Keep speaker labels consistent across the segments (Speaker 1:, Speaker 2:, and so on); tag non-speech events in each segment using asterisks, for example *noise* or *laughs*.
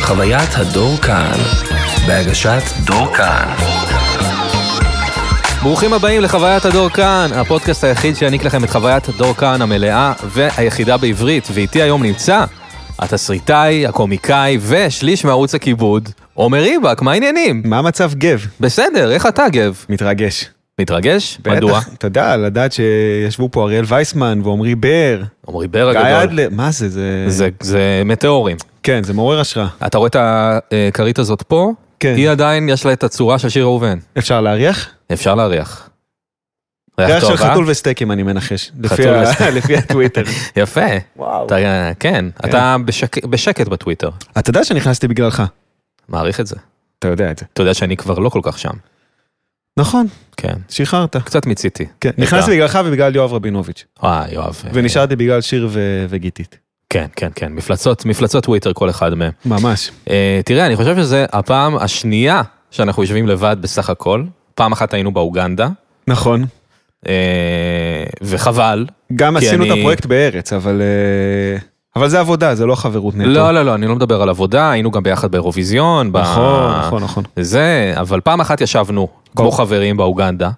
Speaker 1: חוויית הדור כאן, בהגשת דור כאן.
Speaker 2: ברוכים הבאים לחוויית הדור כאן, הפודקאסט היחיד שיעניק לכם את חוויית הדור כאן המלאה והיחידה בעברית, ואיתי היום נמצא התסריטאי, הקומיקאי ושליש מערוץ הכיבוד, עומר ריבק, מה העניינים?
Speaker 3: מה המצב גב?
Speaker 2: בסדר, איך אתה גב?
Speaker 3: מתרגש.
Speaker 2: מתרגש? מדוע?
Speaker 3: בטח, תודה, לדעת שישבו פה אריאל וייסמן ועמרי באר.
Speaker 2: עמרי בר
Speaker 3: גיא
Speaker 2: הגדול.
Speaker 3: אדלר, מה זה? זה...
Speaker 2: זה, זה מטאורים.
Speaker 3: כן, זה מעורר השראה.
Speaker 2: אתה רואה את הכרית הזאת פה?
Speaker 3: כן.
Speaker 2: היא עדיין, יש לה את הצורה של שיר ראובן.
Speaker 3: אפשר להריח?
Speaker 2: אפשר להריח. ריח
Speaker 3: ריח
Speaker 2: טוב,
Speaker 3: של
Speaker 2: אה?
Speaker 3: חתול וסטייקים, אני מנחש. לפי
Speaker 2: חתול
Speaker 3: ה-
Speaker 2: וסטייק.
Speaker 3: *laughs* לפי הטוויטר.
Speaker 2: יפה.
Speaker 3: וואו.
Speaker 2: אתה, כן, אתה בשק, בשקט בטוויטר.
Speaker 3: אתה יודע שנכנסתי בגללך.
Speaker 2: מעריך את זה.
Speaker 3: אתה יודע את זה.
Speaker 2: אתה יודע שאני כבר לא כל כך שם.
Speaker 3: נכון,
Speaker 2: כן.
Speaker 3: שחררת.
Speaker 2: קצת מיציתי.
Speaker 3: כן,
Speaker 2: את
Speaker 3: נכנסתי
Speaker 2: ה-
Speaker 3: בגללך ובגלל יואב רבינוביץ'.
Speaker 2: אה, יואב.
Speaker 3: ונשארתי בגלל שיר ו- וגיתית.
Speaker 2: כן, כן, כן. מפלצות, מפלצות טוויטר כל אחד מהם.
Speaker 3: ממש.
Speaker 2: אה, תראה, אני חושב שזה הפעם השנייה שאנחנו יושבים לבד בסך הכל. פעם אחת היינו באוגנדה,
Speaker 3: נכון.
Speaker 2: אה, וחבל.
Speaker 3: גם
Speaker 2: כי
Speaker 3: עשינו את
Speaker 2: אני-
Speaker 3: הפרויקט בארץ, אבל... אה, אבל זה עבודה, זה לא חברות נטו.
Speaker 2: לא, לא, לא, אני לא מדבר על עבודה, היינו גם ביחד באירוויזיון. ב-
Speaker 3: נכון, נכון, נכון.
Speaker 2: זה, אבל פעם אחת ישבנו, כמו חברים באוגנדה.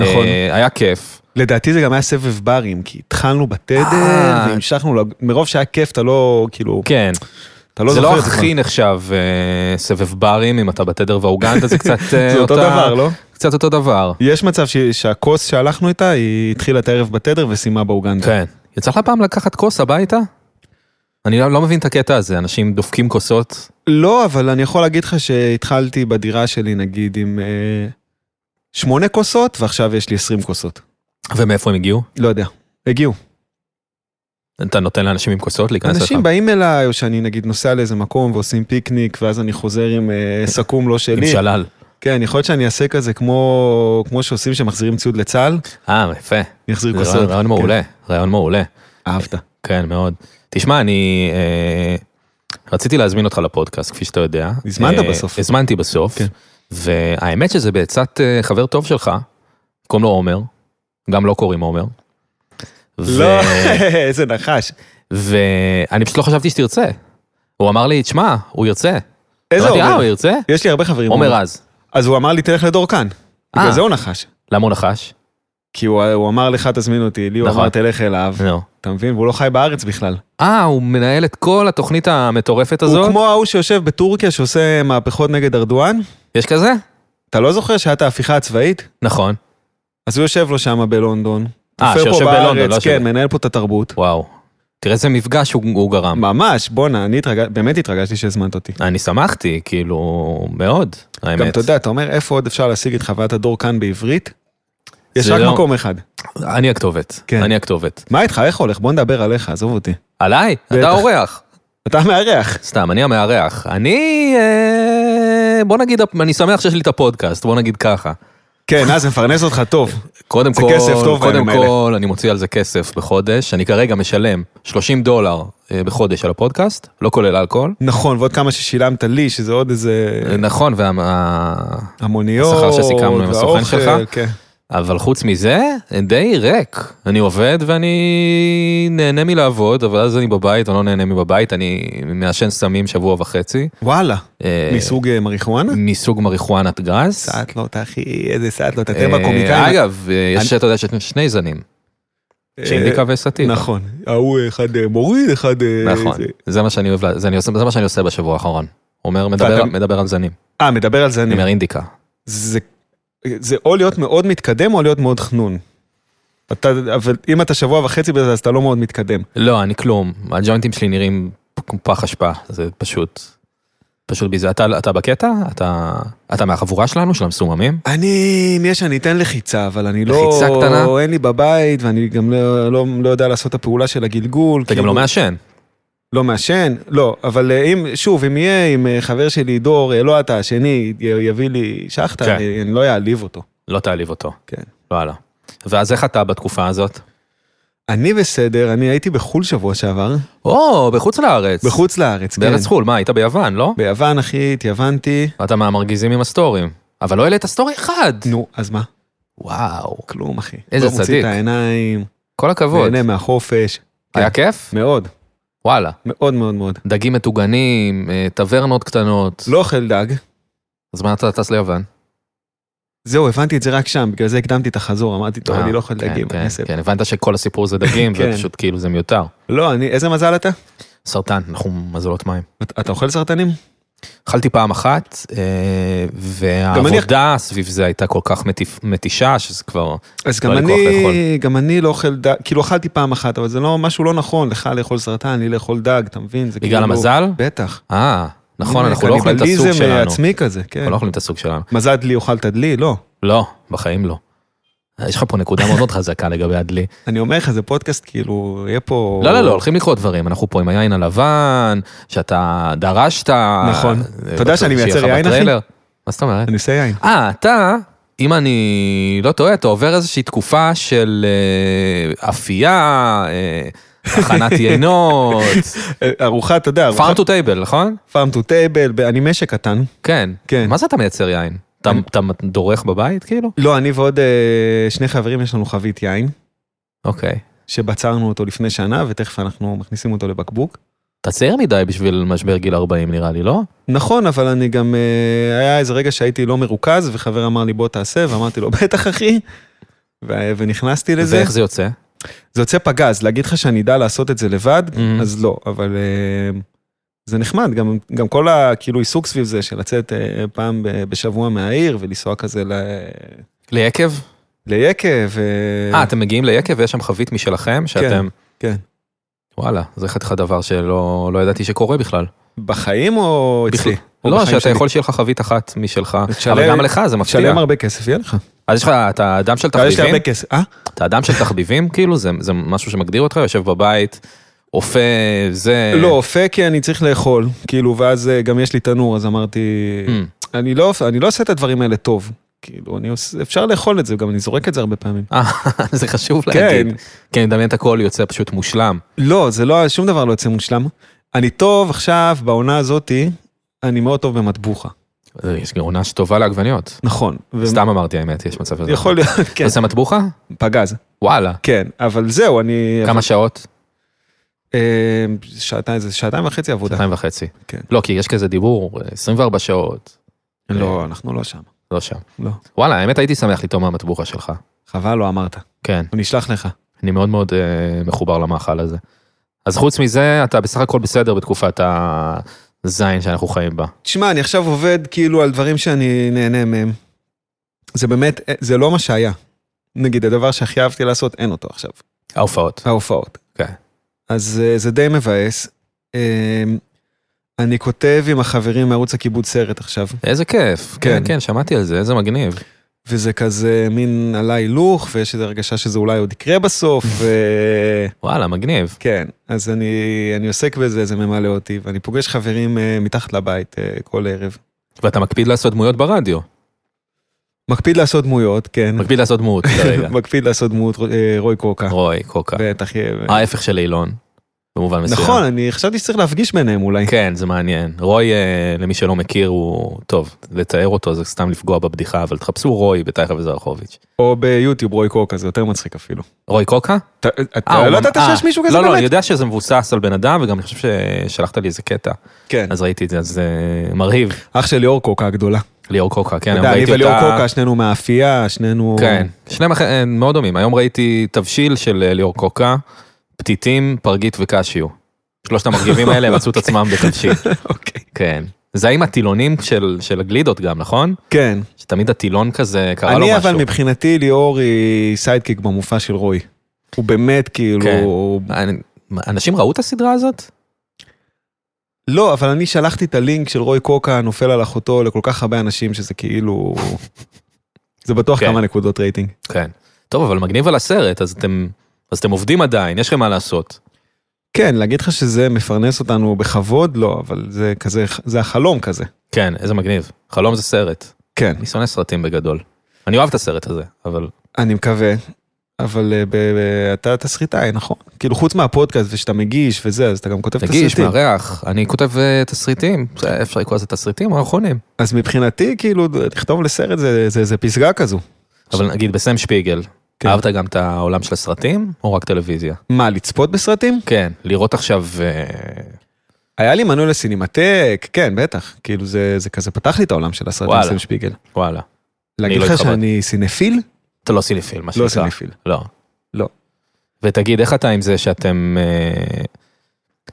Speaker 3: נכון.
Speaker 2: אה, היה כיף.
Speaker 3: לדעתי זה גם היה סבב ברים, כי התחלנו בתדר,
Speaker 2: אה.
Speaker 3: והמשכנו, לג- מרוב שהיה כיף, אתה לא, כאילו,
Speaker 2: כן.
Speaker 3: אתה לא
Speaker 2: זה
Speaker 3: זוכר
Speaker 2: לא
Speaker 3: את זה.
Speaker 2: הכי נחשב אה, סבב ברים, אם אתה בתדר ואוגנדה,
Speaker 3: *laughs*
Speaker 2: זה קצת
Speaker 3: כבר.
Speaker 2: אה,
Speaker 3: זה אותו
Speaker 2: אותה-
Speaker 3: דבר, לא?
Speaker 2: קצת אותו דבר.
Speaker 3: יש מצב ש- שהכוס שהלכנו איתה, היא התחילה את הערב בתדר וסיימה באוגנדה.
Speaker 2: כן. יצא לך פעם לקחת כוס הביתה? אני לא לא מבין את הקטע הזה, אנשים דופקים כוסות.
Speaker 3: לא, אבל אני יכול להגיד לך שהתחלתי בדירה שלי, נגיד, עם אה, שמונה כוסות, ועכשיו יש לי עשרים כוסות.
Speaker 2: ומאיפה הם הגיעו?
Speaker 3: לא יודע. הגיעו.
Speaker 2: אתה נותן לאנשים עם כוסות להיכנס לך?
Speaker 3: אנשים באים אליי, או שאני נגיד נוסע לאיזה מקום ועושים פיקניק, ואז אני חוזר עם אה, סכו"ם לא
Speaker 2: כן. עם
Speaker 3: שלי.
Speaker 2: שלל.
Speaker 3: כן, יכול להיות שאני אעשה כזה כמו, כמו שעושים שמחזירים ציוד לצה"ל,
Speaker 2: אה, יפה.
Speaker 3: אני אחזיר
Speaker 2: זה
Speaker 3: כוסות.
Speaker 2: רעיון- רעיון
Speaker 3: כן, לא,
Speaker 2: מעולה, רעיון מעולה.
Speaker 3: אהבת.
Speaker 2: כן, מאוד. תשמע, אני אה, רציתי להזמין אותך לפודקאסט, כפי שאתה יודע.
Speaker 3: הזמנת
Speaker 2: אה,
Speaker 3: בסוף.
Speaker 2: הזמנתי בסוף,
Speaker 3: כן.
Speaker 2: והאמת שזה בעצת אה, חבר טוב שלך, קוראים לו עומר, גם לו קוראים עומר. ו-
Speaker 3: לא, *laughs* איזה נחש.
Speaker 2: ואני פשוט לא חשבתי שתרצה. הוא אמר לי, תשמע, הוא ירצה.
Speaker 3: איזה
Speaker 2: אמרתי, אה, הוא
Speaker 3: עומר?
Speaker 2: ירצה?
Speaker 3: יש לי הרבה חברים.
Speaker 2: עומר רז.
Speaker 3: אז הוא אמר לי, תלך לדורקן.
Speaker 2: אה.
Speaker 3: בגלל זה הוא נחש.
Speaker 2: למה הוא נחש?
Speaker 3: כי הוא הוא אמר לך, תזמין אותי, לי הוא
Speaker 2: נכון.
Speaker 3: אמר, תלך אליו.
Speaker 2: לא.
Speaker 3: אתה מבין? והוא לא חי בארץ בכלל.
Speaker 2: אה, הוא מנהל את כל התוכנית המטורפת
Speaker 3: הוא
Speaker 2: הזאת?
Speaker 3: כמו ההוא שיושב בטורקיה שעושה מהפכות נגד ארדואן.
Speaker 2: יש כזה?
Speaker 3: אתה לא זוכר שהיה את ההפיכה הצבאית?
Speaker 2: נכון.
Speaker 3: אז הוא יושב לו שם בלונדון.
Speaker 2: אה,
Speaker 3: עופר פה
Speaker 2: שיושב
Speaker 3: בארץ,
Speaker 2: בלונדון, לא
Speaker 3: כן,
Speaker 2: שיושב-
Speaker 3: מנהל פה את התרבות.
Speaker 2: וואו. תראה איזה מפגש הוא הוא גרם.
Speaker 3: ממש, בואנה, אני התרגש- באמת התרגשתי שהזמנת אותי.
Speaker 2: אני שמחתי, כאילו, מאוד, האמת.
Speaker 3: גם אתה יודע, אתה אומר, איפה עוד אפשר להשיג את חוויית הדור כאן בעברית? יש
Speaker 2: זה
Speaker 3: רק
Speaker 2: לא-
Speaker 3: מקום אחד.
Speaker 2: אני הכתובת,
Speaker 3: כן.
Speaker 2: אני הכתובת.
Speaker 3: מה איתך, איך הולך? בוא נדבר עליך, עזוב אותי.
Speaker 2: עליי? אתה
Speaker 3: בטח.
Speaker 2: האורח.
Speaker 3: אתה מארח.
Speaker 2: סתם, אני המארח. אני, אה, בוא נגיד, אני שמח שיש לי את הפודקאסט, בוא נגיד ככה.
Speaker 3: כן, אז זה מפרנס אותך טוב.
Speaker 2: קודם
Speaker 3: זה
Speaker 2: כל,
Speaker 3: כסף טוב
Speaker 2: קודם
Speaker 3: בימים האלה.
Speaker 2: כל, אני מוציא על זה כסף בחודש, אני כרגע משלם 30 דולר אה, בחודש על הפודקאסט, לא כולל אלכוהול.
Speaker 3: נכון, ועוד כמה ששילמת לי, שזה עוד איזה
Speaker 2: נכון, וה...
Speaker 3: המוניות.
Speaker 2: השכר שסיכמנו עם הסוכן
Speaker 3: והאוכל,
Speaker 2: שלך.
Speaker 3: כן.
Speaker 2: אבל חוץ מזה, די ריק. אני עובד ואני נהנה מלעבוד, אבל אז אני בבית, אני לא נהנה מבבית, אני מעשן סמים שבוע וחצי.
Speaker 3: וואלה,
Speaker 2: אה,
Speaker 3: מסוג אה, מריחואנה?
Speaker 2: מסוג מריחואנת גראס.
Speaker 3: סעט לו, אתה אחי, איזה סעט לו, אתה
Speaker 2: אה,
Speaker 3: טבע קומיקאי.
Speaker 2: אגב, אה, יש, אתה יודע, שיש שני זנים,
Speaker 3: אה,
Speaker 2: שינדיקה וסטיבה.
Speaker 3: נכון, ההוא אחד אה, מוריד, אחד... אה,
Speaker 2: נכון,
Speaker 3: זה.
Speaker 2: זה מה שאני אוהב, לה- זה אני עושה- זה מה שאני עושה בשבוע האחרון. אומר, מדבר-
Speaker 3: ואתה-
Speaker 2: מדבר על זנים,
Speaker 3: אה, מדבר על זה
Speaker 2: אני
Speaker 3: אני.
Speaker 2: אומר אינדיקה.
Speaker 3: זה, זה או להיות מאוד מתקדם או להיות מאוד חנון. אתה, אבל אם אתה שבוע וחצי בזה, אז אתה לא מאוד מתקדם.
Speaker 2: לא, אני כלום, הג'וינטים שלי נראים כמו פח אשפה, זה פשוט, פשוט ביזה. אתה אתה בקטע? אתה- אתה מהחבורה שלנו, של המסוממים?
Speaker 3: אני, אם יש, אני אתן לחיצה, אבל אני לא...
Speaker 2: לחיצה קטנה?
Speaker 3: אין לי בבית, ואני גם לא, לא, לא יודע לעשות את הפעולה של הגלגול. כאילו,
Speaker 2: אתה גם לא מעשן.
Speaker 3: לא מעשן, לא, אבל אה, אם, שוב, אם יהיה עם אה, חבר שלי, דור, אה, לא אתה, השני, י- יביא לי שחטה,
Speaker 2: כן.
Speaker 3: אני, אני לא אעליב אותו.
Speaker 2: לא תעליב אותו.
Speaker 3: כן.
Speaker 2: וואלה. ואז איך אתה בתקופה הזאת?
Speaker 3: אני בסדר, אני הייתי בחו"ל שבוע שעבר,
Speaker 2: או, בחוץ לארץ.
Speaker 3: בחוץ לארץ, כן.
Speaker 2: בארץ חו"ל, מה, היית ביוון, לא?
Speaker 3: ביוון, אחי, התייוונתי.
Speaker 2: אתה מהמרגיזים עם הסטורים. אבל לא העלית סטורי אחד.
Speaker 3: נו, אז מה?
Speaker 2: וואו.
Speaker 3: כלום, אחי.
Speaker 2: איזה
Speaker 3: לא מוציא
Speaker 2: צדיק.
Speaker 3: את העיניים,
Speaker 2: כל הכבוד.
Speaker 3: נהנה מהחופש.
Speaker 2: היה כיף?
Speaker 3: מאוד.
Speaker 2: וואלה.
Speaker 3: מאוד מאוד מאוד.
Speaker 2: דגים מטוגנים, אה, טברנות קטנות.
Speaker 3: לא אוכל דג,
Speaker 2: אז מה אתה טס ליוון?
Speaker 3: זהו, הבנתי את זה רק שם, בגלל זה הקדמתי את החזור, אמרתי, טוב,
Speaker 2: אה,
Speaker 3: אני לא אוכל
Speaker 2: כן,
Speaker 3: דגים,
Speaker 2: כן,
Speaker 3: אני אעשה...
Speaker 2: כן, הבנת שכל הסיפור זה דגים,
Speaker 3: *laughs* כן.
Speaker 2: ופשוט כאילו זה מיותר.
Speaker 3: לא, אני, איזה מזל אתה?
Speaker 2: סרטן, אנחנו מזולות מים.
Speaker 3: אתה- אתה אוכל סרטנים?
Speaker 2: אכלתי פעם אחת, אה, והעבודה סביב זה הייתה כל כך מטיפ- מתישה, שזה כבר...
Speaker 3: אז
Speaker 2: לא
Speaker 3: גם
Speaker 2: היה לי כוח לאכול.
Speaker 3: אני, גם אני לא אוכל דג, כאילו אכלתי פעם אחת, אבל זה לא משהו לא נכון, לך לאכול סרטן, לי לאכול דג, אתה מבין? זה
Speaker 2: בגלל
Speaker 3: כאילו-
Speaker 2: המזל?
Speaker 3: בטח.
Speaker 2: אה, נכון, אנחנו לא אוכלים את הסוג
Speaker 3: קניבליזם
Speaker 2: שלנו.
Speaker 3: עצמי כזה, כן.
Speaker 2: אנחנו לא אוכלים את הסוג שלנו.
Speaker 3: מזל דלי אוכלת דלי? לא.
Speaker 2: לא, בחיים לא. אה, יש לך פה נקודה מאוד מאוד חזקה לגבי הדלי.
Speaker 3: אני אומר לך, זה פודקאסט כאילו, יהיה פה...
Speaker 2: לא, לא, לא, הולכים לקרות דברים. אנחנו פה עם היין הלבן, שאתה דרשת.
Speaker 3: נכון.
Speaker 2: אה,
Speaker 3: אתה יודע שאני
Speaker 2: שיהיה
Speaker 3: מייצר
Speaker 2: לך
Speaker 3: יין, אחי?
Speaker 2: בטריילר. מה זאת אומרת?
Speaker 3: אני עושה יין.
Speaker 2: אה, אתה, אם אני לא טועה, אתה עובר איזושהי תקופה של אה, אפייה, אה,
Speaker 3: *laughs*
Speaker 2: הכנת יינות,
Speaker 3: אה, ארוחה, אתה יודע, ארוחה
Speaker 2: farm to table, נכון?
Speaker 3: farm to table, אני משק קטן.
Speaker 2: כן.
Speaker 3: כן.
Speaker 2: מה זה אתה מייצר יין? אתה, אתה דורך בבית כאילו?
Speaker 3: לא, אני ועוד אה, שני חברים, יש לנו חבית יין,
Speaker 2: אוקיי.
Speaker 3: שבצרנו אותו לפני שנה, ותכף אנחנו מכניסים אותו לבקבוק.
Speaker 2: אתה צעיר מדי בשביל משבר גיל 40 נראה לי, לא?
Speaker 3: נכון, אבל אני גם, אה, היה איזה רגע שהייתי לא מרוכז, וחבר אמר לי, בוא תעשה, ואמרתי לו, בטח, אחי. ו- ונכנסתי לזה.
Speaker 2: ואיך זה יוצא?
Speaker 3: זה יוצא פגז, להגיד לך שאני אדע לעשות את זה לבד,
Speaker 2: Mhm.
Speaker 3: אז לא, אבל אה, זה נחמד, גם, גם כל הכאילו עיסוק סביב זה של לצאת אה, פעם ב- בשבוע מהעיר ולנסוע כזה ל...
Speaker 2: ליקב?
Speaker 3: ליקב.
Speaker 2: אה, אתם מגיעים ליקב ויש שם חבית משלכם שאתם...
Speaker 3: כן.
Speaker 2: וואלה, זה חתיך דבר שלא לא ידעתי שקורה בכלל.
Speaker 3: בחיים או
Speaker 2: בכלל.
Speaker 3: אצלי? או
Speaker 2: לא,
Speaker 3: בחיים
Speaker 2: שאתה
Speaker 3: שלי?
Speaker 2: יכול שיהיה לך חבית אחת משלך,
Speaker 3: תשלם-
Speaker 2: אבל גם לך זה מפתיע.
Speaker 3: תשלם הרבה כסף, יהיה לך.
Speaker 2: אז יש לך, אתה אדם של
Speaker 3: אבל יש לי
Speaker 2: תחביבים?
Speaker 3: הרבה כסף. אה?
Speaker 2: אתה אדם של תחביבים? *laughs* כאילו, זה, זה משהו שמגדיר אותך? יושב בבית, אופה, זה...
Speaker 3: לא, אופה כי אני צריך לאכול, כאילו, ואז אה, גם יש לי תנור, אז אמרתי,
Speaker 2: Mm,
Speaker 3: אני לא אני לא עושה את הדברים האלה טוב. כאילו, אני עושה- אפשר לאכול את זה, גם אני זורק את זה הרבה פעמים.
Speaker 2: אה, *laughs* זה חשוב
Speaker 3: כן,
Speaker 2: להגיד. כי אני מדמיין את הכל יוצא פשוט מושלם.
Speaker 3: לא, זה לא, שום דבר לא יוצא מושלם. אני טוב עכשיו, בעונה הזאתי, אני מאוד טוב במטבוחה.
Speaker 2: יש עונה שטובה לעגבניות.
Speaker 3: נכון. ו-
Speaker 2: סתם אמרתי האמת, יש מצב כזה.
Speaker 3: יכול *laughs* להיות,
Speaker 2: אתה
Speaker 3: כן,
Speaker 2: עושה מטבוחה?
Speaker 3: פגז.
Speaker 2: וואלה.
Speaker 3: כן, אבל זהו, אני...
Speaker 2: כמה שעות?
Speaker 3: כן. אה, שעתיים, זה שעתיים וחצי עבודה.
Speaker 2: שנתיים וחצי.
Speaker 3: כן.
Speaker 2: לא, כי יש כזה דיבור, אה, 24 שעות, אה,
Speaker 3: לא, אנחנו לא שם.
Speaker 2: לא שם.
Speaker 3: לא.
Speaker 2: וואלה, האמת הייתי שמח לטעום מהמטבוחה שלך.
Speaker 3: חבל, לא אמרת.
Speaker 2: כן,
Speaker 3: אני אשלח לך.
Speaker 2: אני מאוד מאוד אה, מחובר למאכל הזה. אז חוץ מזה, אתה בסך הכל בסדר בתקופת הזין שאנחנו חיים בה.
Speaker 3: תשמע, אני עכשיו עובד כאילו על דברים שאני נהנה מהם. זה באמת, אה, זה לא מה שהיה. נגיד, הדבר שהכי אהבתי לעשות, אין אותו עכשיו.
Speaker 2: ההופעות.
Speaker 3: ההופעות.
Speaker 2: כן.
Speaker 3: אז אה, זה די מבאס. אה, אני כותב עם החברים מערוץ הקיבוץ סרט עכשיו,
Speaker 2: איזה כיף. כן,
Speaker 3: כן.
Speaker 2: כן, שמעתי על זה, איזה מגניב.
Speaker 3: וזה כזה מין עלה הילוך, ויש איזו הרגשה שזה אולי עוד יקרה בסוף, ו-
Speaker 2: וואלה, מגניב.
Speaker 3: כן, אז אני, אני עוסק בזה, זה ממלא אותי, ואני פוגש חברים אה, מתחת לבית אה, כל ערב.
Speaker 2: ואתה מקפיד לעשות דמויות ברדיו.
Speaker 3: מקפיד לעשות דמויות, כן.
Speaker 2: מקפיד לעשות *laughs* דמות כרגע.
Speaker 3: *laughs* מקפיד לעשות דמות אה, רוי קוקה.
Speaker 2: רוי, קוקה.
Speaker 3: בטח יהיה...
Speaker 2: ההפך של אילון, במובן מסוים.
Speaker 3: נכון, אני חשבתי שצריך להפגיש ביניהם אולי.
Speaker 2: כן, זה מעניין. רוי, אה, למי שלא מכיר, הוא... טוב, לתאר אותו זה סתם לפגוע בבדיחה, אבל תחפשו רוי בטייחה וזרחוביץ'.
Speaker 3: או ביוטיוב רוי קוקה, זה יותר מצחיק אפילו.
Speaker 2: רוי קוקה?
Speaker 3: אתה
Speaker 2: אה,
Speaker 3: אתה
Speaker 2: הוא
Speaker 3: לא
Speaker 2: ממ-
Speaker 3: ידעת
Speaker 2: אה,
Speaker 3: שיש מישהו כזה
Speaker 2: לא,
Speaker 3: באמת?
Speaker 2: לא, אני יודע שזה מבוסס על בן אדם, וגם אני חושב ששלחת לי איזה קטע,
Speaker 3: כן.
Speaker 2: אז ראיתי את זה, אז אה, מרהיב.
Speaker 3: אח של ליאור קוקה הגדולה.
Speaker 2: ליאור קוקה, כן,
Speaker 3: אתה
Speaker 2: היום
Speaker 3: יודע, אני
Speaker 2: ראיתי
Speaker 3: וליאור
Speaker 2: אותה-
Speaker 3: קוקה, שנינו מהאפייה, שנינו...
Speaker 2: כן, שניהם אח- אה, מאוד דומים. היום ראיתי תבשיל של אה, ליאור קוקה, פתיתים, פרגית וקשיו. שלושת המרכיבים האלה מצאו את עצמם
Speaker 3: *laughs*
Speaker 2: בתבשיל.
Speaker 3: *laughs* אוקיי.
Speaker 2: כן. זה עם הטילונים של, של הגלידות גם, נכון?
Speaker 3: כן.
Speaker 2: שתמיד הטילון כזה קרה לו
Speaker 3: אני
Speaker 2: משהו.
Speaker 3: אבל מבחינתי ליאור היא סיידקיק במופע של רוי. הוא באמת
Speaker 2: כן.
Speaker 3: כאילו...
Speaker 2: אני- מה, אנשים ראו את הסדרה הזאת?
Speaker 3: לא, אבל אני שלחתי את הלינק של רוי קוקה נופל על אחותו לכל כך הרבה אנשים שזה כאילו... זה בטוח
Speaker 2: כן.
Speaker 3: כמה נקודות רייטינג.
Speaker 2: כן. טוב, אבל מגניב על הסרט, אז אתם, אז אתם עובדים עדיין, יש לכם מה לעשות.
Speaker 3: כן, להגיד לך שזה מפרנס אותנו בכבוד? לא, אבל זה כזה, זה החלום כזה.
Speaker 2: כן, איזה מגניב. חלום זה סרט.
Speaker 3: כן,
Speaker 2: אני שונא סרטים בגדול. אני אוהב את הסרט הזה, אבל
Speaker 3: אני מקווה. אבל אה, ב- ב- אתה תסריטאי, נכון? כאילו, חוץ מהפודקאסט ושאתה מגיש וזה, אז אתה גם כותב
Speaker 2: תגיש,
Speaker 3: תסריטים.
Speaker 2: מארח, אני כותב אה, תסריטים, זה- אפשר לקרוא לזה תסריטים, מערכונים.
Speaker 3: אז מבחינתי, כאילו, לכתוב לסרט זה, זה, זה פסגה כזו.
Speaker 2: אבל נגיד בסם שפיגל,
Speaker 3: כן.
Speaker 2: אהבת גם את העולם של הסרטים, או רק טלוויזיה?
Speaker 3: מה, לצפות בסרטים?
Speaker 2: כן, לראות עכשיו... אה,
Speaker 3: היה לי מנוי לסינמטק, כן, בטח. כאילו, זה, זה כזה פתח לי את העולם של הסרטים,
Speaker 2: וואלה.
Speaker 3: סם שפיגל.
Speaker 2: וואלה.
Speaker 3: להגיד
Speaker 2: לא
Speaker 3: לך
Speaker 2: התחברתי.
Speaker 3: שאני סינפיל?
Speaker 2: אתה לא סיניפיל, מה שנקרא.
Speaker 3: לא סינפיל.
Speaker 2: לא.
Speaker 3: לא.
Speaker 2: ותגיד, איך אתה עם זה שאתם... אה,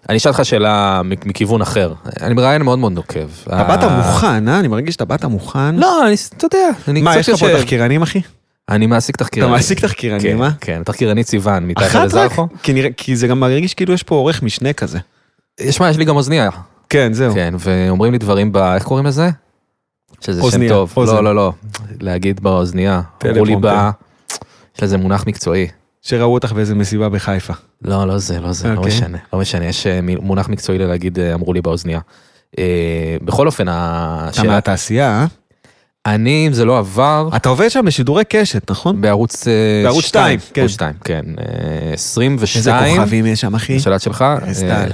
Speaker 2: אני אשאל אותך שאלה מ- מכיוון אחר. אני מראיין מאוד מאוד נוקב.
Speaker 3: אתה באת מוכן, אה? אני מרגיש שאתה באת מוכן.
Speaker 2: לא, אני, אתה יודע, אני
Speaker 3: מה,
Speaker 2: קצת
Speaker 3: יש לך כן. פה
Speaker 2: יושב.
Speaker 3: תחקירנים, אחי?
Speaker 2: אני מעסיק תחקירנים.
Speaker 3: אתה מעסיק
Speaker 2: כן,
Speaker 3: תחקירנים, אה?
Speaker 2: כן, תחקירנית סיוון, נכון? מתחת
Speaker 3: אחת רק?
Speaker 2: לזרחו.
Speaker 3: כי נראה- כי זה גם מרגיש כאילו יש פה עורך משנה כזה.
Speaker 2: יש מה, יש לי גם אוזניה.
Speaker 3: כן, זהו.
Speaker 2: כן, ואומרים לי דברים ב... איך קוראים לזה? שזה שם
Speaker 3: אוזניה,
Speaker 2: טוב.
Speaker 3: אוזן.
Speaker 2: לא, לא, לא. להגיד באוזניה. אמרו לי ב...
Speaker 3: טלפרומפטר. כן.
Speaker 2: יש לזה מונח מקצועי.
Speaker 3: שראו אותך באיזה מסיבה בחיפה.
Speaker 2: לא, לא זה, לא זה, לא
Speaker 3: אוקיי.
Speaker 2: משנה, לא משנה, יש אה, מ- מונח מקצועי ללהגיד, אה, אמרו לי באוזנייה. אה, בכל אופן,
Speaker 3: אתה
Speaker 2: השאלה,
Speaker 3: מהתעשייה, אה?
Speaker 2: אני, אם זה לא עבר,
Speaker 3: אתה עובד שם בשידורי קשת, נכון?
Speaker 2: בערוץ אה,
Speaker 3: בערוץ
Speaker 2: שתיים,
Speaker 3: שתיים, כן.
Speaker 2: ערוץ שתיים, כן, אה,
Speaker 3: איזה
Speaker 2: 22,
Speaker 3: כוכבים יש שם, אחי?
Speaker 2: השאלה שלך,
Speaker 3: ארז
Speaker 2: אה,
Speaker 3: טל.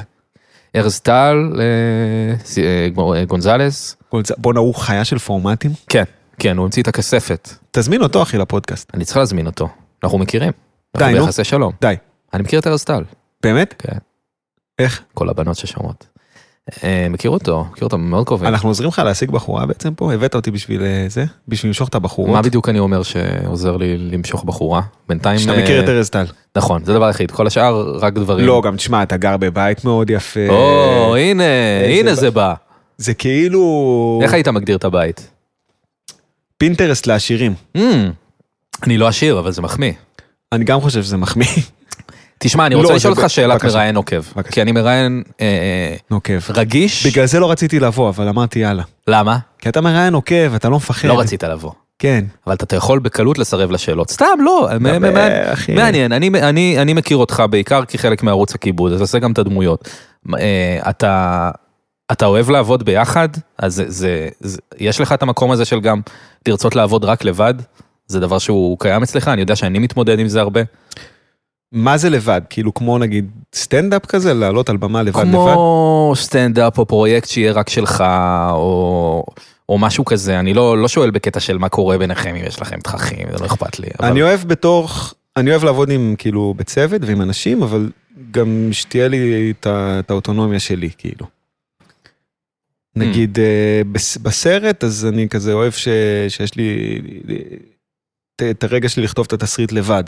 Speaker 2: ארז טל, אה, ס- אה, גו- אה, גונזלס,
Speaker 3: כל זה- בואנה, הוא חיה של פורמטים.
Speaker 2: כן, כן, הוא המציא את הכספת,
Speaker 3: תזמין אותו, אחי, לפודקאסט.
Speaker 2: אני צריך להזמין אותו, אנחנו מכירים,
Speaker 3: די,
Speaker 2: אנחנו
Speaker 3: נו.
Speaker 2: ביחסי שלום,
Speaker 3: די.
Speaker 2: אני מכיר את ארז טל,
Speaker 3: באמת?
Speaker 2: כן.
Speaker 3: איך?
Speaker 2: כל הבנות ששומעות, אה, מכיר אותו, מכיר אותו מאוד קרובים.
Speaker 3: אנחנו עוזרים לך להשיג בחורה בעצם פה? הבאת אותי בשביל אה, זה? בשביל למשוך את
Speaker 2: מה
Speaker 3: הבחורות?
Speaker 2: בדיוק אני אומר שעוזר לי למשוך בחורה? בינתיים...
Speaker 3: שאתה
Speaker 2: אה,
Speaker 3: מכיר את ארז טל.
Speaker 2: נכון, זה דבר היחיד, כל השאר רק דברים.
Speaker 3: לא, אה, גם תשמע, אתה גר בבית מאוד יפה.
Speaker 2: או, הנה, הנה
Speaker 3: בא-
Speaker 2: זה בא.
Speaker 3: זה כאילו...
Speaker 2: איך היית מגדיר את הבית?
Speaker 3: פינטרסט לעשירים.
Speaker 2: Mm,
Speaker 3: Hmm.
Speaker 2: אני לא עשיר, אבל זה מחמיא.
Speaker 3: אני גם חושב שזה מחמיא. *laughs*
Speaker 2: תשמע, אני
Speaker 3: לא,
Speaker 2: רוצה
Speaker 3: זה
Speaker 2: לשאול
Speaker 3: ב-
Speaker 2: אותך שאלת
Speaker 3: בבקשה.
Speaker 2: מראיין עוקב.
Speaker 3: בבקשה.
Speaker 2: כי אני מראיין אה, אה,
Speaker 3: נוקב.
Speaker 2: רגיש.
Speaker 3: בגלל זה לא רציתי לבוא, אבל אמרתי יאללה.
Speaker 2: למה?
Speaker 3: כי אתה מראיין עוקב, אתה לא מפחד.
Speaker 2: לא רצית לבוא.
Speaker 3: כן.
Speaker 2: אבל אתה יכול בקלות לסרב לשאלות. סתם, לא, מ- מ-
Speaker 3: דבר, אחי.
Speaker 2: מעניין. אני- אני אני מכיר אותך בעיקר כחלק מערוץ הכיבוד, אז תעשה גם את הדמויות. מ- אה, אתה... אתה אוהב לעבוד ביחד, אז זה, זה, זה, יש לך את המקום הזה של גם לרצות לעבוד רק לבד, זה דבר שהוא קיים אצלך, אני יודע שאני מתמודד עם זה הרבה.
Speaker 3: מה זה לבד? כאילו כמו נגיד סטנדאפ כזה, לעלות על במה לבד לבד?
Speaker 2: כמו סטנדאפ או פרויקט שיהיה רק שלך, או, או משהו כזה, אני לא, לא שואל בקטע של מה קורה ביניכם, אם יש לכם תככים, זה לא אכפת לי. אבל...
Speaker 3: אני אוהב בתור, אני אוהב לעבוד עם כאילו בצוות ועם אנשים, אבל גם שתהיה לי את ה- את האוטונומיה שלי, כאילו.
Speaker 2: Hmm.
Speaker 3: נגיד אה, בס- בסרט, אז אני כזה אוהב ש- שיש לי את- את הרגע שלי לכתוב את התסריט לבד.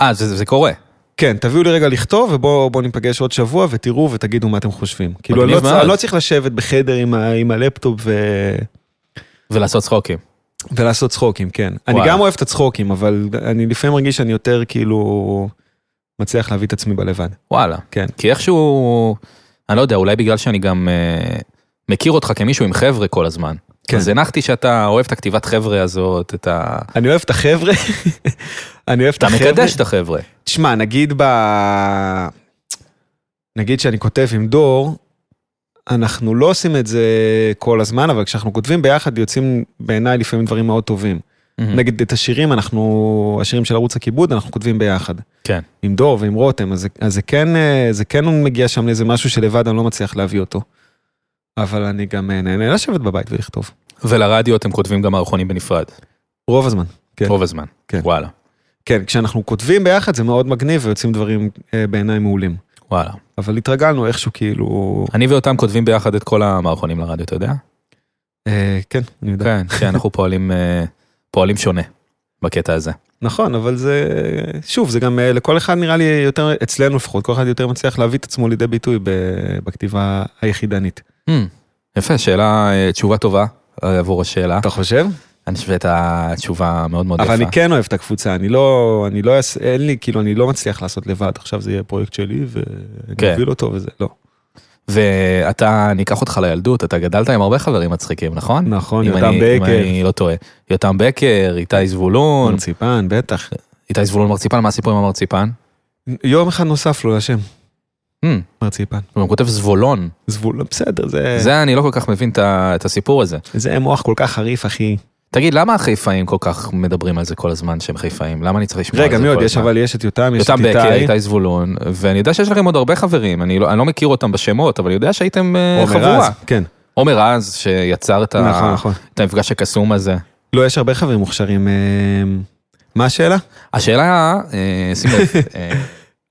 Speaker 2: אה, זה, זה קורה.
Speaker 3: כן, תביאו לי רגע לכתוב, ובואו בואו ניפגש עוד שבוע ותראו ותגידו מה אתם חושבים. כאילו, אני לא,
Speaker 2: מגניב
Speaker 3: צ-
Speaker 2: מאוד.
Speaker 3: אני לא צריך לשבת בחדר עם, ה, עם הלפטופ ו...
Speaker 2: ולעשות צחוקים.
Speaker 3: ולעשות צחוקים, כן. אני
Speaker 2: וואלה.
Speaker 3: גם אוהב את הצחוקים, אבל אני לפעמים מרגיש שאני יותר כאילו מצליח להביא את עצמי בלבד.
Speaker 2: וואלה.
Speaker 3: כן.
Speaker 2: כי איכשהו, אני לא יודע, אולי בגלל שאני גם אה, מכיר אותך כמישהו עם חבר'ה כל הזמן.
Speaker 3: כן.
Speaker 2: אז הנחתי שאתה אוהב את הכתיבת חבר'ה הזאת, את ה...
Speaker 3: אני אוהב את החבר'ה, *laughs* אני אוהב את
Speaker 2: אתה
Speaker 3: החבר'ה. Mhm.
Speaker 2: מקדש את החבר'ה.
Speaker 3: תשמע, נגיד ב... נגיד שאני כותב עם דור, אנחנו לא עושים את זה כל הזמן, אבל כשאנחנו כותבים ביחד יוצאים בעיניי לפעמים דברים מאוד טובים.
Speaker 2: Hmm.
Speaker 3: נגיד את השירים, אנחנו, השירים של ערוץ הכיבוד, אנחנו כותבים ביחד.
Speaker 2: כן.
Speaker 3: עם דור ועם רותם, אז, זה- אז זה כן, אה, זה כן מגיע שם לאיזה משהו שלבד אני לא מצליח להביא אותו. אבל אני גם אה, נהנה לשבת בבית ולכתוב.
Speaker 2: ולרדיו אתם כותבים גם מערכונים בנפרד,
Speaker 3: רוב הזמן. כן.
Speaker 2: רוב הזמן.
Speaker 3: כן.
Speaker 2: וואלה,
Speaker 3: כן, כשאנחנו כותבים ביחד זה מאוד מגניב ויוצאים דברים אה, בעיניי מעולים.
Speaker 2: וואלה.
Speaker 3: אבל התרגלנו איכשהו כאילו...
Speaker 2: אני ואותם כותבים ביחד את כל המערכונים לרדיו, אתה יודע?
Speaker 3: אה, כן, אני יודע.
Speaker 2: כן,
Speaker 3: *laughs*
Speaker 2: כן, אנחנו פועלים, אה, פועלים שונה בקטע הזה.
Speaker 3: נכון, אבל זה... שוב, זה גם אה, לכל אחד נראה לי יותר, אצלנו לפחות, כל אחד יותר מצליח להביא את עצמו לידי ביטוי ב- בכתיבה היחידנית.
Speaker 2: Hmm, יפה, שאלה, אה, תשובה טובה אה, עבור השאלה.
Speaker 3: אתה חושב?
Speaker 2: אני חושב את התשובה מאוד מאוד יפה.
Speaker 3: אבל אני כן אוהב את הקבוצה, אני לא, אני לא, אעשה- אין לי, כאילו, אני לא מצליח לעשות לבד, עכשיו זה יהיה פרויקט שלי
Speaker 2: כן.
Speaker 3: ואני אוביל אותו וזה, לא.
Speaker 2: ואתה, אני אקח אותך לילדות, אתה גדלת עם הרבה חברים מצחיקים, נכון?
Speaker 3: נכון,
Speaker 2: אם
Speaker 3: יותם
Speaker 2: אני- אם
Speaker 3: בקר, Hmm.
Speaker 2: אני לא טועה. יותם בקר, איתי זבולון,
Speaker 3: מרציפן, בטח.
Speaker 2: איתי זבולון מרציפן, מה הסיפור עם המרציפן?
Speaker 3: יום אחד נוסף לו לשם,
Speaker 2: Hmm,
Speaker 3: מרציפן.
Speaker 2: הוא גם כותב זבולון,
Speaker 3: זבול, בסדר, זה,
Speaker 2: זה אני לא כל כך מבין את ה- את הסיפור הזה.
Speaker 3: זה מוח כל כך חריף, אחי.
Speaker 2: תגיד, למה החיפאים כל כך מדברים על זה כל הזמן שהם חיפאים? למה אני צריך לשמוע על זה
Speaker 3: רגע,
Speaker 2: כל
Speaker 3: מי
Speaker 2: הזמן?
Speaker 3: עוד יש? אבל יש את יותם, יש את
Speaker 2: יותם בקר,
Speaker 3: איתי,
Speaker 2: איתי זבולון, ואני יודע שיש לכם עוד הרבה חברים, אני לא, אני לא מכיר אותם בשמות, אבל אני יודע שהייתם אה,
Speaker 3: עומר
Speaker 2: חבורה.
Speaker 3: רז, כן,
Speaker 2: עומר רז, שיצר את, ה...
Speaker 3: נכון, נכון.
Speaker 2: את המפגש הקסום הזה.
Speaker 3: לא, יש הרבה חברים מוכשרים. אה, מה השאלה?
Speaker 2: השאלה, אה, שים
Speaker 3: *laughs*
Speaker 2: לב, אה,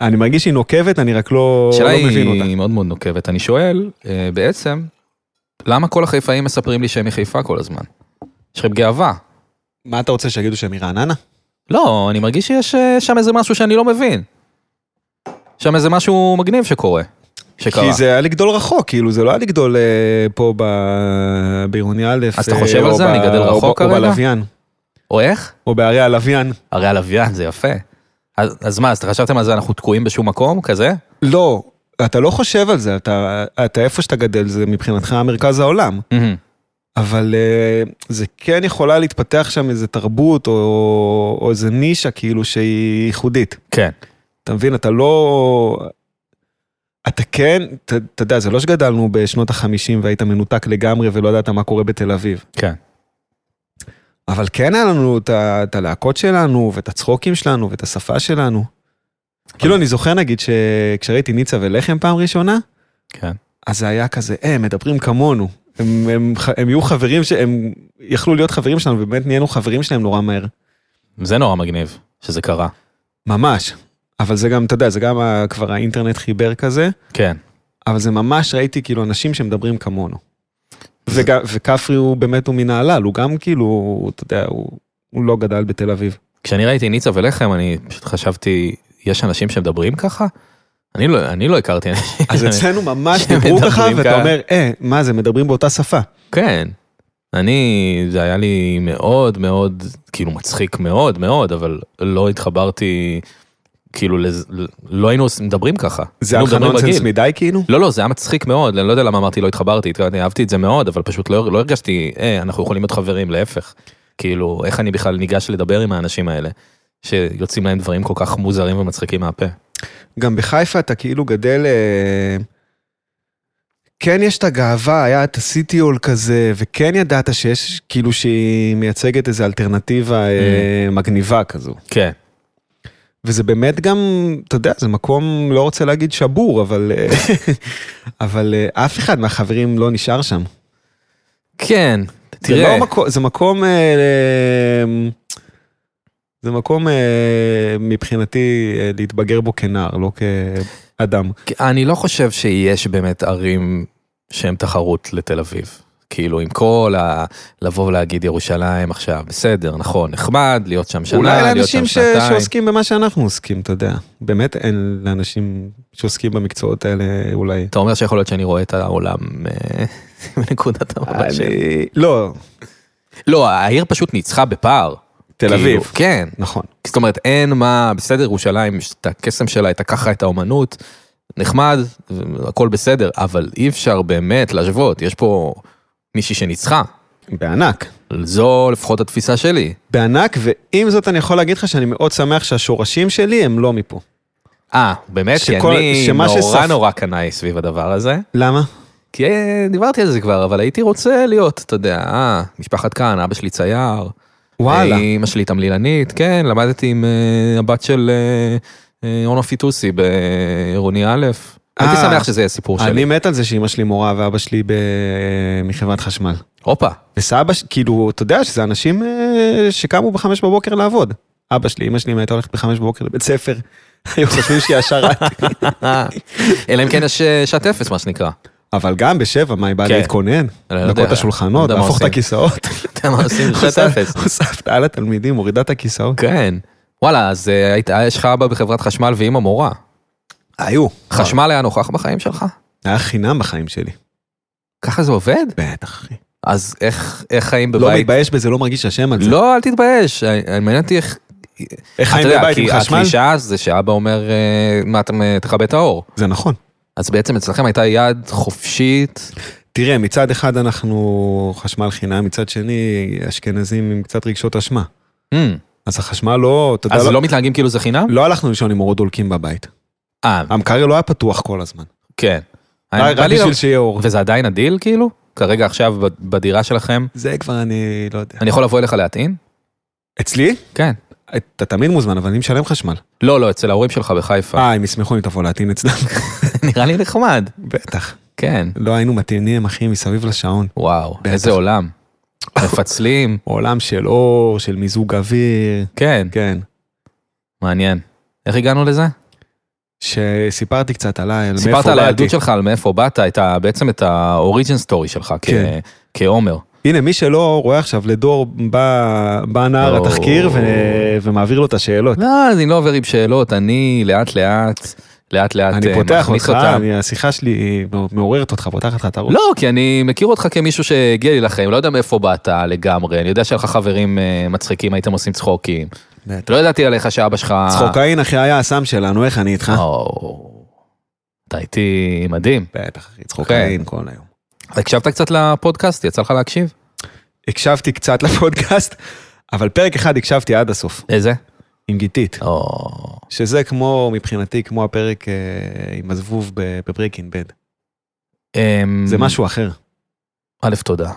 Speaker 3: אני מרגיש שהיא נוקבת, אני רק לא,
Speaker 2: השאלה
Speaker 3: לא מבין אותה.
Speaker 2: היא מאוד מאוד נוקבת. אני שואל, אה, בעצם, למה כל החיפאים מספרים לי שהם מחיפה כל הזמן? יש לכם גאווה.
Speaker 3: מה אתה רוצה שיגידו שהם מרעננה?
Speaker 2: לא, אני מרגיש שיש אה, שם איזה משהו שאני לא מבין. שם איזה משהו מגניב שקורה. שקרה.
Speaker 3: כי זה היה לגדול רחוק, כאילו זה לא היה לגדול אה, פה ב... בעירוני א',
Speaker 2: אז אתה
Speaker 3: אה,
Speaker 2: חושב על
Speaker 3: או
Speaker 2: זה?
Speaker 3: ב-
Speaker 2: אני גדל
Speaker 3: או ב-
Speaker 2: רחוק
Speaker 3: או
Speaker 2: כרגע?
Speaker 3: בלוויין,
Speaker 2: או איך?
Speaker 3: או בערי הלוויין.
Speaker 2: הרי הלוויין זה יפה. אז, אז מה, אז חשבתם על זה אנחנו תקועים בשום מקום כזה?
Speaker 3: לא, אתה לא חושב על זה, אתה, אתה איפה שאתה גדל זה מבחינתך מרכז העולם. אבל אה, זה כן יכולה להתפתח שם איזה תרבות או, או איזה נישה כאילו שהיא ייחודית.
Speaker 2: כן.
Speaker 3: אתה מבין, אתה לא... אתה כן, אתה אתה יודע, זה לא שגדלנו בשנות החמישים והיית מנותק לגמרי ולא ידעת מה קורה בתל אביב.
Speaker 2: כן.
Speaker 3: אבל כן היה לנו את ה- את הלהקות שלנו, ואת הצחוקים שלנו, ואת השפה שלנו. כאילו, אני זוכר נגיד שכשראיתי ניצה ולחם פעם ראשונה,
Speaker 2: כן.
Speaker 3: אז זה היה כזה, אה, הם מדברים כמונו. הם, הם, ח- הם יהיו חברים, ש- הם יכלו להיות חברים שלנו, ובאמת נהיינו חברים שלהם נורא מהר.
Speaker 2: זה נורא מגניב שזה קרה.
Speaker 3: ממש. אבל זה גם, אתה יודע, זה גם ה- כבר האינטרנט חיבר כזה,
Speaker 2: כן.
Speaker 3: אבל זה ממש ראיתי כאילו אנשים שמדברים כמונו. וג- וכפרי הוא באמת, הוא מנהלל, הוא גם כאילו, אתה יודע, הוא, הוא לא גדל בתל אביב.
Speaker 2: כשאני ראיתי ניצה ולחם אני פשוט חשבתי, יש אנשים שמדברים ככה? אני לא, אני לא הכרתי אנשים. *laughs*
Speaker 3: אז אצלנו ממש דיברו
Speaker 2: שמדברים
Speaker 3: ככה,
Speaker 2: ככה.
Speaker 3: ואתה אומר, אה, מה זה, מדברים באותה שפה.
Speaker 2: כן. אני, זה היה לי מאוד מאוד, כאילו מצחיק מאוד מאוד, אבל לא התחברתי, כאילו, לז... לא היינו מדברים ככה.
Speaker 3: זה היה
Speaker 2: היינו
Speaker 3: לך
Speaker 2: מדברים
Speaker 3: נונסנס
Speaker 2: רגיל.
Speaker 3: מדי כאילו?
Speaker 2: לא, לא, זה היה מצחיק מאוד, אני לא יודע למה אמרתי לא התחברתי, התכוונתי, אהבתי את זה מאוד, אבל פשוט לא, לא הרגשתי, אה, אנחנו יכולים להיות חברים, להפך. כאילו, איך אני בכלל ניגש לדבר עם האנשים האלה, שיוצאים להם דברים כל כך מוזרים ומצחיקים מהפה.
Speaker 3: גם בחיפה אתה כאילו גדל... אה, כן יש את הגאווה, היה את הסיטי הול כזה, וכן ידעת שיש, כאילו שהיא מייצגת איזו אלטרנטיבה
Speaker 2: Mm.
Speaker 3: אה, מגניבה כזו.
Speaker 2: כן.
Speaker 3: וזה באמת גם, אתה יודע, זה מקום, לא רוצה להגיד שבור, אבל, אה, *laughs* אבל אה, אף אחד מהחברים לא נשאר שם.
Speaker 2: כן,
Speaker 3: זה,
Speaker 2: תראה,
Speaker 3: לא מקום, זה מקום, אה, אה, זה מקום אה, מבחינתי אה, להתבגר בו כנער, לא כאדם.
Speaker 2: אני לא חושב שיש באמת ערים שהן תחרות לתל אביב. כאילו, עם כל ה... לבוא ולהגיד ירושלים עכשיו, בסדר, נכון, נחמד, להיות שם שנה,
Speaker 3: אולי
Speaker 2: להיות שם
Speaker 3: לאנשים ש...
Speaker 2: שנתיים.
Speaker 3: שעוסקים במה שאנחנו עוסקים, אתה יודע. באמת אין לאנשים שעוסקים במקצועות האלה אולי.
Speaker 2: אתה אומר שיכול להיות שאני רואה את העולם אה, *laughs* מנקודת המבט שלי.
Speaker 3: אה, אני... לא,
Speaker 2: לא, העיר פשוט ניצחה בפער.
Speaker 3: תל
Speaker 2: כאילו,
Speaker 3: אביב.
Speaker 2: כן.
Speaker 3: נכון.
Speaker 2: זאת אומרת, אין מה, בסדר, ירושלים, יש את הקסם שלה, את הככה, את האומנות, נחמד, הכל בסדר, אבל אי אפשר באמת להשוות, יש פה מישהי שניצחה.
Speaker 3: בענק.
Speaker 2: זו לפחות התפיסה שלי.
Speaker 3: בענק, ועם זאת אני יכול להגיד לך שאני מאוד שמח שהשורשים שלי הם לא מפה.
Speaker 2: אה, באמת?
Speaker 3: שכל-
Speaker 2: כי אני
Speaker 3: שמה
Speaker 2: נורא
Speaker 3: שספ-
Speaker 2: נורא קנאי סביב הדבר הזה.
Speaker 3: למה?
Speaker 2: כי אה, דיברתי על זה כבר, אבל הייתי רוצה להיות, אתה יודע, אה, משפחת כאן, אבא שלי צייר.
Speaker 3: וואלה.
Speaker 2: אה, אמא שלי תמלילנית, כן, למדתי עם אה, הבת של אה, אה, אורנה פיטוסי בעירוני א'. הייתי
Speaker 3: אה,
Speaker 2: שמח שזה יהיה סיפור
Speaker 3: אני
Speaker 2: שלי.
Speaker 3: מת על זה שאימא שלי מורה ואבא שלי ב... אה, מחברת חשמל.
Speaker 2: הופה,
Speaker 3: וסבא, ש- כאילו, אתה יודע שזה אנשים אה, שקמו בחמש בבוקר לעבוד. אבא שלי, אמא שלי, אם הייתה הולכת בחמש בבוקר לבית ספר, *laughs* היו חושבים שהיא השערת.
Speaker 2: *laughs* אה, אלא אם כן יש אה, שעת אפס מה שנקרא.
Speaker 3: אבל גם בשבע, מה, היא באה
Speaker 2: כן.
Speaker 3: להתכונן?
Speaker 2: לא יודע.
Speaker 3: לנקות את
Speaker 2: לא
Speaker 3: השולחנות,
Speaker 2: יודע מה
Speaker 3: להפוך את
Speaker 2: עושים.
Speaker 3: הכיסאות. *laughs*
Speaker 2: אתה יודע מה עושים *laughs* שעת אפס.
Speaker 3: עושה הפתעה לתלמידים, מורידה את הכיסאות.
Speaker 2: כן. וואלה, אז אה, היית- אה, יש לך אבא בחברת חשמל ואימא מורה.
Speaker 3: אה.
Speaker 2: אה.
Speaker 3: היו.
Speaker 2: חשמל היה נוכח בחיים שלך?
Speaker 3: היה חינם בחיים שלי.
Speaker 2: ככה זה עובד?
Speaker 3: בטח, אחי.
Speaker 2: אז איך איך חיים
Speaker 3: לא
Speaker 2: בבית?
Speaker 3: מתבייש בזה, לא מרגיש אשם על זה.
Speaker 2: לא, אל תתבייש. אה, מעניין אותי איך...
Speaker 3: איך חיים
Speaker 2: אתה יודע,
Speaker 3: בבית עם
Speaker 2: כי
Speaker 3: חשמל?
Speaker 2: הקלישאה זה שאבא אומר, אה, מה אתה אה, תכבה את האור.
Speaker 3: זה נכון.
Speaker 2: אז בעצם אצלכם הייתה יד חופשית,
Speaker 3: תראה, מצד אחד אנחנו חשמל חינם, מצד שני, אשכנזים עם קצת רגשות אשמה.
Speaker 2: Mm.
Speaker 3: אז החשמל לא, אתה יודע,
Speaker 2: אז
Speaker 3: לא-
Speaker 2: לא מתנהגים כאילו זה חינם?
Speaker 3: לא הלכנו לישון עם אורות דולקים בבית.
Speaker 2: אה,
Speaker 3: המקרר לא היה פתוח כל הזמן.
Speaker 2: כן. אני-
Speaker 3: רק
Speaker 2: בא
Speaker 3: רק
Speaker 2: לי
Speaker 3: בשביל
Speaker 2: לא-
Speaker 3: שיהיה אור.
Speaker 2: וזה עדיין הדיל כאילו? כרגע עכשיו ב- בדירה שלכם,
Speaker 3: זה כבר אני לא יודע.
Speaker 2: אני יכול לבוא אליך להטעין?
Speaker 3: אצלי?
Speaker 2: כן.
Speaker 3: אתה תמיד מוזמן, אבל אני משלם חשמל.
Speaker 2: לא, לא, אצל ההורים שלך בחיפה.
Speaker 3: אה, הם ישמחו אם תבוא להטעין אצלם.
Speaker 2: *laughs*
Speaker 3: *laughs*
Speaker 2: נראה לי נחמד.
Speaker 3: בטח.
Speaker 2: כן.
Speaker 3: לא היינו מתאימים, אחי, מסביב לשעון.
Speaker 2: וואו,
Speaker 3: בטח.
Speaker 2: איזה עולם.
Speaker 3: *laughs*
Speaker 2: מפצלים,
Speaker 3: עולם של אור, של מיזוג אוויר,
Speaker 2: כן,
Speaker 3: כן.
Speaker 2: מעניין. איך הגענו לזה?
Speaker 3: שסיפרתי קצת עליי, על
Speaker 2: סיפרת על הילדות שלך, על מאיפה באת, את ה- בעצם את האוריג'ן סטורי שלך כ-
Speaker 3: כן.
Speaker 2: כעומר.
Speaker 3: הנה, מי שלא רואה עכשיו, לדור בא, בא נער
Speaker 2: או.
Speaker 3: התחקיר ו... ומעביר לו את השאלות.
Speaker 2: לא, אני לא עובר עם שאלות, אני לאט לאט, לאט לאט
Speaker 3: אני
Speaker 2: אה,
Speaker 3: פותח
Speaker 2: מכניס
Speaker 3: אותך,
Speaker 2: אותם.
Speaker 3: אני, השיחה שלי היא מעוררת אותך, פותחת לך את הראש.
Speaker 2: לא, כי אני מכיר אותך כמישהו שהגיע לי לחיים, לא יודע מאיפה באת לגמרי, אני יודע שהיה לך חברים אה, מצחיקים, הייתם עושים צחוקים.
Speaker 3: בטח.
Speaker 2: לא ידעתי עליך שאבא שלך...
Speaker 3: צחוקאין אחי היה הסם שלנו, איך אני
Speaker 2: אה.
Speaker 3: איתך?
Speaker 2: או, אתה איתי מדהים.
Speaker 3: בטח, אחי, צחוקאין
Speaker 2: כן.
Speaker 3: כל היום.
Speaker 2: הקשבת קצת לפודקאסט? יצא לך להקשיב?
Speaker 3: הקשבתי קצת *laughs* לפודקאסט, אבל פרק אחד הקשבתי עד הסוף,
Speaker 2: איזה?
Speaker 3: עם גיתית,
Speaker 2: או,
Speaker 3: שזה כמו, מבחינתי, כמו הפרק אה, עם הזבוב ב- בברקינג בד.
Speaker 2: אמ,
Speaker 3: זה משהו אחר.
Speaker 2: א', תודה.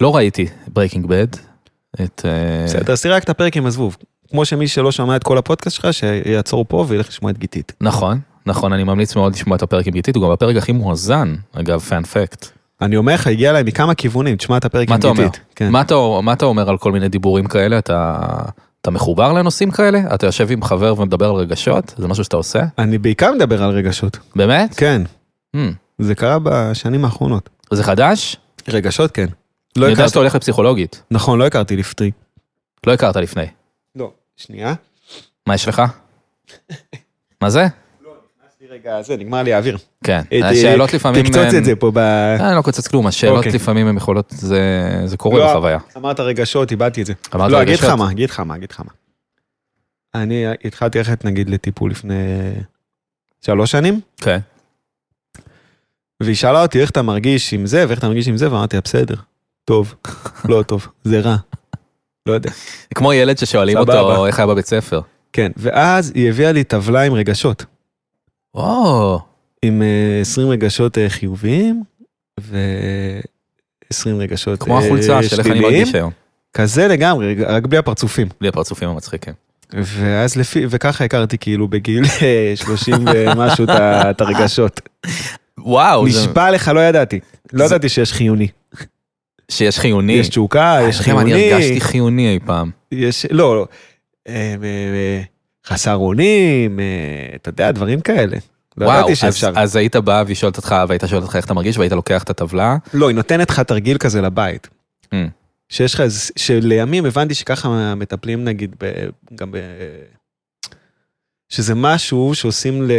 Speaker 2: לא ראיתי ברייקינג בד. את... אה,
Speaker 3: בסדר, סירק את הפרק עם הזבוב. כמו שמי שלא שמע את כל הפודקאסט שלך, שיעצור פה וילך לשמוע את גיתית.
Speaker 2: נכון, נכון, אני ממליץ מאוד לשמוע את הפרק עם גיתית, הוא גם הפרק הכי מואזן, אגב, פאנפקט.
Speaker 3: אני אומר לך, הגיע אליי מכמה כיוונים, תשמע את הפרק
Speaker 2: מה
Speaker 3: עם
Speaker 2: אתה אומר?
Speaker 3: גיתית. כן.
Speaker 2: מה אתה, מה אתה אומר על כל מיני דיבורים כאלה? אתה, אתה מחובר לנושאים כאלה? אתה יושב עם חבר ומדבר על רגשות? זה משהו שאתה עושה?
Speaker 3: אני בעיקר מדבר על רגשות.
Speaker 2: באמת?
Speaker 3: כן,
Speaker 2: Hmm.
Speaker 3: זה קרה בשנים האחרונות.
Speaker 2: זה חדש?
Speaker 3: רגשות, כן. לא
Speaker 2: אני יודע
Speaker 3: הכרתי,
Speaker 2: שאתה הולך לפסיכולוגית.
Speaker 3: נכון, לא הכרתי לפטרי.
Speaker 2: לא הכרת לפני.
Speaker 3: לא, שנייה.
Speaker 2: מה יש
Speaker 3: *laughs*
Speaker 2: לך? מה זה?
Speaker 3: רגע, זה נגמר לי האוויר.
Speaker 2: כן.
Speaker 3: אה,
Speaker 2: השאלות
Speaker 3: ת-
Speaker 2: לפעמים...
Speaker 3: תקצוץ
Speaker 2: הן-
Speaker 3: את זה פה ב...
Speaker 2: אה, אני לא קוצץ כלום, השאלות
Speaker 3: אוקיי.
Speaker 2: לפעמים הן יכולות, זה- זה קורה
Speaker 3: לא.
Speaker 2: בחוויה.
Speaker 3: אמרת רגשות, איבדתי את זה.
Speaker 2: אמרת
Speaker 3: לא, אגיד לך
Speaker 2: רגשות.
Speaker 3: מה, אגיד לך מה, אגיד לך מה. אני התחלתי ללכת נגיד לטיפול לפני שלוש שנים,
Speaker 2: כן.
Speaker 3: והיא שאלה אותי איך אתה מרגיש עם זה ואיך אתה מרגיש עם זה, ואמרתי לה, בסדר,
Speaker 2: *laughs*
Speaker 3: טוב, לא טוב, זה רע. לא יודע.
Speaker 2: כמו ילד ששואלים
Speaker 3: סבבה.
Speaker 2: אותו איך היה בבית ספר.
Speaker 3: כן, ואז היא הביאה לי טבלה עם רגשות,
Speaker 2: וואו,
Speaker 3: עם אה, 20 רגשות אה, חיוביים ו-20 רגשות
Speaker 2: כמו
Speaker 3: אה,
Speaker 2: החולצה של איך אני
Speaker 3: שליליים.
Speaker 2: מרגיש היום.
Speaker 3: כזה לגמרי, רגע, רק בלי הפרצופים.
Speaker 2: בלי הפרצופים המצחיקים.
Speaker 3: ואז לפי, וככה הכרתי כאילו בגיל אה, 30 ומשהו את ה-
Speaker 2: *laughs*
Speaker 3: את הרגשות.
Speaker 2: וואו, זה-
Speaker 3: נשבע לך, לא ידעתי. לא
Speaker 2: זה-
Speaker 3: ידעתי שיש חיוני.
Speaker 2: שיש חיוני.
Speaker 3: יש תשוקה, יש
Speaker 2: אתה יודע מה,
Speaker 3: חיוני.
Speaker 2: אה, אני הרגשתי חיוני אי פעם.
Speaker 3: יש, לא, לא. אה, אה, אה, חסר אונים, אה, אתה יודע, דברים כאלה. לא
Speaker 2: וואו,
Speaker 3: ידעתי
Speaker 2: אז-
Speaker 3: שאפשר.
Speaker 2: אז היית בא והיא שואלת אותך, והיית שואלת אותך איך אתה מרגיש, והיית לוקח את הטבלה.
Speaker 3: לא, היא נותנת לך תרגיל כזה לבית.
Speaker 2: Mm.
Speaker 3: שיש לך, איזה- שלימים הבנתי שככה מטפלים נגיד, ב, גם ב... שזה משהו שעושים ל...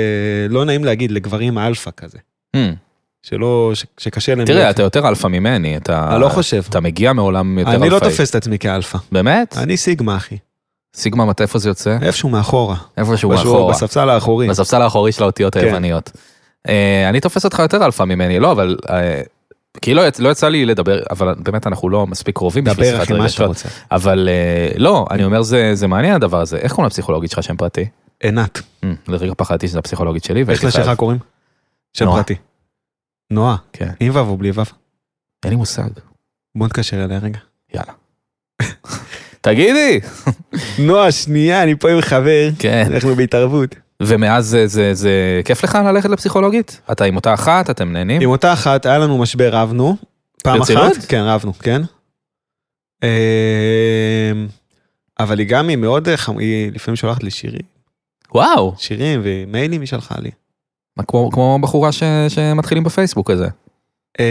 Speaker 3: לא נעים להגיד, לגברים אלפא כזה.
Speaker 2: Hmm.
Speaker 3: שלא, ש, שקשה להם.
Speaker 2: תראה,
Speaker 3: להיות-
Speaker 2: אתה יותר אלפא ממני, אתה...
Speaker 3: לא- אני לא חושב.
Speaker 2: אתה מגיע מעולם יותר אלפאי.
Speaker 3: אני לא תופס אה. את עצמי כאלפא.
Speaker 2: באמת?
Speaker 3: אני סיגמה, אחי.
Speaker 2: סיגמה, מת- איפה זה יוצא?
Speaker 3: איפשהו מאחורה.
Speaker 2: איפשהו
Speaker 3: בשיעור-
Speaker 2: מאחורה.
Speaker 3: בספסל האחורי.
Speaker 2: בספסל האחורי של האותיות
Speaker 3: כן.
Speaker 2: היווניות. אה, אני תופס אותך יותר אלפא ממני, לא, אבל... אה, כי לא יצ- לא יצא לי לדבר, אבל באמת אנחנו לא מספיק קרובים בשביל
Speaker 3: דבר
Speaker 2: שיחת
Speaker 3: אחי מה שאתה
Speaker 2: רגשות.
Speaker 3: רוצה.
Speaker 2: אבל אה, לא, אני אומר זה זה מעניין הדבר הזה. איך קוראים לפסיכולוגית שלך שם פרטי?
Speaker 3: עינת,
Speaker 2: Hmm, לרגע פחדתי שזו הפסיכולוגית שלי.
Speaker 3: איך
Speaker 2: והייתי חייב-
Speaker 3: לשלך קוראים? שם
Speaker 2: נועה.
Speaker 3: פרטי. נועה,
Speaker 2: כן.
Speaker 3: עם וו או בלי וו?
Speaker 2: אין לי מושג.
Speaker 3: בוא נתקשר אליה רגע.
Speaker 2: תגידי.
Speaker 3: נועה, שנייה, אני פה עם חבר.
Speaker 2: כן.
Speaker 3: אנחנו בהתערבות.
Speaker 2: ומאז זה, זה, זה כיף לך ללכת לפסיכולוגית? אתה עם אותה אחת, אתם נהנים?
Speaker 3: עם אותה אחת, היה לנו משבר, רבנו. פעם
Speaker 2: ברצינות?
Speaker 3: אחת? כן, רבנו, כן. אמ, אבל היא גם, היא מאוד, אה, חמ- היא לפעמים שולחת לי שירים,
Speaker 2: וואו,
Speaker 3: שירים ומיילים היא שלחה לי.
Speaker 2: מה, כמו, כמו בחורה ש, שמתחילים בפייסבוק הזה.
Speaker 3: אמ,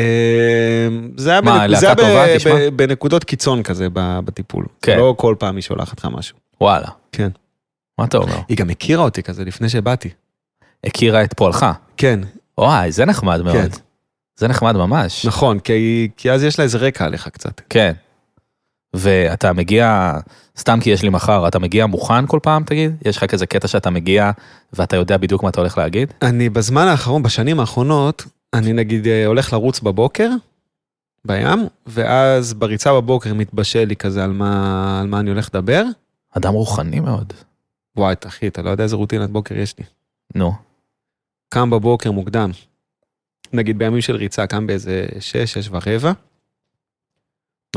Speaker 3: זה היה,
Speaker 2: מה,
Speaker 3: בנק- זה היה
Speaker 2: להקה טובה,
Speaker 3: ב-
Speaker 2: תשמע?
Speaker 3: ב- בנקודות קיצון כזה ב- בטיפול.
Speaker 2: כן.
Speaker 3: לא כל פעם היא שולחת לך משהו.
Speaker 2: וואלה.
Speaker 3: כן.
Speaker 2: מה אתה
Speaker 3: *laughs*
Speaker 2: אומר?
Speaker 3: היא גם הכירה אותי כזה לפני שבאתי.
Speaker 2: הכירה את פועלך.
Speaker 3: כן,
Speaker 2: וואי, זה נחמד מאוד.
Speaker 3: כן.
Speaker 2: זה נחמד ממש.
Speaker 3: נכון, כי, היא- כי אז יש לה איזה רקע עליך קצת.
Speaker 2: כן. ואתה מגיע, סתם כי יש לי מחר, אתה מגיע מוכן כל פעם, תגיד? יש לך כזה קטע שאתה מגיע ואתה יודע בדיוק מה אתה הולך להגיד?
Speaker 3: אני בזמן האחרון, בשנים האחרונות, אני נגיד אה, הולך לרוץ בבוקר, בים, ואז בריצה בבוקר מתבשל לי כזה על מה, על מה אני הולך לדבר.
Speaker 2: אדם רוחני מאוד.
Speaker 3: וואי, אחי, אתה לא יודע איזה רוטינת בוקר יש לי.
Speaker 2: נו,
Speaker 3: קם בבוקר מוקדם, נגיד בימים של ריצה, קם באיזה שש, שש ורבע,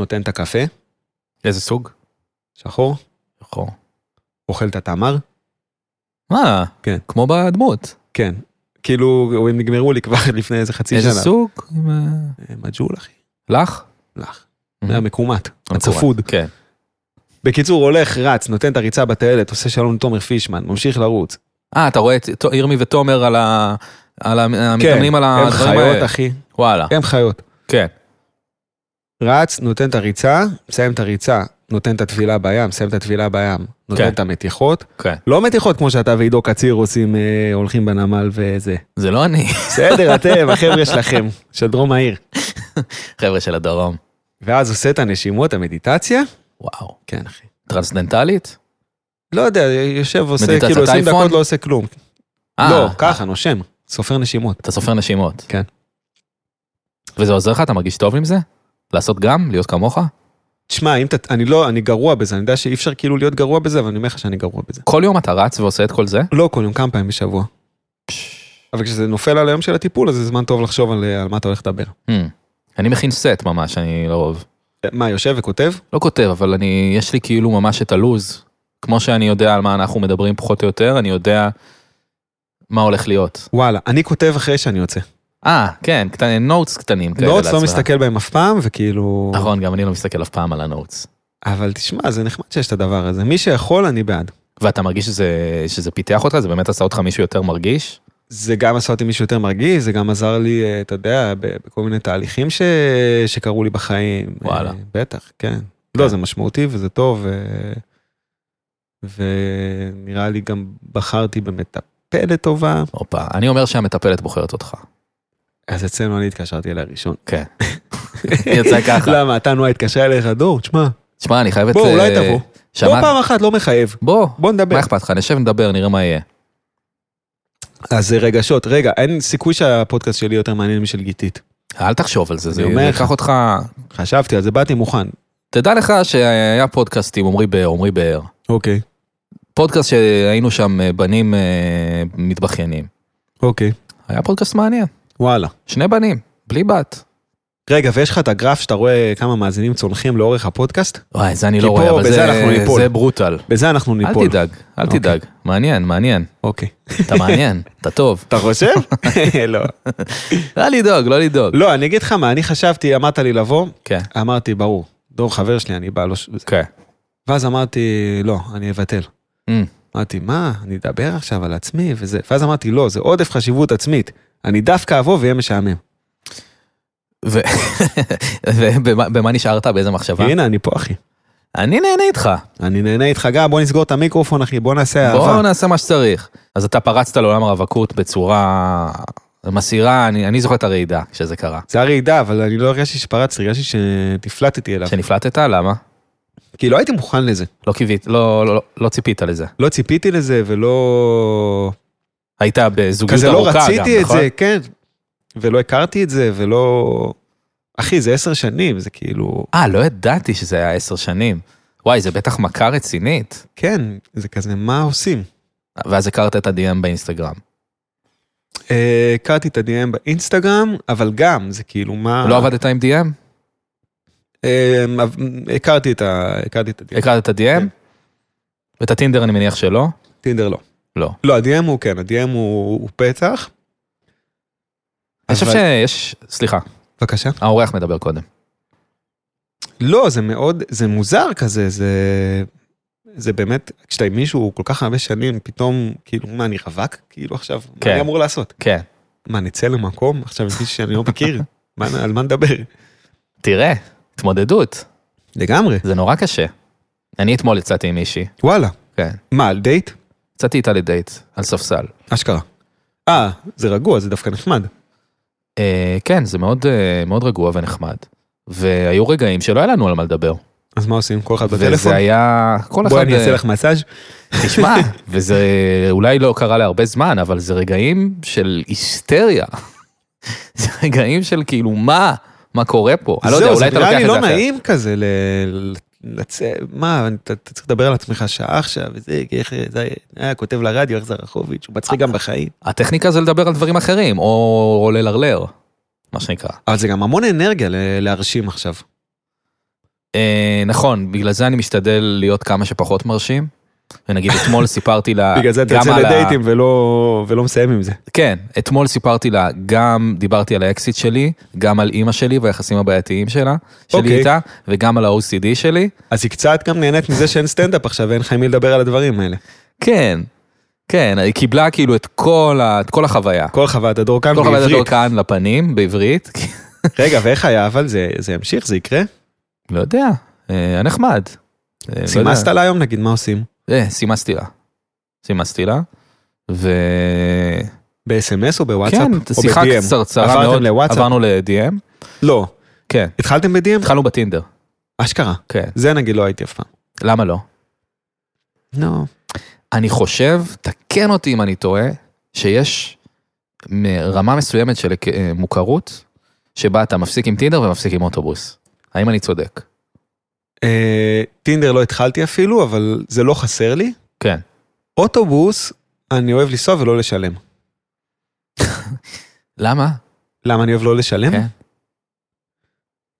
Speaker 3: נותן את הקפה,
Speaker 2: איזה סוג?
Speaker 3: שחור,
Speaker 2: יכול.
Speaker 3: אוכל את התמר,
Speaker 2: מה?
Speaker 3: כן.
Speaker 2: כמו בדמות.
Speaker 3: כן. כאילו, הם נגמרו לי כבר *laughs* לפני איזה חצי
Speaker 2: איזה
Speaker 3: שנה.
Speaker 2: סוג? עם, אה,
Speaker 3: אה, מג'ול, אחי.
Speaker 2: לך?
Speaker 3: לך.
Speaker 2: Mm.
Speaker 3: המקומט, הצפוד.
Speaker 2: כן.
Speaker 3: בקיצור, הולך, רץ, נותן את הריצה בטיילת, עושה שלום עם תומר פישמן, ממשיך לרוץ.
Speaker 2: אה, אתה רואה את ת- ירמי ותומר על ה... על המ- המתאמנים על
Speaker 3: כן, הם
Speaker 2: הדברים
Speaker 3: חיות,
Speaker 2: אה, האלה.
Speaker 3: אחי,
Speaker 2: וואלה,
Speaker 3: הם חיות.
Speaker 2: כן.
Speaker 3: רץ, נותן את הריצה, מסיים את הריצה, נותן את הטבילה בים, מסיים את הטבילה בים,
Speaker 2: כן.
Speaker 3: נותן את המתיחות.
Speaker 2: כן.
Speaker 3: לא מתיחות כמו שאתה ועידו קציר עושים, אה, הולכים בנמל וזה.
Speaker 2: זה לא אני. *laughs*
Speaker 3: בסדר, *laughs* אתם, החבר'ה שלכם, של דרום העיר.
Speaker 2: חבר'ה של הדרום.
Speaker 3: ואז עושה את הנשימות, המדיטציה.
Speaker 2: וואו.
Speaker 3: כן, אחי.
Speaker 2: טרנסדנטלית?
Speaker 3: לא יודע, יושב, עושה,
Speaker 2: מדיטציית
Speaker 3: כאילו 20
Speaker 2: אייפון?
Speaker 3: דקות לא עושה כלום.
Speaker 2: אה,
Speaker 3: לא, ככה, נושם, סופר נשימות.
Speaker 2: אתה סופר נשימות.
Speaker 3: כן.
Speaker 2: וזה עוזר לך? אתה מרגיש טוב עם זה? לעשות גם? להיות כמוך?
Speaker 3: תשמע, אם אתה, אני לא, אני גרוע בזה, אני יודע שאי אפשר כאילו להיות גרוע בזה, אבל אני אומר לך שאני גרוע בזה.
Speaker 2: כל יום אתה רץ ועושה את כל זה?
Speaker 3: לא כל יום, כמה פעמים בשבוע. אבל כשזה נופל על היום של הטיפול, אז זה זמן טוב לחשוב על, אה, על מה אתה הולך לדבר.
Speaker 2: Hmm. אני מכין סט ממש, אני לא לרוב.
Speaker 3: מה, יושב וכותב?
Speaker 2: לא כותב, אבל אני, יש לי כאילו ממש את הלוז. כמו שאני יודע על מה אנחנו מדברים פחות או יותר, אני יודע מה הולך להיות.
Speaker 3: וואלה, אני כותב אחרי שאני יוצא.
Speaker 2: אה, כן, קטן, נוטס קטנים כאלה.
Speaker 3: נוטס לא
Speaker 2: לעצמך.
Speaker 3: מסתכל בהם אף פעם, וכאילו...
Speaker 2: נכון, גם אני לא מסתכל אף פעם על הנוטס.
Speaker 3: אבל תשמע, זה נחמד שיש את הדבר הזה. מי שיכול, אני בעד.
Speaker 2: ואתה מרגיש שזה, שזה פיתח אותך? זה באמת עשה אותך מישהו יותר מרגיש?
Speaker 3: זה גם עשה אותי מישהו יותר מרגיש, זה גם עזר לי, אה, אתה יודע, ב- בכל מיני תהליכים ש... שקרו לי בחיים.
Speaker 2: וואלה.
Speaker 3: אה, בטח, כן. לא, זה משמעותי וזה טוב, ו... ונראה לי גם בחרתי במטפלת טובה.
Speaker 2: הופה, אני אומר שהמטפלת בוחרת אותך.
Speaker 3: אז אצלנו אני התקשרתי אליה ראשון.
Speaker 2: כן. *laughs* יצא ככה.
Speaker 3: *laughs* למה, אתה נועה התקשרה אליך, דור, תשמע,
Speaker 2: תשמע, אני חייבת...
Speaker 3: לא. בוא, אולי
Speaker 2: אה,
Speaker 3: תבוא.
Speaker 2: שמעת?
Speaker 3: בוא פעם אחת, לא מחייב.
Speaker 2: בוא,
Speaker 3: בוא נדבר.
Speaker 2: מה אכפת לך? נשב נדבר, נראה מה יהיה.
Speaker 3: אז זה רגשות, רגע, אין סיכוי שהפודקאסט שלי יותר מעניין משל גיתית.
Speaker 2: אל תחשוב על זה, זה
Speaker 3: אני
Speaker 2: זה
Speaker 3: אומר לך.
Speaker 2: ייקח אותך...
Speaker 3: חשבתי על זה, באתי מוכן.
Speaker 2: תדע לך שהיה פודקאסט עם עמרי באר, עמרי באר.
Speaker 3: אוקיי,
Speaker 2: פודקאסט שהיינו שם אה, בנים אה, מתבכיינים.
Speaker 3: אוקיי.
Speaker 2: היה פודקאסט מעניין.
Speaker 3: וואלה.
Speaker 2: שני בנים, בלי בת.
Speaker 3: רגע, ויש לך את הגרף שאתה רואה כמה מאזינים צונחים לאורך הפודקאסט?
Speaker 2: וואי, זה אני
Speaker 3: כי
Speaker 2: לא רואה,
Speaker 3: פה,
Speaker 2: אבל
Speaker 3: בזה
Speaker 2: זה-
Speaker 3: אנחנו ניפול.
Speaker 2: זה ברוטל.
Speaker 3: בזה אנחנו
Speaker 2: אל
Speaker 3: ניפול.
Speaker 2: תדאג, אל
Speaker 3: אוקיי.
Speaker 2: תדאג. מעניין, מעניין.
Speaker 3: אוקיי.
Speaker 2: אתה
Speaker 3: *laughs*
Speaker 2: מעניין, אתה טוב.
Speaker 3: אתה
Speaker 2: *laughs*
Speaker 3: חושב? *laughs* לא.
Speaker 2: לא לדאוג, לא לדאוג.
Speaker 3: לא, אני אגיד לך מה, אני חשבתי, אמרת לי לבוא,
Speaker 2: כן,
Speaker 3: אמרתי, ברור, דור חבר שלי, אני בא, לא... ש-
Speaker 2: כן.
Speaker 3: ואז אמרתי, לא, אני אבטל.
Speaker 2: אמ,
Speaker 3: אמרתי, מה, אני אדבר עכשיו על עצמי וזה. ואז אמרתי, לא, זה עודף חשיבות עצמית. אני דווקא אבוא ויהיה משעמם.
Speaker 2: ו- ובמה במה נשארת? באיזה מחשבה?
Speaker 3: הנה, אני פה, אחי.
Speaker 2: אני נהנה איתך.
Speaker 3: אני נהנה איתך גם, בוא נסגור את המיקרופון, אחי, בוא נעשה
Speaker 2: בואו
Speaker 3: אהבה.
Speaker 2: נעשה מה שצריך. אז אתה פרצת לעולם הרווקות בצורה מסעירה, אני, אני זוכר את הרעידה כשזה קרה.
Speaker 3: זה היה רעידה, אבל אני לא הרגשתי שפרצתי, הרגשתי שנפלטתי אליו.
Speaker 2: כשנפלטת, למה?
Speaker 3: כי לא הייתי מוכן לזה.
Speaker 2: לא קיווית, לא, לא, לא, לא ציפית לזה.
Speaker 3: לא ציפיתי לזה ולא...
Speaker 2: היית בזוגיות
Speaker 3: כזה לא
Speaker 2: ארוכה גם,
Speaker 3: רציתי את
Speaker 2: נכון?
Speaker 3: זה, כן. ולא הכרתי את זה, ולא... אחי, זה עשר שנים, זה כאילו...
Speaker 2: אה, לא ידעתי שזה היה עשר שנים. וואי, זה בטח מכה רצינית.
Speaker 3: כן, זה כזה, מה עושים?
Speaker 2: ואז הכרת את ה-DM באינסטגרם.
Speaker 3: אה, הכרתי את ה-DM באינסטגרם, אבל גם, זה כאילו, מה...
Speaker 2: לא עבדת עם DM?
Speaker 3: אה, אבל- הכרתי את ה... הכרתי את ה-DM.
Speaker 2: הכרת את ה-DM?
Speaker 3: כן.
Speaker 2: ואת הטינדר אני מניח שלא?
Speaker 3: טינדר לא.
Speaker 2: לא.
Speaker 3: לא, ה-DM הוא כן, ה-DM הוא הוא פתח.
Speaker 2: אני חושב
Speaker 3: אבל-
Speaker 2: שיש, סליחה,
Speaker 3: בבקשה.
Speaker 2: האורח מדבר קודם.
Speaker 3: לא, זה מאוד, זה מוזר כזה, זה... זה באמת, כשאתה עם מישהו כל כך הרבה שנים, פתאום, כאילו, מה, אני רווק? כאילו עכשיו,
Speaker 2: כן.
Speaker 3: מה אני אמור לעשות?
Speaker 2: כן.
Speaker 3: מה, נצא למקום עכשיו עם מישהו שאני לא מכיר? מה, על מה נדבר?
Speaker 2: תראה, התמודדות,
Speaker 3: לגמרי.
Speaker 2: זה נורא קשה. אני אתמול יצאתי עם מישהי,
Speaker 3: וואלה.
Speaker 2: כן.
Speaker 3: מה, על דייט?
Speaker 2: יצאתי איתה לדייט, על ספסל.
Speaker 3: אשכרה. אה, זה רגוע, זה דווקא נחמד.
Speaker 2: אה, כן, זה מאוד, אה, מאוד רגוע ונחמד. והיו רגעים שלא היה לנו על מה לדבר.
Speaker 3: אז מה עושים? כל אחד בטלפון?
Speaker 2: וזה היה, כל אחד,
Speaker 3: בואי אני
Speaker 2: אה,
Speaker 3: אעשה לך מסאז'.
Speaker 2: תשמע, וזה אולי לא קרה להרבה זמן, אבל זה רגעים של היסטריה. *laughs* זה רגעים של כאילו, מה, מה קורה פה? אני לא יודע,
Speaker 3: זהו,
Speaker 2: אולי אתה לוקח את
Speaker 3: זה
Speaker 2: זה
Speaker 3: נראה לי
Speaker 2: אחרת.
Speaker 3: לא נעים כזה ל... לצאת, מה, אתה אתה צריך לדבר על עצמך שעה עכשיו, וזה, כי איך, זה היה כותב לרדיו, איך זה רחוביץ', הוא מצחיק
Speaker 2: אה.
Speaker 3: גם בחיים.
Speaker 2: הטכניקה זה לדבר על דברים אחרים, או או ללרלר, מה שנקרא.
Speaker 3: אבל זה גם המון אנרגיה ל- להרשים עכשיו.
Speaker 2: אה, נכון, בגלל זה אני משתדל להיות כמה שפחות מרשים. ונגיד אתמול סיפרתי לה,
Speaker 3: *laughs* בגלל זה אתה
Speaker 2: גם
Speaker 3: יוצא
Speaker 2: על ה-
Speaker 3: לדייטים ולא ולא מסיים עם זה.
Speaker 2: כן, אתמול סיפרתי לה, גם דיברתי על האקסיט שלי, גם על אימא שלי והיחסים הבעייתיים שלה, שלי
Speaker 3: אוקיי.
Speaker 2: איתה, וגם על ה-OCD שלי.
Speaker 3: אז היא קצת גם נהנית מזה שאין סטנדאפ עכשיו ואין לך עם מי לדבר על הדברים האלה.
Speaker 2: כן, כן, היא קיבלה כאילו את כל, ה, את כל החוויה.
Speaker 3: כל חוות הדור כאן
Speaker 2: כל חוויית
Speaker 3: בעברית.
Speaker 2: הדורקן לפנים, בעברית.
Speaker 3: רגע, ואיך היה אבל? זה זה ימשיך? זה יקרה?
Speaker 2: לא יודע, אה, היה נחמד. אה, לא יודע.
Speaker 3: סימסת לה היום נגיד, מה עושים?
Speaker 2: אה, סימסתי לה. סימסתי לה, ו...
Speaker 3: ב-SMS או בוואטסאפ?
Speaker 2: כן,
Speaker 3: או
Speaker 2: שיחה
Speaker 3: ב-DM?
Speaker 2: קצרצרה
Speaker 3: עברתם
Speaker 2: מאוד.
Speaker 3: לוואטסאפ?
Speaker 2: עברנו ל-DM,
Speaker 3: לא.
Speaker 2: כן.
Speaker 3: התחלתם ב-DM?
Speaker 2: התחלנו בטינדר,
Speaker 3: אשכרה.
Speaker 2: כן.
Speaker 3: זה נגיד לא הייתי אף פעם.
Speaker 2: למה לא?
Speaker 3: לא.
Speaker 2: אני חושב, תקן אותי אם אני טועה, שיש מ- רמה מסוימת של היכ- אה, מוכרות, שבה אתה מפסיק עם טינדר ומפסיק עם אוטובוס. האם אני צודק?
Speaker 3: אה, טינדר לא התחלתי אפילו, אבל זה לא חסר לי.
Speaker 2: כן.
Speaker 3: אוטובוס, אני אוהב לנסוע ולא לשלם.
Speaker 2: למה?
Speaker 3: למה אני אוהב לא לשלם?
Speaker 2: כן.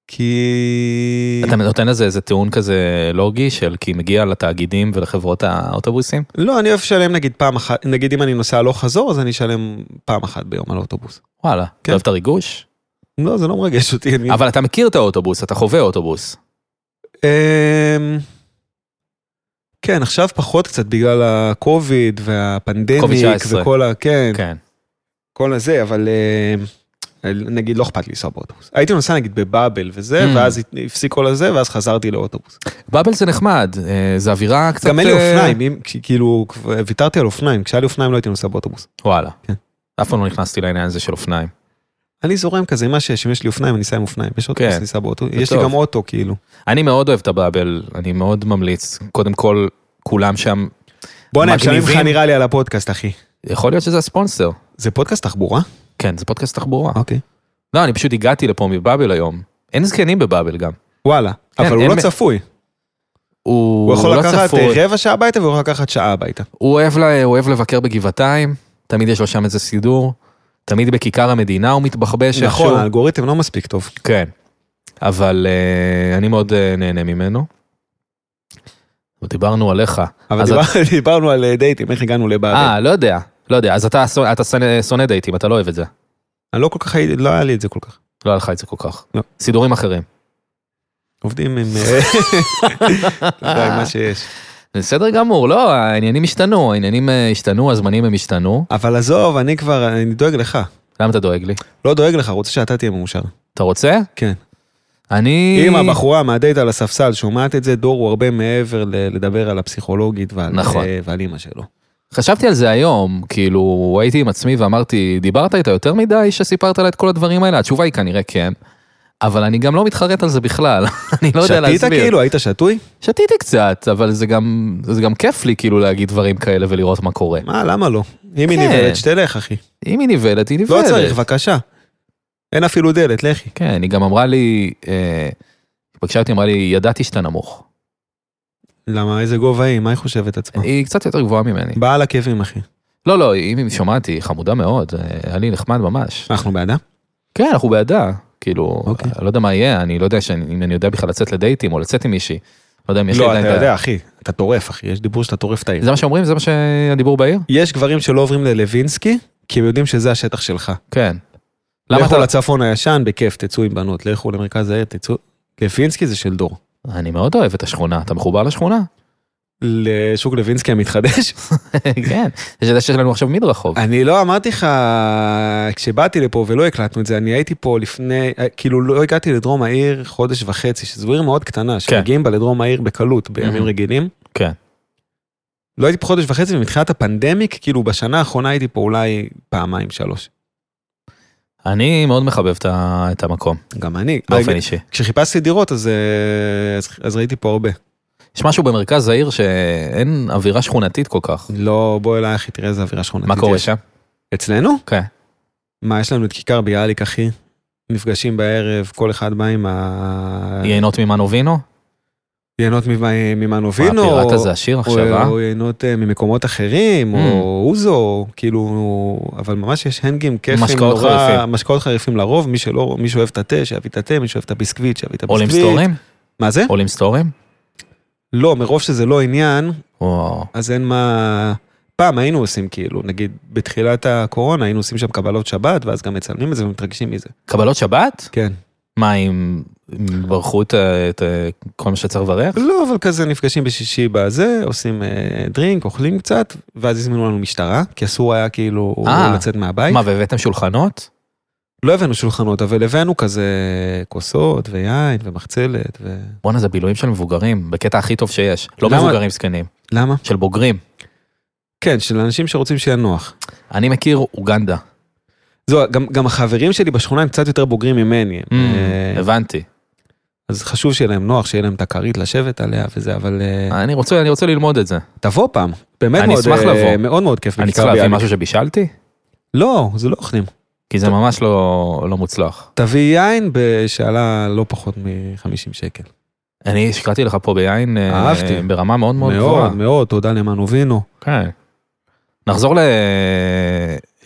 Speaker 3: כי...
Speaker 2: אתה נותן לזה איזה טיעון כזה לוגי של כי מגיע לתאגידים ולחברות האוטובוסים?
Speaker 3: לא, אני אוהב לשלם נגיד פעם אחת, נגיד אם אני נוסע הלוך חזור, אז אני אשלם פעם אחת ביום על האוטובוס.
Speaker 2: וואלה,
Speaker 3: כן.
Speaker 2: אתה אוהב את הריגוש?
Speaker 3: לא, זה לא מרגש אותי. אני...
Speaker 2: אבל אתה מכיר את האוטובוס, אתה חווה אוטובוס.
Speaker 3: אמ, כן, עכשיו פחות קצת בגלל הקוביד והפנדמיק
Speaker 2: COVID-19.
Speaker 3: וכל ה... כן,
Speaker 2: כן.
Speaker 3: כל הזה, אבל אמ, נגיד לא אכפת לי לנסוע באוטובוס. הייתי נוסע נגיד בבאבל וזה,
Speaker 2: Mm.
Speaker 3: ואז הפסיק כל הזה, ואז חזרתי לאוטובוס.
Speaker 2: באבל זה נחמד, אה, זה אווירה קצת...
Speaker 3: גם אין לי
Speaker 2: אה,
Speaker 3: אופניים, אם- כש- כאילו כבר ויתרתי על אופניים, כשהיה לי אופניים לא הייתי נוסע באוטובוס.
Speaker 2: וואלה.
Speaker 3: כן.
Speaker 2: אף פעם לא נכנסתי לעניין הזה של אופניים.
Speaker 3: אני זורם כזה, מה שיש, אם יש לי אופניים אני אסע עם אופניים, יש אוטובוס,
Speaker 2: כן.
Speaker 3: אני אסע באוטובוס,
Speaker 2: זה
Speaker 3: יש לי
Speaker 2: טוב.
Speaker 3: גם אוטו כאילו.
Speaker 2: אני מאוד אוהב את הבאבל, אני מאוד ממליץ. קודם כל, כולם שם,
Speaker 3: בואנה, הם משלמים לך
Speaker 2: מגניבים.
Speaker 3: נראה לי על הפודקאסט, אחי.
Speaker 2: יכול להיות שזה הספונסר.
Speaker 3: זה פודקאסט תחבורה?
Speaker 2: כן, זה פודקאסט תחבורה.
Speaker 3: אוקיי.
Speaker 2: לא, אני פשוט הגעתי לפה מבאבל היום. אין זקנים בבאבל גם.
Speaker 3: וואלה, אבל הוא
Speaker 2: אין
Speaker 3: לא
Speaker 2: מ-
Speaker 3: צפוי.
Speaker 2: כן, הוא
Speaker 3: הוא יכול
Speaker 2: לא
Speaker 3: לקחת
Speaker 2: צפוי.
Speaker 3: אה, רבע שעה הביתה והוא יכול לקחת שעה הביתה.
Speaker 2: הוא אוהב, לה, הוא אוהב לבקר בגבעתיים, תמיד יש לו שם איזה סידור, תמיד בכיכר המדינה הוא מתבחבש
Speaker 3: נכון, האלגוריתם לא מספיק טוב.
Speaker 2: כן. אבל uh, אני מאוד uh, נהנה ממנו. ודיברנו עליך.
Speaker 3: אבל
Speaker 2: אז
Speaker 3: דיבר- *laughs* דיברנו על אה, דייטים, איך הגענו לבעיה.
Speaker 2: אה, לא יודע, לא יודע, אז אתה, שונא- אתה שונא- שונא דייטים, אתה לא אוהב את זה.
Speaker 3: אני לא כל כך, הייתי- לא היה לי את זה כל כך.
Speaker 2: לא היה לך את זה כל כך.
Speaker 3: לא.
Speaker 2: סידורים אחרים.
Speaker 3: עובדים עם... אה, *laughs* אתה יודע, עם מה שיש.
Speaker 2: בסדר גמור, לא, העניינים השתנו, העניינים אה, השתנו, הזמנים הם השתנו.
Speaker 3: אבל עזוב, אני כבר, אני דואג לך.
Speaker 2: למה אתה דואג לי?
Speaker 3: לא דואג לך, רוצה שאתה תהיה מאושר.
Speaker 2: אתה רוצה?
Speaker 3: כן.
Speaker 2: אני...
Speaker 3: אם הבחורה מהדייט על הספסל שומעת את זה, דור הוא הרבה מעבר ל- לדבר על הפסיכולוגית ועל
Speaker 2: נכון.
Speaker 3: אה, ועל אימא שלו.
Speaker 2: חשבתי על זה היום, כאילו הייתי עם עצמי ואמרתי, דיברת איתה יותר מדי שסיפרת לה את כל הדברים האלה? התשובה היא כנראה כן, אבל אני גם לא מתחרט על זה בכלל, *laughs* אני לא יודע להסביר.
Speaker 3: שתית כאילו, היית שתוי?
Speaker 2: שתיתי קצת, אבל זה גם, זה גם כיף לי כאילו להגיד דברים כאלה ולראות מה קורה.
Speaker 3: מה, למה לא? אם היא
Speaker 2: כן.
Speaker 3: נבהלת, שתלך, אחי.
Speaker 2: אם היא נבהלת, היא
Speaker 3: לא
Speaker 2: נבהלת.
Speaker 3: צריך, בבקשה. אין אפילו דלת, לכי.
Speaker 2: כן, היא גם אמרה לי, אה, פגשה אותי, אמרה לי, ידעתי שאתה נמוך.
Speaker 3: למה, איזה גובה היא? מה היא חושבת עצמה?
Speaker 2: היא קצת יותר גבוהה ממני.
Speaker 3: באה על עקבים, אחי.
Speaker 2: לא, לא, אם היא שומעת, היא חמודה מאוד, אה, היה לי נחמד ממש.
Speaker 3: אנחנו בעדה?
Speaker 2: כן, אנחנו בעדה, כאילו,
Speaker 3: אוקיי.
Speaker 2: אני לא יודע מה יהיה, אני לא יודע שאני- אם אני יודע בכלל לצאת לדייטים או לצאת עם מישהי. לא יודע אם יש לי
Speaker 3: לא,
Speaker 2: עדיין
Speaker 3: אתה
Speaker 2: את ה-
Speaker 3: יודע, אחי. אתה טורף, אחי. יש דיבור שאתה טורף את העיר.
Speaker 2: זה מה שאומרים? זה מה שהדיבור בעיר?
Speaker 3: יש גברים שלא עוברים ללווינסקי, כי הם יודעים שזה השטח שלך.
Speaker 2: כן. למה
Speaker 3: לכו
Speaker 2: אתה...
Speaker 3: לצפון הישן, בכיף, תצאו עם בנות. לכו למרכז העיר, תצאו... לווינסקי זה של דור.
Speaker 2: לא- אני מאוד אוהב את השכונה, אתה מחובר לשכונה? *laughs*
Speaker 3: לשוק לווינסקי המתחדש?
Speaker 2: כן, זה שזה שיש לנו עכשיו מדרחוב.
Speaker 3: אני לא אמרתי לך, כשבאתי לפה ולא הקלטנו את זה, אני הייתי פה לפני, כאילו לא הגעתי לדרום העיר חודש וחצי, שזו עיר מאוד קטנה, שמגיעים בה לדרום העיר בקלות בימים
Speaker 2: Mhm.
Speaker 3: רגילים.
Speaker 2: כן.
Speaker 3: לא הייתי פה חודש וחצי, ומתחילת הפנדמיק, כאילו בשנה האחרונה הייתי פה אולי פעמיים, שלוש.
Speaker 2: אני מאוד מחבב את ה- את המקום,
Speaker 3: גם אני.
Speaker 2: באופן אישי.
Speaker 3: כשחיפשתי דירות אז, אה, אז, אז ראיתי פה הרבה.
Speaker 2: יש משהו במרכז העיר שאין אווירה שכונתית כל כך.
Speaker 3: לא, בוא אליי אחי, תראה איזה אווירה שכונתית.
Speaker 2: מה קורה
Speaker 3: יש.
Speaker 2: שם?
Speaker 3: אצלנו?
Speaker 2: כן.
Speaker 3: מה, יש לנו את כיכר ביאליק, אחי. נפגשים בערב, כל אחד בא עם ה...
Speaker 2: יינות ממנו וינו?
Speaker 3: יינות ממ- ממנו וינו.
Speaker 2: מה, הפיראט הזה עשיר
Speaker 3: או-
Speaker 2: עכשיו, אה?
Speaker 3: או יינות אה, ממקומות אחרים,
Speaker 2: Mm.
Speaker 3: או אוזו, כאילו, אבל ממש יש הנגים כיפים
Speaker 2: משקאות חריפים.
Speaker 3: משקאות חריפים לרוב, מי שלא, מי שאוהב את התה, שיביא את התה, מי שאוהב את הביסקוויט, שיביא את הביסקוויט.
Speaker 2: עולים סטורים?
Speaker 3: מה זה?
Speaker 2: עולים סטורים?
Speaker 3: לא, מרוב שזה לא עניין,
Speaker 2: וואו.
Speaker 3: אז אין מה... פעם היינו עושים כאילו, נגיד בתחילת הקורונה היינו עושים שם קבלות שבת, ואז גם מצלמים את זה ומתרגשים מזה.
Speaker 2: קבלות שבת?
Speaker 3: כן.
Speaker 2: מה, אם אם ברחו את ה- את ה- כל מה שצריך לברך?
Speaker 3: לא, אבל כזה נפגשים בשישי בזה, עושים אה, דרינק, אוכלים קצת, ואז הזמינו לנו משטרה, כי אסור היה כאילו
Speaker 2: אה.
Speaker 3: לצאת מהבית.
Speaker 2: מה, והבאתם שולחנות?
Speaker 3: לא הבאנו שולחנות, אבל הבאנו כזה כוסות ויין ומחצלת ו...
Speaker 2: בואנה, זה בילויים של מבוגרים, בקטע הכי טוב שיש. לא
Speaker 3: למה?
Speaker 2: מבוגרים זקנים,
Speaker 3: למה?
Speaker 2: של בוגרים.
Speaker 3: כן, של אנשים שרוצים שיהיה נוח.
Speaker 2: אני מכיר אוגנדה,
Speaker 3: זו, גם, גם החברים שלי בשכונה הם קצת יותר בוגרים ממני.
Speaker 2: Mm,
Speaker 3: אה,
Speaker 2: הבנתי.
Speaker 3: אז חשוב שיהיה להם נוח, שיהיה להם את הכרית לשבת עליה וזה, אבל אה,
Speaker 2: אני רוצה אני רוצה ללמוד את זה.
Speaker 3: תבוא פעם. באמת
Speaker 2: אני
Speaker 3: מאוד,
Speaker 2: אשמח
Speaker 3: אה,
Speaker 2: לבוא.
Speaker 3: מאוד מאוד כיף.
Speaker 2: אני
Speaker 3: בכיכר
Speaker 2: צריך להביא
Speaker 3: ביאליק.
Speaker 2: משהו שבישלתי?
Speaker 3: לא, זה לא אוכלים.
Speaker 2: כי זה ממש לא לא מוצלח.
Speaker 3: תביא יין ב- שעלה לא פחות מ-50 שקל.
Speaker 2: אני השקעתי לך פה ביין אה,
Speaker 3: אהבתי.
Speaker 2: ברמה מאוד מאוד גבוהה.
Speaker 3: מאוד, מאוד, תודה למנו וינו.
Speaker 2: כן. נחזור ל...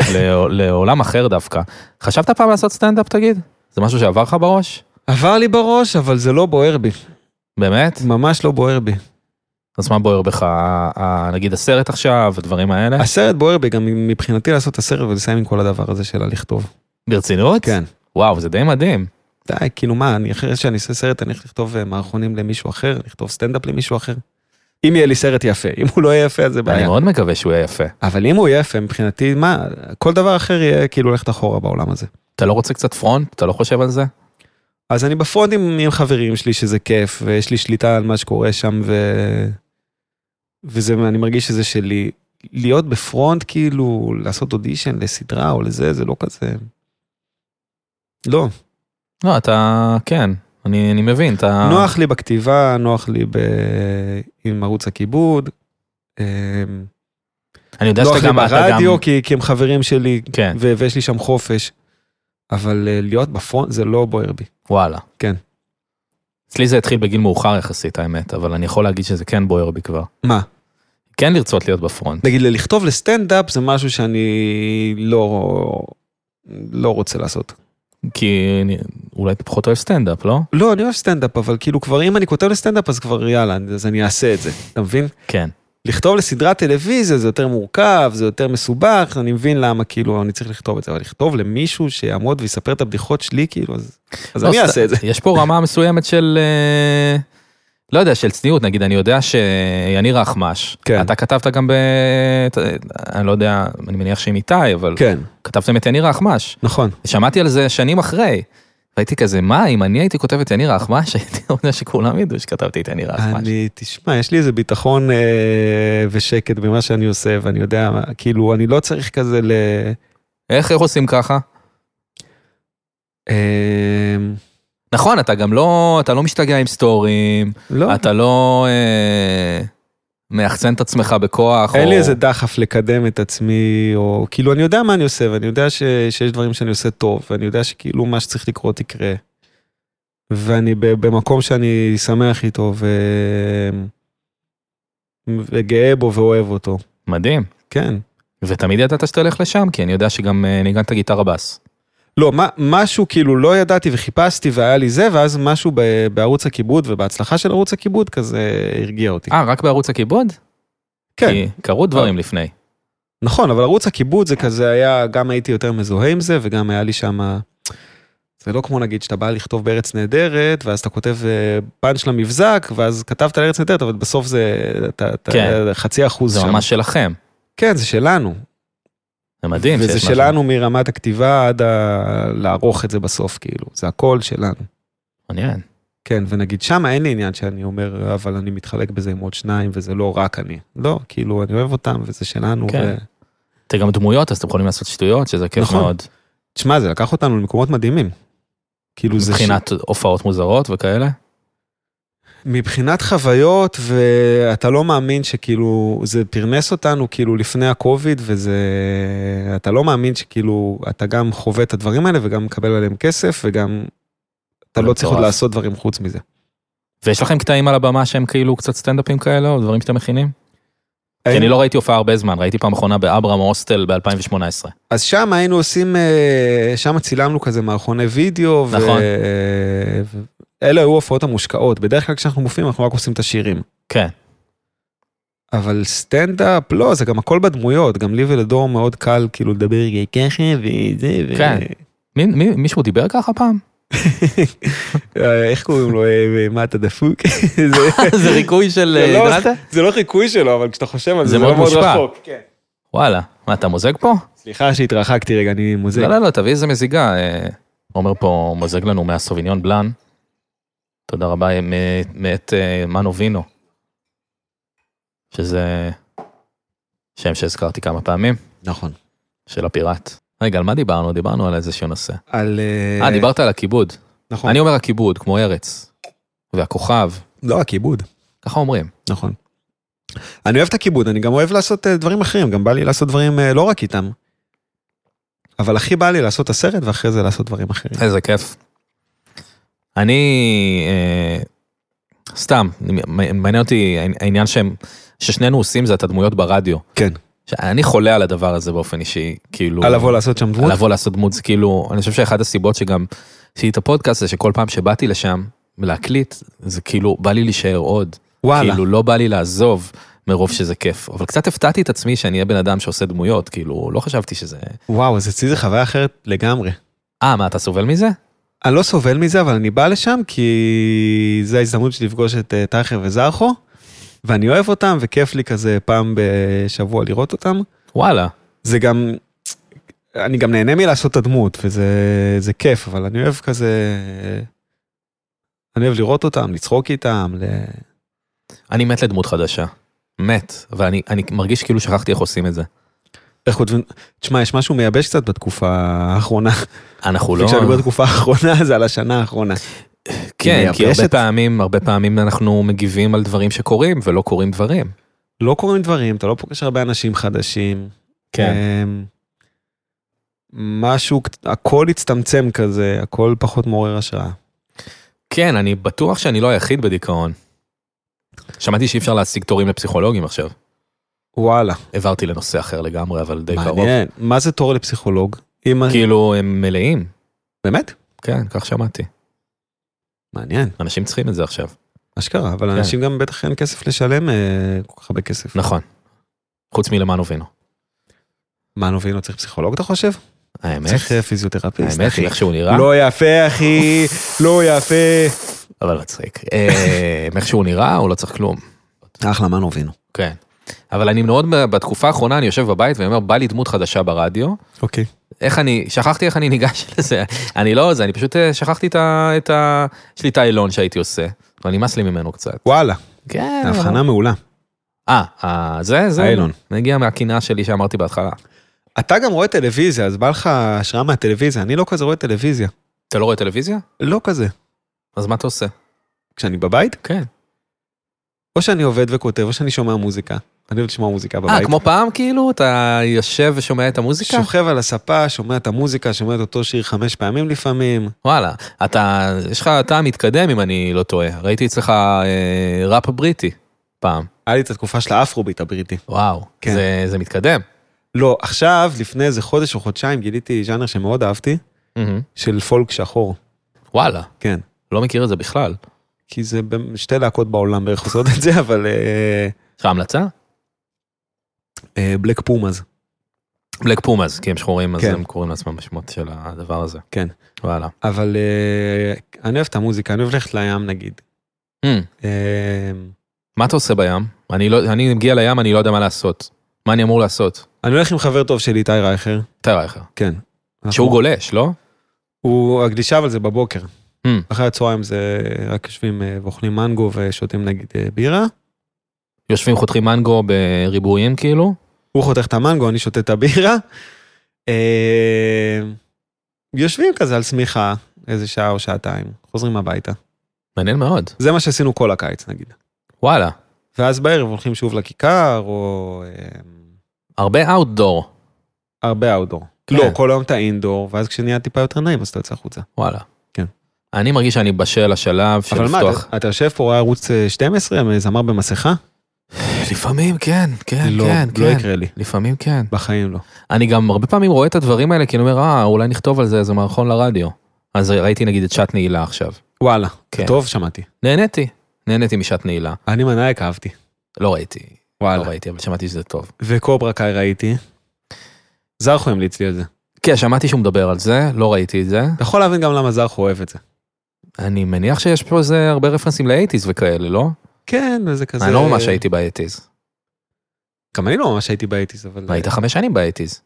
Speaker 2: ל... לעולם אחר דווקא. חשבת פעם לעשות סטנדאפ תגיד? זה משהו שעבר לך בראש?
Speaker 3: עבר לי בראש, אבל זה לא בוער בי.
Speaker 2: באמת?
Speaker 3: ממש לא בוער בי.
Speaker 2: אז מה בוער בך? ה- ה- נגיד הסרט עכשיו, הדברים האלה?
Speaker 3: הסרט בוער בי, גם מבחינתי לעשות את הסרט ולסיים עם כל הדבר הזה של הלכתוב.
Speaker 2: ברצינות?
Speaker 3: כן.
Speaker 2: וואו, זה די מדהים.
Speaker 3: די, כאילו מה, אני אחרי שאני אעשה סרט, אני הולך לכתוב אה, מערכונים למישהו אחר, לכתוב סטנדאפ למישהו אחר. אם יהיה לי סרט יפה, אם הוא לא יהיה יפה, אז זה
Speaker 2: אני
Speaker 3: בעיה.
Speaker 2: מאוד מקווה שהוא יהיה יפה.
Speaker 3: אבל אם הוא יהיה יפה, מבחינתי, מה, כל דבר אחר יהיה כאילו ללכת אחורה בעולם הזה.
Speaker 2: אתה לא רוצה קצת פרונט? אתה לא חושב על זה?
Speaker 3: אז אני בפרונט עם, עם חברים שלי, שזה כיף, ויש לי שליטה על מה שקורה שם, ו... וזה, אני מרגיש שזה שלי. להיות בפרונט, כאילו, לעשות אודישן לסדרה או לזה, זה לא כזה... לא.
Speaker 2: לא, אתה... כן, אני, אני מבין, אתה...
Speaker 3: נוח לי בכתיבה, נוח לי ב... עם ערוץ הכיבוד. אמ,
Speaker 2: אני יודע
Speaker 3: נוח
Speaker 2: שאתה
Speaker 3: לי
Speaker 2: גם... אתה גם...
Speaker 3: לא ברדיו, כן. כי, כי הם חברים שלי,
Speaker 2: כן,
Speaker 3: ו- ויש לי שם חופש. אבל אה, להיות בפרונט זה לא בוער בי.
Speaker 2: וואלה.
Speaker 3: כן.
Speaker 2: אצלי זה התחיל בגיל מאוחר יחסית, האמת, אבל אני יכול להגיד שזה כן בוער בי כבר.
Speaker 3: מה?
Speaker 2: כן לרצות להיות בפרונט.
Speaker 3: נגיד לכתוב לסטנדאפ זה משהו שאני לא, לא רוצה לעשות.
Speaker 2: כי אני- אולי אתה פחות אוהב סטנדאפ, לא?
Speaker 3: לא, אני אוהב סטנדאפ, אבל כאילו כבר אם אני כותב לסטנדאפ אז כבר יאללה, אז אני אעשה את זה, אתה מבין?
Speaker 2: כן.
Speaker 3: לכתוב לסדרת טלוויזיה זה יותר מורכב, זה יותר מסובך, אני מבין למה כאילו אני צריך לכתוב את זה, אבל לכתוב למישהו שיעמוד ויספר את הבדיחות שלי כאילו, אז, אז
Speaker 2: לא,
Speaker 3: אני
Speaker 2: סת-
Speaker 3: אעשה את זה.
Speaker 2: יש פה רמה מסוימת של... אה, לא יודע, של צניעות, נגיד, אני יודע שיניר רחמש,
Speaker 3: כן.
Speaker 2: אתה כתבת גם ב... ת- אני לא יודע, אני מניח שעם איתי, אבל
Speaker 3: כן,
Speaker 2: כתבתם את יניר רחמש.
Speaker 3: נכון.
Speaker 2: שמעתי על זה שנים אחרי. והייתי כזה, מה, אם אני הייתי כותב את יניר רחמש, *laughs* הייתי אומר שכולם ידעו שכתבתי את יניר רחמש.
Speaker 3: אני, תשמע, יש לי איזה ביטחון אה, ושקט במה שאני עושה, ואני יודע, מה, כאילו, אני לא צריך כזה ל...
Speaker 2: איך, איך עושים ככה?
Speaker 3: אה,
Speaker 2: נכון, אתה גם לא, אתה לא משתגע עם סטורים,
Speaker 3: לא.
Speaker 2: אתה לא אה, מאחצן את עצמך בכוח.
Speaker 3: אין
Speaker 2: או-
Speaker 3: לי איזה דחף לקדם את עצמי, או כאילו, אני יודע מה אני עושה, ואני יודע ש, שיש דברים שאני עושה טוב, ואני יודע שכאילו מה שצריך לקרות יקרה. ואני ב- במקום שאני שמח איתו, ו... וגאה בו ואוהב אותו.
Speaker 2: מדהים.
Speaker 3: כן.
Speaker 2: ותמיד ידעת שתלך לשם, כי אני יודע שגם אה, ניגנת גיטרה בס.
Speaker 3: לא, מה, משהו כאילו לא ידעתי וחיפשתי והיה לי זה, ואז משהו ב, בערוץ הכיבוד ובהצלחה של ערוץ הכיבוד כזה הרגיע אותי.
Speaker 2: אה, רק בערוץ הכיבוד?
Speaker 3: כן.
Speaker 2: כי קרו דברים לפני.
Speaker 3: נכון, אבל ערוץ הכיבוד זה כזה היה, גם הייתי יותר מזוהה עם זה, וגם היה לי שם... זה לא כמו נגיד שאתה בא לכתוב בארץ נהדרת, ואז אתה כותב אה, פאנץ' למבזק, ואז כתבת על ארץ נהדרת, אבל בסוף זה אתה, אתה
Speaker 2: כן.
Speaker 3: חצי אחוז
Speaker 2: זה
Speaker 3: שם.
Speaker 2: ממש שלכם.
Speaker 3: כן, זה שלנו.
Speaker 2: זה מדהים.
Speaker 3: וזה
Speaker 2: שיש
Speaker 3: שלנו
Speaker 2: משהו.
Speaker 3: מרמת הכתיבה עד ה... לערוך את זה בסוף, כאילו. זה הכל שלנו.
Speaker 2: מעניין.
Speaker 3: כן, ונגיד שם אין לי עניין שאני אומר, אבל אני מתחלק בזה עם עוד שניים, וזה לא רק אני. לא, כאילו, אני אוהב אותם, וזה שלנו.
Speaker 2: כן.
Speaker 3: ו...
Speaker 2: אתם גם דמויות, אז אתם יכולים לעשות שטויות, שזה כיף
Speaker 3: נכון.
Speaker 2: מאוד.
Speaker 3: תשמע, זה לקח אותנו למקומות מדהימים. כאילו זה...
Speaker 2: מבחינת הופעות מוזרות וכאלה.
Speaker 3: מבחינת חוויות, ואתה לא מאמין שכאילו, זה פרנס אותנו כאילו לפני הקוביד, וזה... אתה לא מאמין שכאילו, אתה גם חווה את הדברים האלה וגם מקבל עליהם כסף, וגם... אתה לא
Speaker 2: מטורף.
Speaker 3: צריך עוד לעשות דברים חוץ מזה.
Speaker 2: ויש לכם קטעים על הבמה שהם כאילו קצת סטנדאפים כאלה, או דברים שאתם מכינים? כי אני לא ראיתי הופעה הרבה זמן, ראיתי פעם אחרונה באברהם הוסטל ב-2018.
Speaker 3: אז שם היינו עושים, אה, שם צילמנו כזה מערכוני וידאו. ו-
Speaker 2: נכון.
Speaker 3: אה, ו- אלה היו ההופעות המושקעות. בדרך כלל כשאנחנו מופיעים, אנחנו רק עושים את השירים.
Speaker 2: כן.
Speaker 3: אבל סטנדאפ, לא, זה גם הכל בדמויות, גם לי ולדור מאוד קל כאילו לדבר ככה וזה, ו...
Speaker 2: כן. מי, מי, מישהו דיבר ככה פעם?
Speaker 3: אה, איך קוראים לו, אה, אה, מה אתה דפוק? *laughs* *laughs* זה-
Speaker 2: זה ריקוי של
Speaker 3: זה לא-
Speaker 2: הידרטה?
Speaker 3: זה לא חיקוי שלו, אבל כשאתה חושב על זה,
Speaker 2: זה
Speaker 3: זה
Speaker 2: מאוד
Speaker 3: לא מאוד
Speaker 2: מושפע.
Speaker 3: רחוק. כן.
Speaker 2: וואלה, מה אתה מוזג פה?
Speaker 3: סליחה שהתרחקתי רגע, אני מוזג.
Speaker 2: לא, לא, לא, תביא איזה מזיגה. אה, עומר פה מוזג לנו מהסוביניון בלאן. תודה רבה, אה, מ- מאת אה, מנו וינו. שזה שם שהזכרתי כמה פעמים,
Speaker 3: נכון.
Speaker 2: של הפיראט. רגע, על מה דיברנו? דיברנו על איזשהו נושא.
Speaker 3: על...
Speaker 2: אה, דיברת על הכיבוד.
Speaker 3: נכון.
Speaker 2: אני אומר הכיבוד, כמו ארץ. והכוכב,
Speaker 3: לא, הכיבוד.
Speaker 2: ככה אומרים.
Speaker 3: נכון. אני אוהב את הכיבוד, אני גם אוהב לעשות אה, דברים אחרים, גם בא לי לעשות דברים אה, לא רק איתם. אבל הכי בא לי לעשות את הסרט, ואחרי זה לעשות דברים אחרים.
Speaker 2: איזה כיף. אני אה, סתם מ- מעניין אותי העניין שהם ששנינו עושים זה את הדמויות ברדיו.
Speaker 3: כן.
Speaker 2: שאני חולה על הדבר הזה באופן אישי כאילו.
Speaker 3: על לבוא לעשות שם דמות?
Speaker 2: על לבוא לעשות דמות זה כאילו אני חושב שאחת הסיבות שגם עשיתי את הפודקאסט זה שכל פעם שבאתי לשם להקליט זה כאילו בא לי להישאר עוד.
Speaker 3: וואלה.
Speaker 2: כאילו לא בא לי לעזוב מרוב שזה כיף אבל קצת הפתעתי את עצמי שאני אהיה בן אדם שעושה דמויות כאילו לא חשבתי שזה
Speaker 3: וואו, אז אצלי זה חוויה אחרת לגמרי.
Speaker 2: אה מה אתה סובל מזה?
Speaker 3: אני לא סובל מזה, אבל אני בא לשם כי זו ההזדמנות שלי לפגוש את אה, טייכר וזרחו, ואני אוהב אותם, וכיף לי כזה פעם בשבוע לראות אותם.
Speaker 2: וואלה.
Speaker 3: זה גם, אני גם נהנה מלעשות את הדמות, וזה זה כיף, אבל אני אוהב כזה, אני אוהב לראות אותם, לצחוק איתם, ל...
Speaker 2: אני מת לדמות חדשה. מת, ואני אני מרגיש כאילו שכחתי איך עושים את זה.
Speaker 3: איך כותבים, תשמע, יש משהו מייבש קצת בתקופה האחרונה.
Speaker 2: אנחנו לא...
Speaker 3: כשאני אומר בתקופה האחרונה, זה על השנה האחרונה.
Speaker 2: כן, כי הרבה
Speaker 3: מייבשת.
Speaker 2: פעמים, הרבה פעמים אנחנו מגיבים על דברים שקורים ולא קורים דברים.
Speaker 3: לא קורים דברים, אתה לא פוגש הרבה אנשים חדשים.
Speaker 2: כן.
Speaker 3: אמ, משהו, הכל הצטמצם כזה, הכל פחות מעורר השראה.
Speaker 2: כן, אני בטוח שאני לא היחיד בדיכאון. שמעתי שאי אפשר להשיג תורים לפסיכולוגים עכשיו.
Speaker 3: וואלה,
Speaker 2: העברתי לנושא אחר לגמרי, אבל די קרוב.
Speaker 3: מעניין. מה זה תור לפסיכולוג? אם...
Speaker 2: כאילו, הם מלאים.
Speaker 3: באמת?
Speaker 2: כן, כך שמעתי.
Speaker 3: מעניין,
Speaker 2: אנשים צריכים את זה עכשיו.
Speaker 3: אשכרה,
Speaker 2: כן.
Speaker 3: אבל אנשים גם בטח אין כסף לשלם אה, כל כך הרבה כסף.
Speaker 2: נכון. חוץ מלמען ובינו.
Speaker 3: מה נובינו צריך פסיכולוג אתה חושב?
Speaker 2: האמת,
Speaker 3: צריך אה, פיזיותרפיסט,
Speaker 2: האמת
Speaker 3: אחי.
Speaker 2: היא איך שהוא נראה.
Speaker 3: לא יפה אחי, לא יפה.
Speaker 2: אבל מצחיק. אה, איך שהוא נראה, הוא לא צריך כלום.
Speaker 3: אחלה, מה נובינו?
Speaker 2: כן. אבל אני מאוד, בתקופה האחרונה אני יושב בבית ואני אומר, בא לי דמות חדשה ברדיו.
Speaker 3: אוקיי.
Speaker 2: איך אני, שכחתי איך אני ניגש *laughs* לזה. אני לא זה, אני פשוט אה, שכחתי את ה... את ה... יש לי את העילון שהייתי עושה. אבל נמאס לי ממנו קצת.
Speaker 3: וואלה,
Speaker 2: כן.
Speaker 3: הבחנה מעולה.
Speaker 2: אה, אה, זה, זה.
Speaker 3: העילון.
Speaker 2: מגיע מהקנאה שלי שאמרתי בהתחלה.
Speaker 3: אתה גם רואה טלוויזיה, אז בא לך השראה מהטלוויזיה, אני לא כזה רואה טלוויזיה.
Speaker 2: אתה לא רואה טלוויזיה?
Speaker 3: לא כזה.
Speaker 2: אז מה אתה עושה?
Speaker 3: כשאני בבית,
Speaker 2: כן.
Speaker 3: או שאני עובד וכותב, או שאני שומע מוזיקה. אני אוהב לשמוע מוזיקה בבית.
Speaker 2: אה, כמו פעם כאילו? אתה יושב ושומע את המוזיקה?
Speaker 3: שוכב על הספה, שומע את המוזיקה, שומע את אותו שיר חמש פעמים לפעמים.
Speaker 2: וואלה. אתה, יש לך טעם מתקדם אם אני לא טועה. ראיתי אצלך אה, ראפ בריטי פעם.
Speaker 3: היה לי את התקופה של האפרוביט הבריטי.
Speaker 2: וואו.
Speaker 3: כן.
Speaker 2: זה, זה מתקדם.
Speaker 3: לא, עכשיו, לפני איזה חודש או חודשיים, גיליתי ז'אנר שמאוד אהבתי,
Speaker 2: מהמם.
Speaker 3: של פולק שחור.
Speaker 2: וואלה.
Speaker 3: כן.
Speaker 2: לא מכיר את זה בכלל.
Speaker 3: כי זה במ- שתי להקות בעולם בערך עושות את זה, אבל אה,
Speaker 2: יש לך המלצה?
Speaker 3: בלק פומאז.
Speaker 2: בלק פומאז, כי הם שחורים, אז
Speaker 3: כן.
Speaker 2: הם קוראים לעצמם בשמות של הדבר הזה.
Speaker 3: כן.
Speaker 2: וואלה.
Speaker 3: אבל אה, אני אוהב את המוזיקה, אני אוהב ללכת לים נגיד.
Speaker 2: Hmm,
Speaker 3: אה,
Speaker 2: מה אתה עושה בים? אני לא, אני מגיע לים, אני לא יודע מה לעשות. מה אני אמור לעשות?
Speaker 3: אני הולך עם חבר טוב שלי, איתי רייכר.
Speaker 2: תאר לך.
Speaker 3: כן.
Speaker 2: שהוא גולש, לא?
Speaker 3: הוא, הגלישה אבל זה בבוקר.
Speaker 2: Hmm.
Speaker 3: אחרי הצהריים זה רק יושבים אה, ואוכלים מנגו ושותים נגיד אה, בירה.
Speaker 2: יושבים חותכים מנגו בריבועים כאילו?
Speaker 3: הוא חותך את המנגו, אני שותה את הבירה. אה, יושבים כזה על שמיכה איזה שעה או שעתיים, חוזרים הביתה.
Speaker 2: מעניין מאוד.
Speaker 3: זה מה שעשינו כל הקיץ נגיד.
Speaker 2: וואלה.
Speaker 3: ואז בערב הולכים שוב לכיכר, או אה,
Speaker 2: הרבה אאוטדור.
Speaker 3: הרבה אאוטדור.
Speaker 2: כן.
Speaker 3: לא, כל היום אתה אינדור, ואז כשנהיה טיפה יותר נעים אז אתה יוצא החוצה.
Speaker 2: וואלה.
Speaker 3: כן.
Speaker 2: אני מרגיש שאני בשל לשלב של
Speaker 3: אבל מה,
Speaker 2: לפתוח.
Speaker 3: אתה- אתה יושב פה, רואה ערוץ אה, 12, עם זמר במסכה?
Speaker 2: *laughs* לפעמים כן, כן,
Speaker 3: לא,
Speaker 2: כן,
Speaker 3: לא
Speaker 2: כן.
Speaker 3: יקרה לי,
Speaker 2: לפעמים כן.
Speaker 3: בחיים לא.
Speaker 2: אני גם הרבה פעמים רואה את הדברים האלה, כי אני אומר, אה, אולי נכתוב על זה איזה מערכון לרדיו. אז ראיתי נגיד את שעת נעילה עכשיו.
Speaker 3: וואלה, זה
Speaker 2: כן.
Speaker 3: טוב, שמעתי.
Speaker 2: נהניתי, נהניתי משעת נעילה.
Speaker 3: אני מנהיג אהבתי.
Speaker 2: לא ראיתי. לא
Speaker 3: וואלה.
Speaker 2: ראיתי, אבל שמעתי שזה טוב.
Speaker 3: וקוברה קאי ראיתי. זרחו המליץ לי על זה.
Speaker 2: כן, שמעתי שהוא מדבר על זה, לא ראיתי את זה.
Speaker 3: אתה יכול להבין גם למה זרחו אוהב את זה.
Speaker 2: אני מניח שיש פה איזה הרבה רפרנסים לאייטיז וכאלה, לא?
Speaker 3: כן, וזה כזה...
Speaker 2: אני לא ממש הייתי באייטיז.
Speaker 3: גם אני לא ממש הייתי באייטיז, אבל...
Speaker 2: היית חמש שנים באייטיז.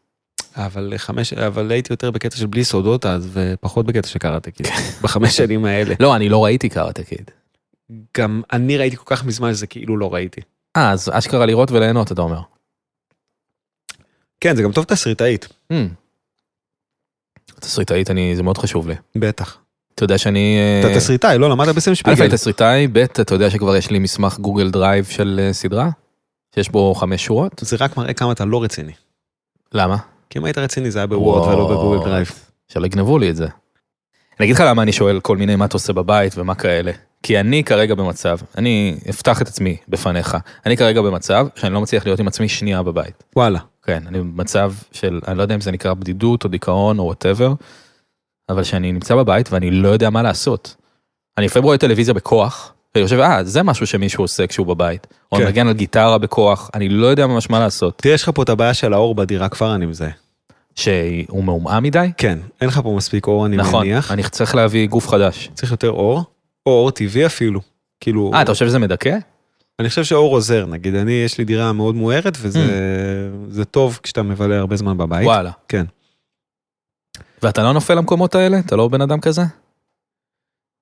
Speaker 3: אבל חמש... אבל הייתי יותר בקטע של בלי סודות אז, ופחות בקטע של קראטה, כאילו, *laughs* בחמש שנים האלה.
Speaker 2: לא, אני לא ראיתי קארטה קיד.
Speaker 3: גם אני ראיתי כל כך מזמן שזה כאילו לא ראיתי.
Speaker 2: אה, אז אשכרה לראות וליהנות, אתה אומר.
Speaker 3: כן, זה גם טוב תסריטאית.
Speaker 2: Hmm. תסריטאית, אני, זה מאוד חשוב לי.
Speaker 3: בטח.
Speaker 2: אתה יודע שאני...
Speaker 3: אתה
Speaker 2: אה,
Speaker 3: תסריטאי, לא למדת בסם
Speaker 2: א',
Speaker 3: שפיגל.
Speaker 2: אני תסריטאי, ב', אתה יודע שכבר יש לי מסמך גוגל דרייב של אה, סדרה, שיש בו חמש שורות.
Speaker 3: זה רק מראה כמה אתה לא רציני.
Speaker 2: למה?
Speaker 3: כי אם היית רציני זה היה בוורד ולא בגוגל דרייב.
Speaker 2: שלא יגנבו לי את זה. אני אגיד לך למה אני שואל כל מיני מה אתה עושה בבית ומה כאלה. כי אני כרגע במצב, אני אפתח את עצמי בפניך, אני כרגע במצב שאני לא מצליח להיות עם עצמי שנייה בבית.
Speaker 3: וואלה.
Speaker 2: כן, אני במצב של, אני לא יודע אם זה נקרא בדידות או דיכאון או וואטאבר, אבל שאני נמצא בבית ואני לא יודע מה לעשות. אני לפעמים רואה טלוויזיה בכוח, ואני חושב, אה, זה משהו שמישהו עושה כשהוא בבית. או
Speaker 3: כן.
Speaker 2: מנגן על גיטרה בכוח, אני לא יודע ממש מה לעשות.
Speaker 3: תראה, יש לך פה את הבעיה של האור בדירה כבר אני מזהה.
Speaker 2: שהוא מעומעם מדי?
Speaker 3: כן, אין לך פה מספיק אור אני
Speaker 2: נכון,
Speaker 3: מניח.
Speaker 2: אני צריך להביא גוף חדש.
Speaker 3: צריך יותר אור, או אור טבעי אפילו. כאילו,
Speaker 2: אה, אתה חושב שזה מדכא?
Speaker 3: אני חושב שהאור עוזר, נגיד, אני, יש לי דירה מאוד מוארת, וזה
Speaker 2: Hmm.
Speaker 3: זה טוב כשאתה מבלה הרבה זמן בבית.
Speaker 2: וואלה.
Speaker 3: כן.
Speaker 2: ואתה לא נופל למקומות האלה? אתה לא בן אדם כזה?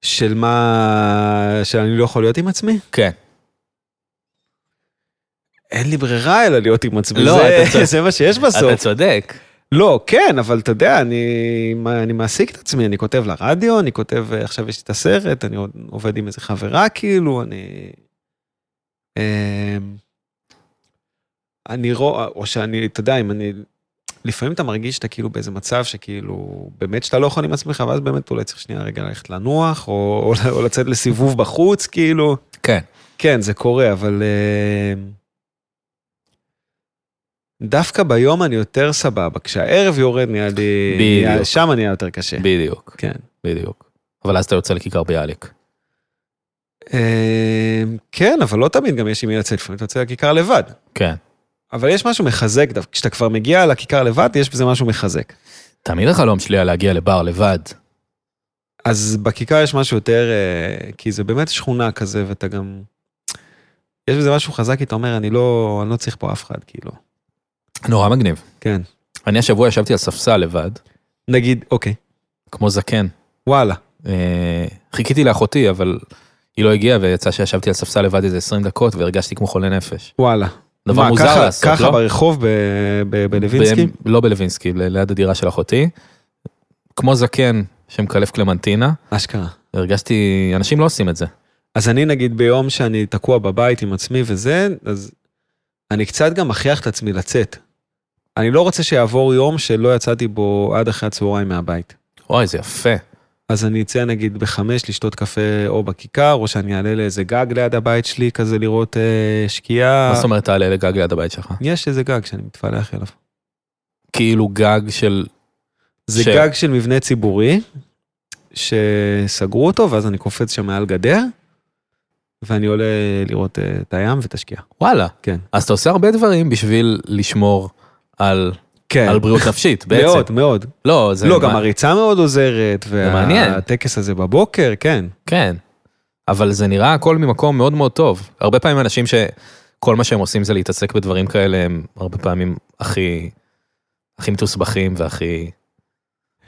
Speaker 3: של מה, שאני לא יכול להיות עם עצמי?
Speaker 2: כן.
Speaker 3: אין לי ברירה אלא להיות עם עצמי,
Speaker 2: לא,
Speaker 3: זה,
Speaker 2: אתה צודק.
Speaker 3: *laughs* זה מה שיש בסוף.
Speaker 2: אתה צודק.
Speaker 3: לא, כן, אבל אתה יודע, אני, מה- אני מעסיק את עצמי, אני כותב לרדיו, אני כותב, אה, עכשיו יש לי את הסרט, אני עוד עובד עם איזה חברה, כאילו, אני... אמ, אני רואה, או שאני, אתה יודע, אם אני... לפעמים אתה מרגיש שאתה כאילו באיזה מצב שכאילו, באמת שאתה לא יכול עם עצמך, ואז באמת אולי צריך שנייה רגע ללכת לנוח, או, או, או לצאת לסיבוב בחוץ, כאילו.
Speaker 2: כן.
Speaker 3: כן, זה קורה, אבל... אה, דווקא ביום אני יותר סבבה, כשהערב יורד נהיה לי...
Speaker 2: בדיוק.
Speaker 3: נהיה- שם נהיה יותר קשה.
Speaker 2: בדיוק.
Speaker 3: כן.
Speaker 2: בדיוק. אבל אז אתה יוצא לכיכר ביאליק.
Speaker 3: אה, כן, אבל לא תמיד גם יש עם מי לצאת, לפעמים אתה יוצא לכיכר לבד.
Speaker 2: כן.
Speaker 3: אבל יש משהו מחזק דווקא, כשאתה כבר מגיע לכיכר לבד, יש בזה משהו מחזק.
Speaker 2: תמיד החלום שלי היה להגיע לבר לבד.
Speaker 3: אז בכיכר יש משהו יותר, אה, כי זה באמת שכונה כזה, ואתה גם... יש בזה משהו חזק, כי אתה אומר, אני לא, אני לא צריך פה אף אחד, כאילו.
Speaker 2: נורא מגניב.
Speaker 3: כן.
Speaker 2: אני השבוע ישבתי על ספסל לבד,
Speaker 3: נגיד, אוקיי,
Speaker 2: כמו זקן.
Speaker 3: וואלה.
Speaker 2: אה, חיכיתי לאחותי, אבל היא לא הגיעה, ויצא שישבתי על ספסל לבד איזה 20 דקות, והרגשתי כמו חולה נפש.
Speaker 3: וואלה.
Speaker 2: דבר מוזר
Speaker 3: ככה,
Speaker 2: לעשות,
Speaker 3: ככה
Speaker 2: לא?
Speaker 3: ברחוב ב- ב- בלווינסקי?
Speaker 2: ב- לא בלווינסקי, ל- ליד הדירה של אחותי. כמו זקן שמקלף קלמנטינה,
Speaker 3: אשכרה.
Speaker 2: הרגשתי, אנשים לא עושים את זה.
Speaker 3: אז אני נגיד ביום שאני תקוע בבית עם עצמי וזה, אז אני קצת גם מכריח את עצמי לצאת. אני לא רוצה שיעבור יום שלא יצאתי בו עד אחרי הצהריים מהבית.
Speaker 2: אוי, זה יפה.
Speaker 3: אז אני אצא נגיד בחמש לשתות קפה או בכיכר, או שאני אעלה לאיזה גג ליד הבית שלי כזה לראות אה, שקיעה.
Speaker 2: מה זאת אומרת תעלה לגג ליד הבית שלך?
Speaker 3: יש איזה גג שאני מתפלח אליו.
Speaker 2: כאילו גג של...
Speaker 3: זה
Speaker 2: ש-
Speaker 3: גג של מבנה ציבורי, שסגרו אותו, ואז אני קופץ שם מעל גדר, ואני עולה לראות אה, את הים ואת השקיעה.
Speaker 2: וואלה.
Speaker 3: כן.
Speaker 2: אז אתה עושה הרבה דברים בשביל לשמור על,
Speaker 3: כן.
Speaker 2: על בריאות נפשית, בעצם.
Speaker 3: מאוד, מאוד.
Speaker 2: לא, זה...
Speaker 3: לא,
Speaker 2: מה-
Speaker 3: גם הריצה מאוד עוזרת,
Speaker 2: מעניין.
Speaker 3: והטקס הזה בבוקר, כן.
Speaker 2: כן. אבל זה נראה הכל ממקום מאוד מאוד טוב. הרבה פעמים אנשים שכל מה שהם עושים זה להתעסק בדברים כאלה, הם הרבה פעמים הכי... הכי מתוסבכים והכי...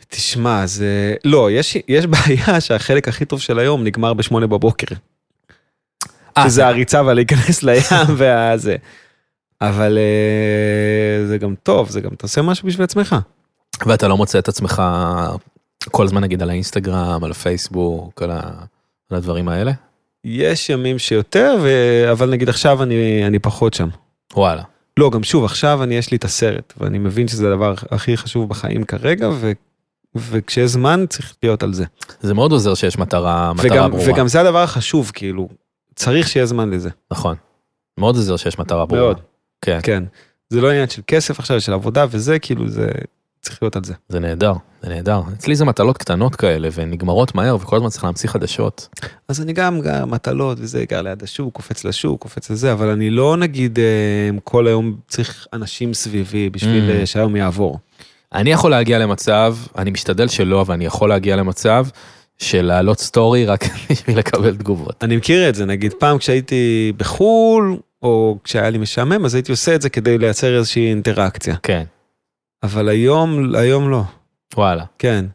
Speaker 3: תשמע, זה... לא, יש, יש בעיה שהחלק הכי טוב של היום נגמר בשמונה בבוקר.
Speaker 2: אה,
Speaker 3: שזה הריצה
Speaker 2: *laughs*
Speaker 3: ולהיכנס לים והזה. אבל אה, זה גם טוב, זה גם, אתה עושה משהו בשביל עצמך.
Speaker 2: ואתה לא מוצא את עצמך כל הזמן נגיד על האינסטגרם, על הפייסבוק, על, ה... על הדברים האלה?
Speaker 3: יש ימים שיותר, ו... אבל נגיד עכשיו אני, אני פחות שם.
Speaker 2: וואלה.
Speaker 3: לא, גם שוב, עכשיו אני, יש לי את הסרט, ואני מבין שזה הדבר הכי חשוב בחיים כרגע, ו... וכשיש זמן צריך להיות על זה.
Speaker 2: זה מאוד עוזר שיש מטרה, מטרה
Speaker 3: וגם,
Speaker 2: ברורה.
Speaker 3: וגם זה הדבר החשוב, כאילו, צריך שיהיה זמן לזה,
Speaker 2: נכון. מאוד עוזר שיש מטרה ברורה.
Speaker 3: מאוד.
Speaker 2: כן.
Speaker 3: כן. זה לא עניין של כסף עכשיו, של עבודה וזה, כאילו, זה צריך להיות על זה.
Speaker 2: זה נהדר, זה נהדר. אצלי זה מטלות קטנות כאלה, ונגמרות מהר, וכל הזמן צריך להמציא חדשות.
Speaker 3: אז אני גם גר מטלות וזה, גר ליד השוק, קופץ לשוק, קופץ לזה, אבל אני לא נגיד אה, כל היום צריך אנשים סביבי בשביל
Speaker 2: Mm.
Speaker 3: אה, שהיום יעבור.
Speaker 2: אני יכול להגיע למצב, אני משתדל שלא, אבל אני יכול להגיע למצב של להעלות סטורי רק *laughs* בשביל לקבל תגובות.
Speaker 3: אני מכיר את זה, נגיד פעם כשהייתי בחו"ל, או כשהיה לי משעמם, אז הייתי עושה את זה כדי לייצר איזושהי אינטראקציה.
Speaker 2: כן,
Speaker 3: אבל היום, היום לא.
Speaker 2: וואלה.
Speaker 3: כן.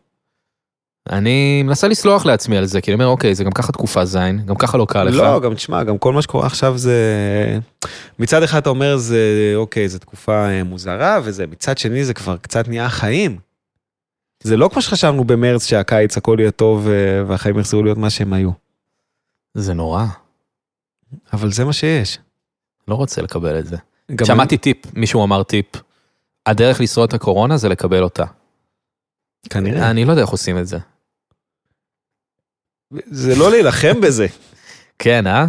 Speaker 2: אני מנסה לסלוח לעצמי על זה, כי אני אומר, אוקיי, זה גם ככה תקופה זין, גם ככה לא קל לך.
Speaker 3: לא, גם תשמע, גם כל מה שקורה עכשיו זה... מצד אחד אתה אומר, זה אוקיי, זו תקופה אה, מוזרה וזה, מצד שני זה כבר קצת נהיה חיים. זה לא כמו שחשבנו במרץ שהקיץ הכל יהיה טוב אה, והחיים יחזרו להיות מה שהם היו.
Speaker 2: זה נורא,
Speaker 3: אבל זה מה שיש.
Speaker 2: לא רוצה לקבל את זה.
Speaker 3: גם
Speaker 2: שמעתי טיפ, מישהו אמר טיפ. הדרך לשרוד את הקורונה זה לקבל אותה.
Speaker 3: אני- כנראה.
Speaker 2: אני לא יודע איך עושים את זה.
Speaker 3: זה לא להילחם בזה.
Speaker 2: כן, אה?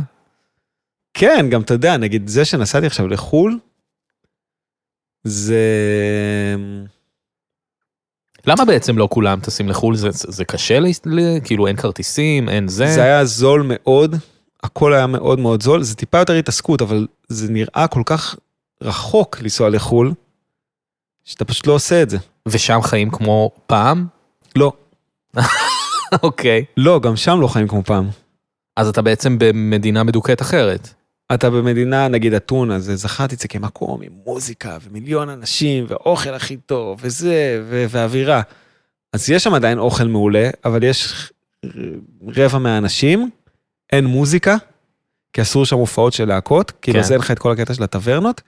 Speaker 3: כן, גם אתה יודע, נגיד זה שנסעתי עכשיו לחו"ל, זה...
Speaker 2: למה בעצם לא כולם טסים לחו"ל? זה, זה זה קשה, להס- ל- כאילו אין כרטיסים, אין זה.
Speaker 3: זה היה זול מאוד, הכל היה מאוד מאוד זול, זה טיפה יותר התעסקות, אבל זה נראה כל כך רחוק לנסוע לחו"ל, שאתה פשוט לא עושה את זה.
Speaker 2: ושם חיים כמו
Speaker 3: *laughs*
Speaker 2: פעם?
Speaker 3: לא.
Speaker 2: אוקיי.
Speaker 3: לא, גם שם לא חיים כמו פעם.
Speaker 2: אז אתה בעצם במדינה מדוכאת אחרת.
Speaker 3: אתה במדינה, נגיד אתונה, זה זכרתי את זה כמקום עם מוזיקה ומיליון אנשים והאוכל הכי טוב וזה, ו- ואווירה. אז יש שם עדיין אוכל מעולה, אבל יש רבע מהאנשים, אין מוזיקה, כי אסור שם הופעות של להקות, כאילו
Speaker 2: כן.
Speaker 3: אז אין לך את כל הקטע של הטברנות,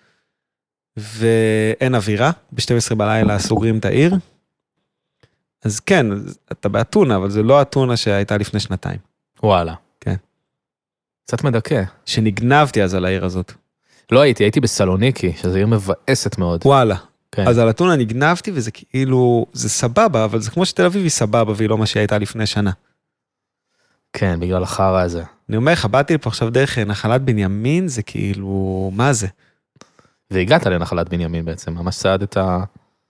Speaker 3: ואין אווירה, ב-12 בלילה סוגרים את העיר. אז כן, אז אתה באתונה, אבל זה לא אתונה שהייתה לפני שנתיים,
Speaker 2: וואלה.
Speaker 3: כן.
Speaker 2: קצת מדכא.
Speaker 3: שנגנבתי אז על העיר הזאת.
Speaker 2: לא הייתי, הייתי בסלוניקי, שזו עיר מבאסת מאוד.
Speaker 3: וואלה,
Speaker 2: כן.
Speaker 3: אז על אתונה נגנבתי וזה כאילו, זה סבבה, אבל זה כמו שתל אביב היא סבבה והיא לא מה שהיא הייתה לפני שנה.
Speaker 2: כן, בגלל החרא הזה.
Speaker 3: אני אומר לך, באתי לפה עכשיו דרך אה, נחלת בנימין, זה כאילו, מה זה?
Speaker 2: והגעת לנחלת בנימין בעצם, ממש צעדת...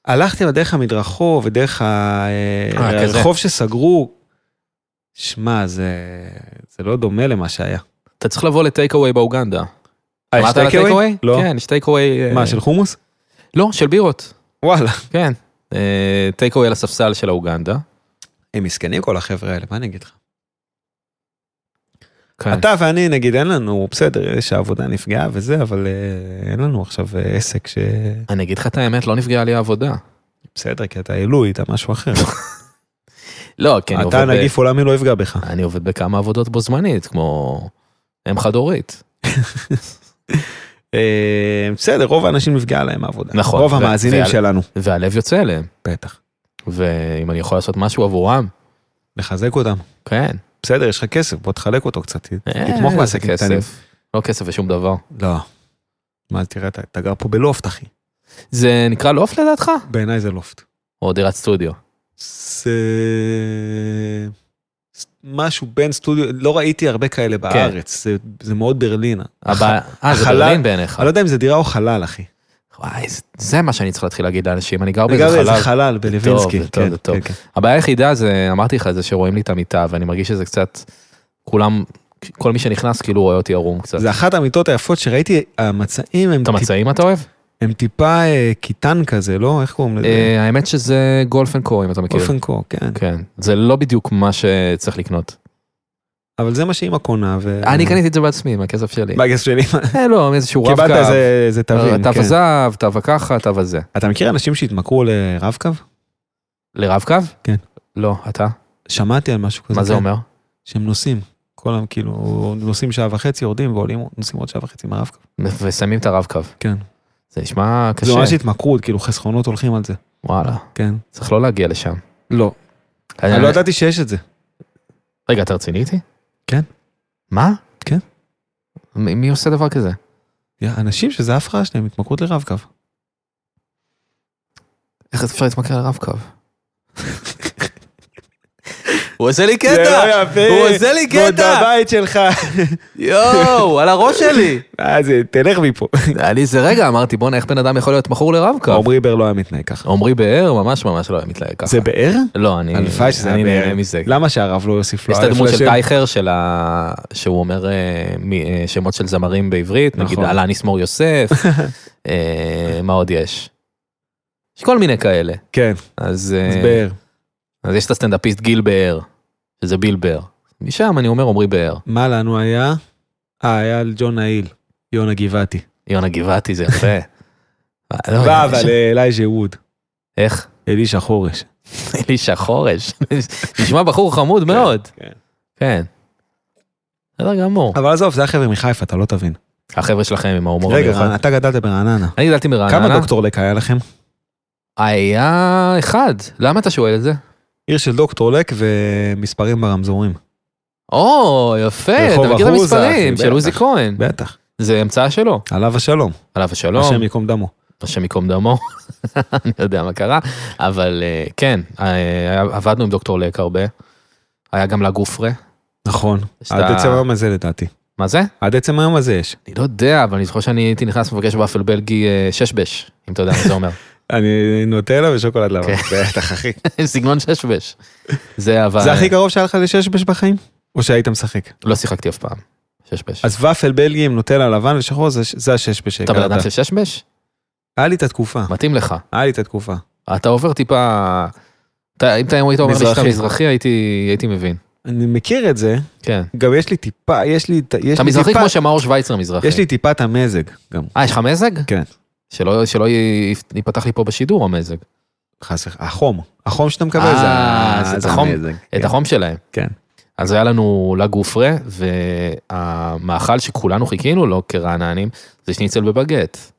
Speaker 3: הלכתי בדרך המדרחוב ודרך ה- אה,
Speaker 2: אה, כזה.
Speaker 3: הרחוב שסגרו. שמע, זה, זה לא דומה למה שהיה.
Speaker 2: אתה צריך לבוא לטייק אווי באוגנדה.
Speaker 3: אה, יש
Speaker 2: שמעת על
Speaker 3: טייק אווי?
Speaker 2: הטייק אווי?
Speaker 3: לא.
Speaker 2: כן, יש טייק אווי...
Speaker 3: מה, של חומוס?
Speaker 2: לא, של בירות.
Speaker 3: וואלה.
Speaker 2: כן. אה, טייק אווי על הספסל של האוגנדה.
Speaker 3: הם מסכנים כל החבר'ה האלה, מה אני אגיד לך?
Speaker 2: כן.
Speaker 3: אתה ואני, נגיד, אין לנו, בסדר, יש העבודה נפגעה וזה, אבל אה, אין לנו עכשיו אה, עסק ש...
Speaker 2: אני אגיד לך את האמת, לא נפגעה לי העבודה.
Speaker 3: בסדר, כי אתה עילוי, אתה משהו אחר.
Speaker 2: לא, כי אני
Speaker 3: אתה
Speaker 2: עובד ב-
Speaker 3: נגיף עולמי לא יפגע בך.
Speaker 2: אני עובד בכמה עבודות בו זמנית, כמו אם חד הורית.
Speaker 3: אה, בסדר, רוב האנשים נפגעה להם העבודה.
Speaker 2: נכון.
Speaker 3: רוב
Speaker 2: ו-
Speaker 3: המאזינים
Speaker 2: ועל-
Speaker 3: שלנו.
Speaker 2: והלב יוצא אליהם.
Speaker 3: בטח.
Speaker 2: ואם אני יכול לעשות משהו עבורם,
Speaker 3: לחזק אותם.
Speaker 2: כן.
Speaker 3: בסדר, יש לך כסף, בוא תחלק אותו קצת, ת-
Speaker 2: אה,
Speaker 3: תתמוך
Speaker 2: זה
Speaker 3: בעסקים
Speaker 2: כסף.
Speaker 3: קטנים.
Speaker 2: לא כסף ושום דבר.
Speaker 3: לא. מה, תראה, אתה- אתה גר פה בלופט, אחי.
Speaker 2: זה נקרא לוף לדעתך?
Speaker 3: בעיניי זה לופט.
Speaker 2: או דירת סטודיו.
Speaker 3: זה... ס- משהו בין סטודיו, לא ראיתי הרבה כאלה בארץ, זה- זה מאוד ברלינה.
Speaker 2: כן. הבעיה- אה, זה
Speaker 3: החלל-
Speaker 2: ברלין בעיניך.
Speaker 3: אני לא יודע אם זה דירה או חלל, אחי.
Speaker 2: וואי, זה- זה מה שאני צריך להתחיל להגיד לאנשים, אני גר
Speaker 3: זה גר
Speaker 2: באיזה
Speaker 3: באיזה
Speaker 2: חלל.
Speaker 3: חלל בלווינסקי.
Speaker 2: זה טוב,
Speaker 3: כן,
Speaker 2: זה טוב.
Speaker 3: כן, כן.
Speaker 2: הבעיה היחידה זה, אמרתי לך, זה שרואים לי את המיטה, ואני מרגיש שזה קצת, כולם, כל מי שנכנס כאילו רואה אותי ערום קצת.
Speaker 3: זה אחת המיטות היפות שראיתי, המצעים הם
Speaker 2: את
Speaker 3: טיפ-
Speaker 2: המצעים אתה אוהב?
Speaker 3: הם טיפה אה, קיטן כזה, לא? איך קוראים לזה?
Speaker 2: אה, האמת שזה גולפנקו, אם אתה מכיר.
Speaker 3: אופנקו, כן.
Speaker 2: כן, זה לא בדיוק מה שצריך לקנות.
Speaker 3: אבל זה מה שאימא קונה, ו...
Speaker 2: אה, אני קניתי את זה בעצמי, מהכסף שלי.
Speaker 3: בכס שלי,
Speaker 2: אה, לא, איזשהו רב-קו.
Speaker 3: Mm. קיבלת איזה-
Speaker 2: אה,
Speaker 3: איזה תבין,
Speaker 2: תו
Speaker 3: כן.
Speaker 2: הזהב, תו הככה, תו הזה.
Speaker 3: אתה מכיר אנשים שהתמכרו לרב-קו?
Speaker 2: לרב-קו?
Speaker 3: כן.
Speaker 2: לא, אתה?
Speaker 3: שמעתי על משהו כזה.
Speaker 2: מה זה
Speaker 3: כן.
Speaker 2: אומר?
Speaker 3: שהם נוסעים. כל היום כאילו נוסעים שעה וחצי, יורדים ועולים, נוסעים עוד שעה וחצי עם הרב-קו.
Speaker 2: ושמים את הרב-קו.
Speaker 3: כן.
Speaker 2: זה נשמע
Speaker 3: זה
Speaker 2: קשה.
Speaker 3: ממש התמכרות, כאילו חסכונות הולכים על זה.
Speaker 2: וואלה,
Speaker 3: כן.
Speaker 2: צריך לא להגיע לשם.
Speaker 3: לא.
Speaker 2: אני-
Speaker 3: אני לא ידעתי שיש את זה.
Speaker 2: רגע, אתה רציני איתי?
Speaker 3: כן.
Speaker 2: מה?
Speaker 3: כן.
Speaker 2: מ- מי עושה דבר כזה?
Speaker 3: יא, אנשים שזה ההפרעה שלהם, התמכרות לרב-קו.
Speaker 2: איך אפשר להתמכר לרב-קו? הוא עושה לי
Speaker 3: זה לא
Speaker 2: קטע!
Speaker 3: יפה.
Speaker 2: הוא עושה לי
Speaker 3: ועוד
Speaker 2: קטע!
Speaker 3: בבית שלך.
Speaker 2: יואו, על הראש *laughs* שלי!
Speaker 3: אז אה, תלך מפה.
Speaker 2: היה לי איזה רגע, אמרתי, בואנה, איך בן אדם יכול להיות מכור לרב-קו?
Speaker 3: עמרי בר לא היה מתנהג ככה.
Speaker 2: עמרי באר ממש ממש לא היה מתלהג ככה.
Speaker 3: זה באר?
Speaker 2: לא, אני
Speaker 3: הלוואי שזה
Speaker 2: אני
Speaker 3: היה
Speaker 2: נהנה
Speaker 3: באר.
Speaker 2: מזה.
Speaker 3: למה שהרב לא יוסיף לו?
Speaker 2: יש את
Speaker 3: א'
Speaker 2: הדמות של
Speaker 3: לשם?
Speaker 2: טייכר, של ה... שהוא אומר אה, מ- אה, שמות של זמרים בעברית, נגיד
Speaker 3: נכון.
Speaker 2: אלניס מור
Speaker 3: *laughs*
Speaker 2: יוסף, אה, מה עוד יש? יש כל מיני כאלה.
Speaker 3: כן,
Speaker 2: אז, אה,
Speaker 3: אז באר.
Speaker 2: אז יש את הסטנדאפיסט גיל באר, שזה ביל באר. משם אני אומר עמרי באר.
Speaker 3: מה לנו היה? אה, היה על ג'ון נעיל, יונה גבעתי.
Speaker 2: יונה גבעתי זה יפה. אה, לא,
Speaker 3: בא,
Speaker 2: יש-
Speaker 3: אבל אה, אלייג'ה ווד,
Speaker 2: איך? *laughs*
Speaker 3: אלישע
Speaker 2: כן,
Speaker 3: חורש.
Speaker 2: אלישע חורש. *laughs* נשמע בחור חמוד מאוד.
Speaker 3: כן.
Speaker 2: כן. בסדר גמור.
Speaker 3: אבל עזוב, זה היה חבר'ה מחיפה, אתה לא תבין.
Speaker 2: החבר'ה שלכם עם ההומור
Speaker 3: רגע,
Speaker 2: המיוחד.
Speaker 3: רן, אתה גדלת ברעננה.
Speaker 2: אני גדלתי ברעננה.
Speaker 3: כמה דוקטור לק היה לכם?
Speaker 2: היה אחד. למה אתה שואל את זה?
Speaker 3: עיר של דוקטור לק ומספרים ברמזורים.
Speaker 2: Mm. או, יפה,
Speaker 3: רחוב
Speaker 2: אתה מכיר את
Speaker 3: אחוזה,
Speaker 2: המספרים
Speaker 3: אחי,
Speaker 2: של
Speaker 3: בטח.
Speaker 2: עוזי כהן.
Speaker 3: בטח.
Speaker 2: זה המצאה שלו.
Speaker 3: עליו השלום,
Speaker 2: עליו השלום,
Speaker 3: השם ייקום דמו.
Speaker 2: השם ייקום דמו, *laughs* אני יודע מה קרה, אבל אה, כן, אה, עבדנו עם דוקטור לק הרבה. היה גם לגופרה.
Speaker 3: נכון,
Speaker 2: שאתה-
Speaker 3: עד עצם היום הזה לדעתי.
Speaker 2: מה זה?
Speaker 3: עד עצם היום הזה יש.
Speaker 2: אני לא יודע, אבל אני זוכר שאני הייתי נכנס ומבקש באפל בלגי אה, ששבש, אם אתה יודע מה זה *laughs* אומר.
Speaker 3: אני נוטלה ושוקולד לבן.
Speaker 2: כן.
Speaker 3: בטח, אחי.
Speaker 2: סגנון ששבש. זה אבל...
Speaker 3: זה הכי קרוב שהיה לך לששבש בחיים? או שהיית משחק?
Speaker 2: לא שיחקתי אף פעם. ששבש.
Speaker 3: אז ופל בלגי עם נוטלה לבן ושחור, זה- זה הששבש
Speaker 2: אתה בן
Speaker 3: שהכרת.
Speaker 2: אדם של ששבש?
Speaker 3: היה לי את התקופה,
Speaker 2: מתאים לך.
Speaker 3: היה לי את התקופה.
Speaker 2: אתה עובר טיפה... אתה, אם אתה היום היית אומר לי שאתה
Speaker 3: מזרחי.
Speaker 2: מזרחי, הייתי, הייתי מבין.
Speaker 3: אני מכיר את זה,
Speaker 2: כן.
Speaker 3: גם יש לי טיפה, יש לי את- יש
Speaker 2: אתה
Speaker 3: לי
Speaker 2: מזרחי
Speaker 3: טיפה,
Speaker 2: כמו שמאור שווייצר מזרחי.
Speaker 3: יש לי טיפה את המזג גם.
Speaker 2: אה, יש לך מזג?
Speaker 3: כן.
Speaker 2: שלא, שלא י- ייפתח לי פה בשידור המזג.
Speaker 3: חס וח- החום, החום שאתה מקבל
Speaker 2: אה,
Speaker 3: זה
Speaker 2: אז
Speaker 3: ה-
Speaker 2: את
Speaker 3: זה
Speaker 2: החום-
Speaker 3: המזג.
Speaker 2: את
Speaker 3: כן.
Speaker 2: החום שלהם.
Speaker 3: כן.
Speaker 2: אז היה לנו לגופרה, והמאכל שכולנו חיכינו לו כרעננים, זה שניצל בבגט. זה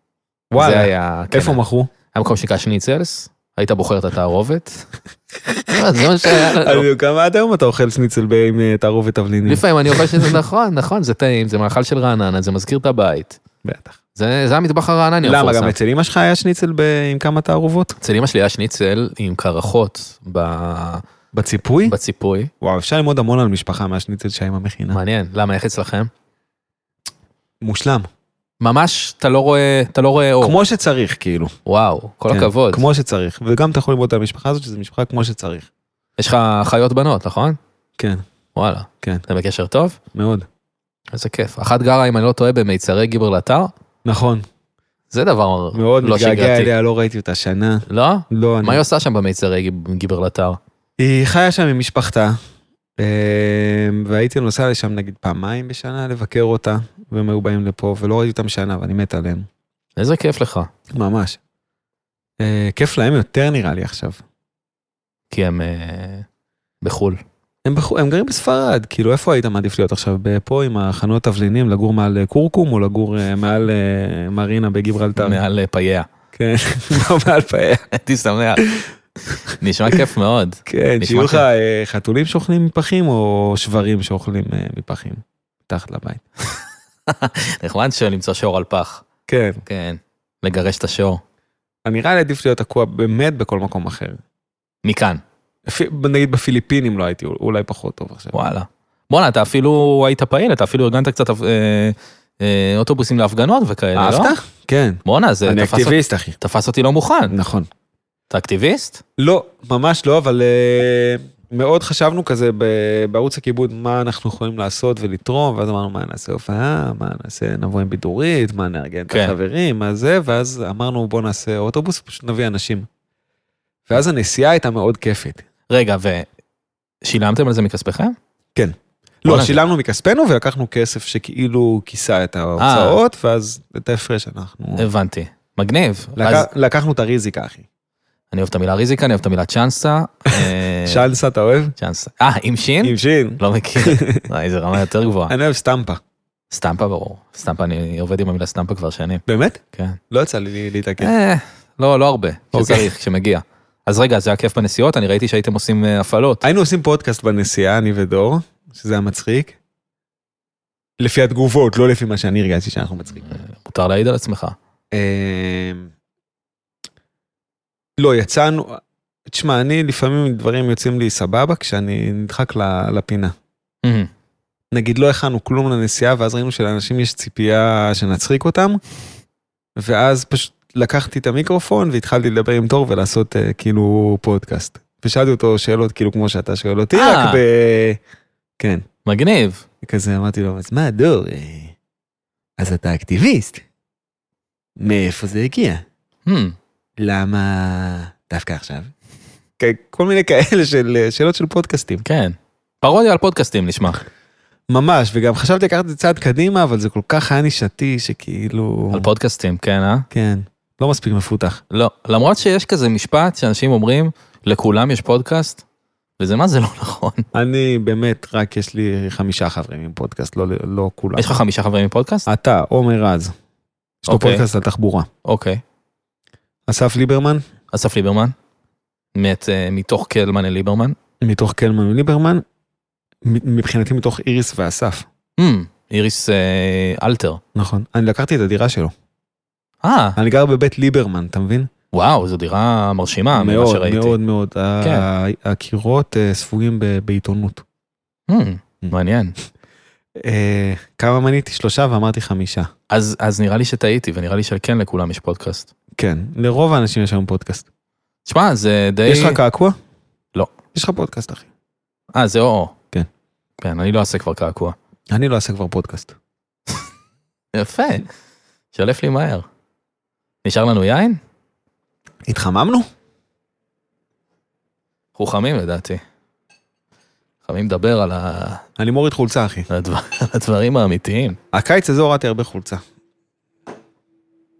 Speaker 3: וואלה,
Speaker 2: היה... כן,
Speaker 3: איפה מכרו?
Speaker 2: היה מקום שנקרא שניצלס, היית בוחר את
Speaker 3: *laughs*
Speaker 2: התערובת. לא, זה מה שהיה לנו.
Speaker 3: אני- גם עד היום אתה אוכל סניצל ב- עם אה, תערובת תבלינים.
Speaker 2: לפעמים אני אומר שזה נכון, נכון, זה טעים, זה מאכל של רעננה, זה מזכיר את הבית.
Speaker 3: בטח.
Speaker 2: זה, זה המטבח הרענני.
Speaker 3: למה,
Speaker 2: המפורסם.
Speaker 3: גם אצל אמא שלך היה שניצל ב- עם כמה תערובות?
Speaker 2: אצל אמא שלי היה שניצל עם קרחות
Speaker 3: אה?
Speaker 2: ב-
Speaker 3: בציפוי?
Speaker 2: בציפוי.
Speaker 3: וואו, אפשר ללמוד המון על משפחה מהשניצל שהאמא מכינה.
Speaker 2: מעניין, למה, איך אצלכם?
Speaker 3: מושלם.
Speaker 2: ממש, אתה לא רואה, אתה לא רואה אור.
Speaker 3: כמו שצריך, כאילו.
Speaker 2: וואו, כל
Speaker 3: כן,
Speaker 2: הכבוד.
Speaker 3: כמו שצריך. וגם אתה יכול ללמוד על המשפחה הזאת, שזו משפחה כמו שצריך.
Speaker 2: יש לך אחיות בנות, נכון?
Speaker 3: כן,
Speaker 2: וואלה.
Speaker 3: כן.
Speaker 2: אתם בקשר טוב?
Speaker 3: מאוד.
Speaker 2: איזה כיף. אחת גרה, אם אני לא טועה, במיצרי גיבר לטר?
Speaker 3: נכון,
Speaker 2: זה דבר
Speaker 3: מאוד
Speaker 2: לא
Speaker 3: מתגעגע
Speaker 2: שגרתי.
Speaker 3: אליה, לא ראיתי אותה שנה.
Speaker 2: לא?
Speaker 3: לא, אני...
Speaker 2: מה היא עושה שם במיצרי גיב- גיבר לטר?
Speaker 3: היא חיה שם עם משפחתה, אה, והייתי נוסע לשם נגיד פעמיים בשנה לבקר אותה, והם היו באים לפה, ולא ראיתי אותם שנה, ואני מת עליהם.
Speaker 2: איזה כיף לך.
Speaker 3: ממש. אה, כיף להם יותר נראה לי עכשיו.
Speaker 2: כי הם אה, בחו"ל.
Speaker 3: הם, בחו... הם גרים בספרד, כאילו איפה היית מעדיף להיות עכשיו? פה עם החנות תבלינים, לגור מעל אה, כורכום או לגור אה, מעל אה, מרינה בגיברלטר?
Speaker 2: מעל אה, פאיה.
Speaker 3: כן, *laughs* לא מעל פאיה.
Speaker 2: הייתי שמח. נשמע כיף מאוד.
Speaker 3: כן,
Speaker 2: נשמע
Speaker 3: שיהיו לך
Speaker 2: כן.
Speaker 3: אה, חתולים שאוכלים מפחים או שברים שאוכלים אה, מפחים, מתחת לבית.
Speaker 2: נחמד שלמצוא שור על פח.
Speaker 3: כן,
Speaker 2: כן. לגרש את השור.
Speaker 3: נראה לי עדיף להיות תקוע באמת בכל מקום אחר.
Speaker 2: מכאן.
Speaker 3: אפי- נגיד בפיליפינים לא הייתי, אולי פחות טוב עכשיו.
Speaker 2: וואלה. בואנה, אתה אפילו היית פעיל, אתה אפילו ארגנת קצת אה, אה, אוטובוסים להפגנות וכאלה, לא?
Speaker 3: אהבת? כן.
Speaker 2: בואנה, זה
Speaker 3: אני
Speaker 2: תפס אותי-
Speaker 3: אקטיביסט, אחי.
Speaker 2: תפס אותי לא מוכן.
Speaker 3: נכון.
Speaker 2: אתה אקטיביסט?
Speaker 3: לא, ממש לא, אבל אה, מאוד חשבנו כזה ב- בערוץ הכיבוד, מה אנחנו יכולים לעשות ולתרום, ואז אמרנו, מה נעשה הופעה, מה נעשה, נבוא עם בידורית, מה נארגן את
Speaker 2: כן.
Speaker 3: החברים, מה זה, ואז אמרנו, בוא נעשה אוטובוס, פשוט נביא אנשים. ואז הנסיעה הייתה מאוד כיפית.
Speaker 2: רגע, ושילמתם על זה מכספכם?
Speaker 3: Mm. לא,
Speaker 2: וואלה.
Speaker 3: שילמנו מכספנו ולקחנו כסף שכאילו כיסה את
Speaker 2: אה.
Speaker 3: ההוצאות, ואז את ההפרש אנחנו...
Speaker 2: הבנתי. מגניב.
Speaker 3: לקח-
Speaker 2: אה, אז
Speaker 3: לקחנו את הריזיקה, אחי.
Speaker 2: אני אוהב את המילה ריזיקה, אני אוהב את המילה צ'אנסה.
Speaker 3: *laughs*
Speaker 2: אה,
Speaker 3: שאלסה, אתה אוהב?
Speaker 2: צ'אנסה. אה, עם שין?
Speaker 3: עם שין.
Speaker 2: לא
Speaker 3: *laughs*
Speaker 2: מכיר. וואי, איזה רמה יותר גבוהה.
Speaker 3: אני אוהב סטמפה.
Speaker 2: סטמפה ברור. סטמפה, אני עובד עם המילה סטמפה כבר שנים.
Speaker 3: באמת?
Speaker 2: כן.
Speaker 3: לא יצא לי להתעכב.
Speaker 2: אה, לא, לא הרבה.
Speaker 3: אוקיי.
Speaker 2: כשצריך, כשמגיע. אז רגע, זה היה כיף בנסיעות, אני ראיתי שהייתם עושים אה, הפעלות.
Speaker 3: היינו עושים פודקאסט בנסיעה, אני ודור, שזה היה מצחיק. לפי התגובות, לא לפי מה שאני הרגשתי שאנחנו מצחיקים.
Speaker 2: מותר להעיד על עצמך.
Speaker 3: אמ, לא, יצאנו, תשמע, אני לפעמים דברים יוצאים לי סבבה כשאני נדחק ל- לפינה.
Speaker 2: מהמם.
Speaker 3: נגיד לא הכנו כלום לנסיעה, ואז ראינו שלאנשים יש ציפייה שנצחיק אותם, ואז פשוט לקחתי את המיקרופון והתחלתי לדבר עם תור ולעשות אה, כאילו פודקאסט. ושאלתי אותו שאלות כאילו כמו שאתה שואל אותי,
Speaker 2: אה.
Speaker 3: רק ב... כן.
Speaker 2: מגניב.
Speaker 3: כזה אמרתי לו, אז מה דור, אה, אז אתה אקטיביסט. מאיפה זה הגיע?
Speaker 2: מהמם.
Speaker 3: למה דווקא עכשיו? כ- כן, כל מיני כאלה של אה, שאלות של פודקאסטים.
Speaker 2: כן. פרודיה על פודקאסטים נשמע.
Speaker 3: ממש, וגם חשבתי לקחת את זה צעד קדימה, אבל זה כל כך היה נישתי שכאילו...
Speaker 2: על פודקאסטים, כן, אה?
Speaker 3: כן, לא מספיק
Speaker 2: *laughs*
Speaker 3: מפותח.
Speaker 2: לא. למרות שיש כזה משפט שאנשים אומרים, לכולם יש פודקאסט, וזה מה זה לא נכון.
Speaker 3: אני באמת, רק יש לי חמישה חברים עם פודקאסט, לא, לא כולם.
Speaker 2: יש לך חמישה חברים עם פודקאסט?
Speaker 3: אתה, עומר רז. יש לו
Speaker 2: אוקיי.
Speaker 3: פודקאסט על תחבורה.
Speaker 2: אוקיי.
Speaker 3: אסף ליברמן,
Speaker 2: אסף ליברמן? מת, אה, מתוך קלמן אל ליברמן?
Speaker 3: מתוך קלמן וליברמן, מ- מבחינתי מתוך איריס ואסף.
Speaker 2: מהמם. איריס אה, אלתר.
Speaker 3: נכון. אני לקחתי את הדירה שלו.
Speaker 2: אה,
Speaker 3: אני גר בבית ליברמן, אתה מבין?
Speaker 2: וואו, זו דירה מרשימה אה, ממה
Speaker 3: מאוד,
Speaker 2: שראיתי. כן.
Speaker 3: מאוד, מאוד. ה- הקירות אה, ספוגים ב- בעיתונות.
Speaker 2: מהמם. Hmm, מעניין.
Speaker 3: אה, כמה מניתי? שלושה ואמרתי חמישה.
Speaker 2: אז, אז נראה לי שטעיתי, ונראה לי שכן לכולם יש פודקאסט.
Speaker 3: כן, לרוב האנשים יש היום פודקאסט.
Speaker 2: תשמע, זה די...
Speaker 3: יש לך קעקוע?
Speaker 2: אה. לא.
Speaker 3: יש לך פודקאסט, אחי.
Speaker 2: אה, זה או-או.
Speaker 3: כן.
Speaker 2: כן, אני לא אעשה כבר קעקוע.
Speaker 3: אני לא אעשה כבר פודקאסט.
Speaker 2: יפה. שלף לי מהר. נשאר לנו יין?
Speaker 3: התחממנו?
Speaker 2: אנחנו חמים לדעתי. חמים לדבר על, ה...
Speaker 3: אני מוריד חולצה, אחי.
Speaker 2: על, הדבר... על הדברים האמיתיים.
Speaker 3: הקיץ הזה הורדתי הרבה חולצה.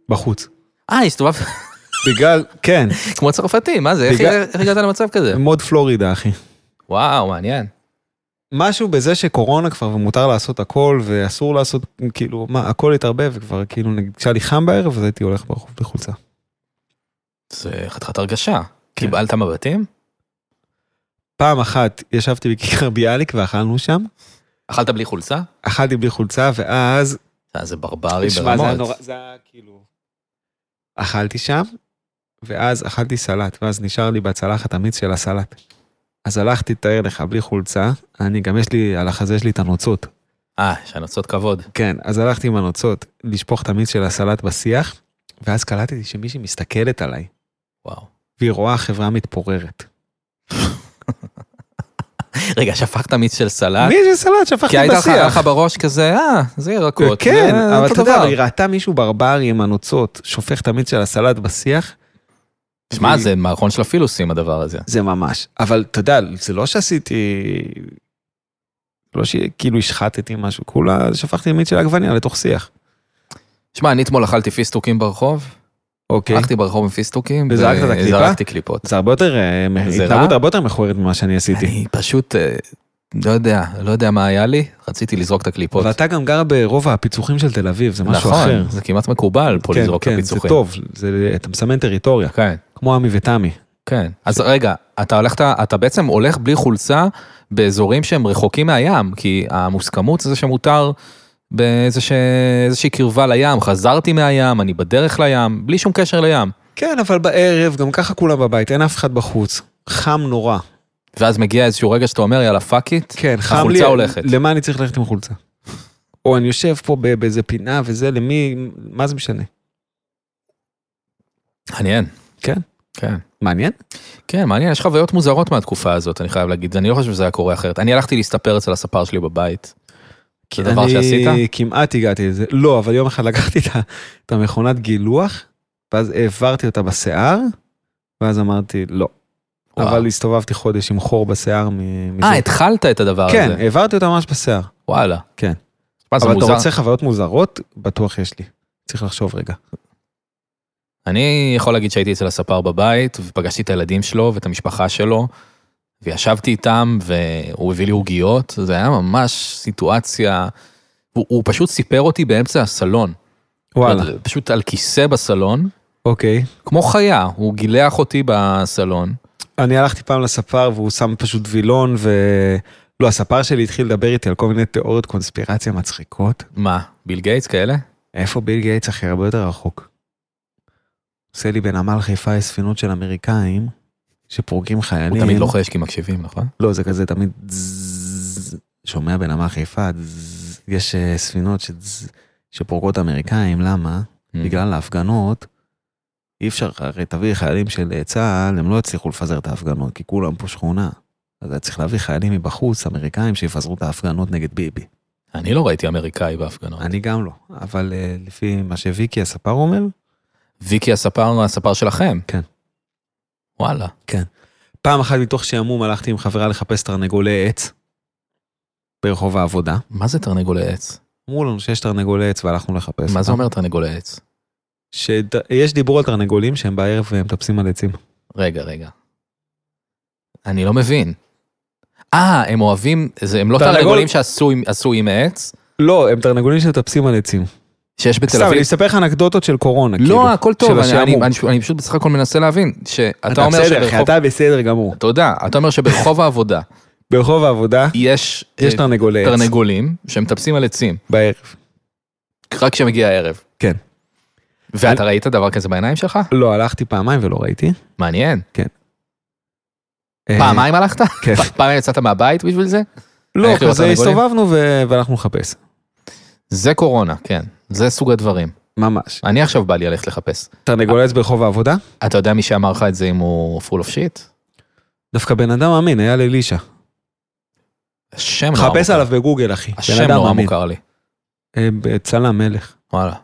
Speaker 3: בחוץ.
Speaker 2: אה, הסתובבת
Speaker 3: בגלל, כן,
Speaker 2: *laughs* כמו צרפתי, מה זה? איך,
Speaker 3: בגלל-
Speaker 2: איך הגעת למצב
Speaker 3: *laughs*
Speaker 2: כזה?
Speaker 3: מוד פלורידה, אחי.
Speaker 2: וואו, מעניין.
Speaker 3: משהו בזה שקורונה כבר ומותר לעשות הכל ואסור לעשות כאילו מה הכל התערבב וכבר כאילו נגיד כשהיה לי חם בערב אז הייתי הולך ברחוב בחולצה.
Speaker 2: זה חתיכת הרגשה.
Speaker 3: כן.
Speaker 2: קיבלת מבטים?
Speaker 3: פעם אחת ישבתי בכיכר ביאליק ואכלנו שם,
Speaker 2: אכלת בלי חולצה?
Speaker 3: אכלתי בלי חולצה ואז,
Speaker 2: אה, זה ברברי
Speaker 3: תשמע, זה היה נורא,
Speaker 2: ברמות.
Speaker 3: זה היה כאילו, אכלתי שם ואז אכלתי סלט ואז נשאר לי בצלחת המיץ של הסלט. אז הלכתי תאר לך בלי חולצה, אני גם יש לי, על החזה יש לי את הנוצות.
Speaker 2: אה, יש הנוצות כבוד.
Speaker 3: כן, אז הלכתי עם הנוצות לשפוך את המיץ של הסלט בשיח, ואז קלטתי שמישהי מסתכלת עליי,
Speaker 2: וואו.
Speaker 3: והיא רואה חברה מתפוררת.
Speaker 2: רגע, שפכת מיץ של סלט?
Speaker 3: מי זה סלט? שפכתי
Speaker 2: אה? כי הייתה לך- היה לך
Speaker 3: בשיח.
Speaker 2: בראש כזה, אה, זה ירקות.
Speaker 3: כן,
Speaker 2: זה
Speaker 3: אבל
Speaker 2: אותו
Speaker 3: אתה יודע,
Speaker 2: דבר.
Speaker 3: אבל היא ראתה מישהו ברברי עם הנוצות, שופך את המיץ של הסלט בשיח,
Speaker 2: שמע,
Speaker 3: היא-
Speaker 2: זה מערכון של הפילוסים הדבר הזה.
Speaker 3: זה ממש. אבל אתה יודע, זה לא שעשיתי... לא שכאילו השחטתי משהו, כולה שפכתי מיץ של עגבניה לתוך שיח.
Speaker 2: שמע, אני אתמול אכלתי פיסטוקים ברחוב,
Speaker 3: אוקיי.
Speaker 2: הלכתי ברחוב עם פיסטוקים,
Speaker 3: וזרקת את הקליפה?
Speaker 2: וזרקתי קליפות.
Speaker 3: זה הרבה יותר, אה,
Speaker 2: זה רע?
Speaker 3: התנהגות הרבה יותר מכוערת ממה שאני עשיתי.
Speaker 2: אני פשוט, אה, לא יודע, לא יודע מה היה לי, רציתי לזרוק את הקליפות.
Speaker 3: ואתה גם גר ברובע הפיצוחים של תל אביב, זה משהו אחר. כן,
Speaker 2: נכון, זה כמעט מקובל פה לזרוק את הפיצוחים.
Speaker 3: זה טוב, זה, אתה מסמן טריטוריה,
Speaker 2: כן,
Speaker 3: כמו עמי ותמי.
Speaker 2: כן. אז רגע, אתה הולך, אתה בעצם הולך בלי חולצה באזורים שהם רחוקים מהים, כי המוסכמות זה שמותר באיזושהי קרבה לים, חזרתי מהים, אני בדרך לים, בלי שום קשר לים.
Speaker 3: כן, אבל בערב, גם ככה כולם בבית, אין אף אחד בחוץ. חם נורא.
Speaker 2: ואז מגיע איזשהו רגע שאתה אומר, יאללה, פאק איט,
Speaker 3: כן, חם לי.
Speaker 2: החולצה הולכת.
Speaker 3: למה אני צריך ללכת עם חולצה? או אני יושב פה ב- באיזה פינה וזה, למי, מה זה משנה?
Speaker 2: מעניין.
Speaker 3: כן.
Speaker 2: כן.
Speaker 3: מעניין?
Speaker 2: כן, מעניין, יש חוויות מוזרות מהתקופה הזאת, אני חייב להגיד, אני לא חושב שזה היה קורה אחרת. אני הלכתי להסתפר אצל הספר שלי בבית. זה דבר שעשית?
Speaker 3: אני כמעט הגעתי לזה. לא, אבל יום אחד לקחתי את ה- את המכונת גילוח, ואז העברתי אותה בשיער, ואז אמרתי, לא.
Speaker 2: וואו.
Speaker 3: אבל הסתובבתי חודש עם חור בשיער מ- מזה.
Speaker 2: אה, התחלת את הדבר
Speaker 3: כן,
Speaker 2: הזה.
Speaker 3: העברתי אותה ממש בשיער.
Speaker 2: וואלה.
Speaker 3: כן.
Speaker 2: מה, זה
Speaker 3: אבל אתה
Speaker 2: מוזר.
Speaker 3: רוצה חוויות מוזרות? בטוח יש לי. צריך לחשוב רגע.
Speaker 2: אני יכול להגיד שהייתי אצל הספר בבית, ופגשתי את הילדים שלו ואת המשפחה שלו, וישבתי איתם, והוא הביא לי עוגיות, זה היה ממש סיטואציה... הוא, הוא פשוט סיפר אותי באמצע הסלון. לא, כאילו,
Speaker 3: וואלה,
Speaker 2: פשוט על כיסא בסלון,
Speaker 3: אוקיי.
Speaker 2: כמו חיה, הוא גילח אותי בסלון.
Speaker 3: אני הלכתי פעם לספר והוא שם פשוט וילון ו... לא, הספר שלי התחיל לדבר איתי על כל מיני תיאוריות קונספירציה מצחיקות.
Speaker 2: מה, ביל גייטס כאלה?
Speaker 3: איפה ביל גייטס אחי? הרבה יותר רחוק. עושה לי בנמל חיפה יש ספינות של אמריקאים, שפורקים חיילים.
Speaker 2: הוא תמיד לוחש כי מקשיבים, נכון?
Speaker 3: לא, זה כזה תמיד זזז, שומע בנמל חיפה, זזז. יש אה, ספינות שזז, שפורקות אמריקאים, למה?
Speaker 2: Mm.
Speaker 3: בגלל ההפגנות. אי אפשר, הרי תביא חיילים של אה, צה"ל, הם לא יצליחו לפזר את ההפגנות, כי כולם פה שכונה. אז היה צריך להביא חיילים מבחוץ, אמריקאים, שיפזרו את ההפגנות נגד ביבי.
Speaker 2: אני לא ראיתי אמריקאי בהפגנות.
Speaker 3: אני גם לא, אבל אה, לפי מה שוויקי הספר אומר,
Speaker 2: ויקי הספר, הספר שלכם.
Speaker 3: כן.
Speaker 2: וואלה.
Speaker 3: פעם אחת מתוך שעמום הלכתי עם חברה לחפש תרנגולי עץ ברחוב העבודה.
Speaker 2: מה זה תרנגולי עץ?
Speaker 3: אמרו לנו שיש תרנגולי עץ והלכנו לחפש.
Speaker 2: מה זה
Speaker 3: אותם.
Speaker 2: אומר תרנגולי עץ?
Speaker 3: שיש דיבור על תרנגולים שהם בערב אה, מטפסים על עצים.
Speaker 2: רגע, רגע. אני לא מבין. אה, הם אוהבים, זה, הם לא
Speaker 3: תרנגול-
Speaker 2: תרנגולים שעשו עם- עשו עם עץ,
Speaker 3: לא, הם תרנגולים שמטפסים על עצים.
Speaker 2: שיש בתל
Speaker 3: סתם, אני
Speaker 2: אביב.
Speaker 3: אספר לך אנקדוטות של קורונה. כאילו.
Speaker 2: לא, הכל טוב,
Speaker 3: של
Speaker 2: אני, אני,
Speaker 3: השעמום.
Speaker 2: אני, אני פשוט בסך הכל מנסה להבין, שאתה
Speaker 3: אתה
Speaker 2: אומר
Speaker 3: בסדר, אחי,
Speaker 2: שברחוב,
Speaker 3: אתה בסדר גמור.
Speaker 2: תודה, אתה אומר שברחוב העבודה
Speaker 3: ברחוב העבודה
Speaker 2: יש,
Speaker 3: יש
Speaker 2: אה,
Speaker 3: תרנגולי עץ
Speaker 2: תרנגולים שמטפסים על עצים,
Speaker 3: בערב.
Speaker 2: רק כשמגיע הערב.
Speaker 3: כן.
Speaker 2: ואתה ראית דבר כזה בעיניים שלך?
Speaker 3: לא, הלכתי פעמיים ולא ראיתי.
Speaker 2: מעניין.
Speaker 3: אה,
Speaker 2: פעמיים הלכת?
Speaker 3: כן.
Speaker 2: פ- פעמיים יצאת מהבית בשביל זה?
Speaker 3: לא,
Speaker 2: הלכת לראות
Speaker 3: כזה
Speaker 2: תרנגולים?
Speaker 3: הסתובבנו ו- והלכנו לחפש.
Speaker 2: זה קורונה, כן. זה סוג הדברים.
Speaker 3: ממש.
Speaker 2: אני עכשיו בא לי ללכת לחפש.
Speaker 3: תרנגולי עץ ברחוב העבודה?
Speaker 2: אתה יודע מי שאמר לך את זה אם הוא full of shit?
Speaker 3: דווקא בן אדם אמין, היה לאלישע.
Speaker 2: השם נורא
Speaker 3: חפש
Speaker 2: מוכר.
Speaker 3: עליו בגוגל, אחי. בן
Speaker 2: לא, השם לא
Speaker 3: אדם
Speaker 2: נורא
Speaker 3: אמין.
Speaker 2: מוכר לי.
Speaker 3: אה, צלם מלך.
Speaker 2: וואלה,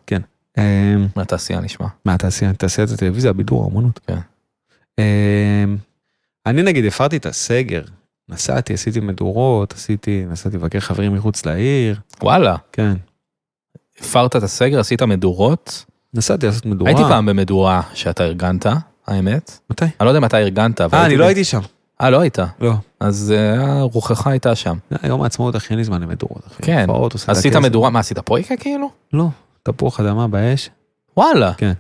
Speaker 3: אה,
Speaker 2: מהתעשייה נשמע.
Speaker 3: מה, תעשייה, תעשיית הטלוויזיה, הבידור, האומנות.
Speaker 2: כן.
Speaker 3: אה, אני נגיד הפרתי את הסגר. נסעתי, עשיתי מדורות, עשיתי, נסעתי לבקר חברים מחוץ לעיר.
Speaker 2: וואלה,
Speaker 3: כן.
Speaker 2: הפרת את הסגר, עשית מדורות.
Speaker 3: נסעתי לעשות מדורה.
Speaker 2: הייתי פעם במדורה שאתה ארגנת, האמת.
Speaker 3: מתי?
Speaker 2: אני לא יודע מתי ארגנת, אבל...
Speaker 3: אה, אני לא הייתי שם.
Speaker 2: ב- אה, לא היית.
Speaker 3: לא.
Speaker 2: אז אה, רוחך הייתה שם.
Speaker 3: זה היה יום העצמאות הכי אין לי זמן למדורות, אחי.
Speaker 2: כן.
Speaker 3: הופעות, עושה
Speaker 2: עשית
Speaker 3: רכזת.
Speaker 2: מדורה, מה, עשית פרויקה כאילו?
Speaker 3: לא. תפוח אדמה באש.
Speaker 2: וואלה.
Speaker 3: כן.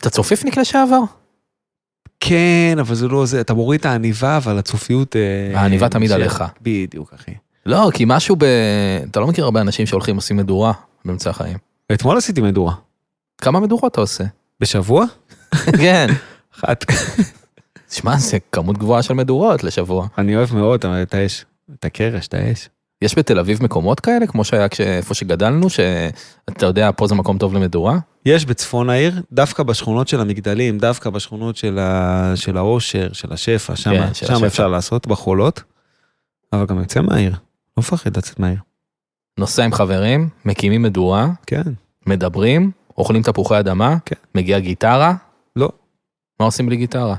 Speaker 2: אתה צופיפניק לשעבר?
Speaker 3: כן, אבל זה לא זה, אתה מוריד את העניבה, אבל הצופיות... אה,
Speaker 2: העניבה תמיד
Speaker 3: של-
Speaker 2: עליך.
Speaker 3: בדיוק, אחי.
Speaker 2: לא, כי משהו ב... אתה לא מכיר הרבה אנשים שהולכים עושים מדורה באמצע החיים.
Speaker 3: אתמול עשיתי מדורה.
Speaker 2: כמה מדורות אתה
Speaker 3: *laughs*
Speaker 2: עושה?
Speaker 3: בשבוע?
Speaker 2: כן.
Speaker 3: אחת. *laughs*
Speaker 2: שמע, זה כמות גבוהה של מדורות לשבוע.
Speaker 3: אני אוהב מאוד את האש, את הקרש, את האש.
Speaker 2: יש בתל אביב מקומות כאלה, כמו שהיה כש- איפה שגדלנו, שאתה יודע, פה זה מקום טוב למדורה?
Speaker 3: יש בצפון העיר, דווקא בשכונות של המגדלים, דווקא בשכונות של, ה... של האושר, של השפע, שם,
Speaker 2: כן, של
Speaker 3: שם
Speaker 2: השפע.
Speaker 3: אפשר לעשות, בחולות, אבל גם יוצא מהעיר, לא מפחד לצאת מהעיר.
Speaker 2: נוסע עם חברים, מקימים מדורה,
Speaker 3: כן,
Speaker 2: מדברים, אוכלים תפוחי אדמה,
Speaker 3: כן.
Speaker 2: מגיעה גיטרה.
Speaker 3: לא.
Speaker 2: מה עושים בלי גיטרה?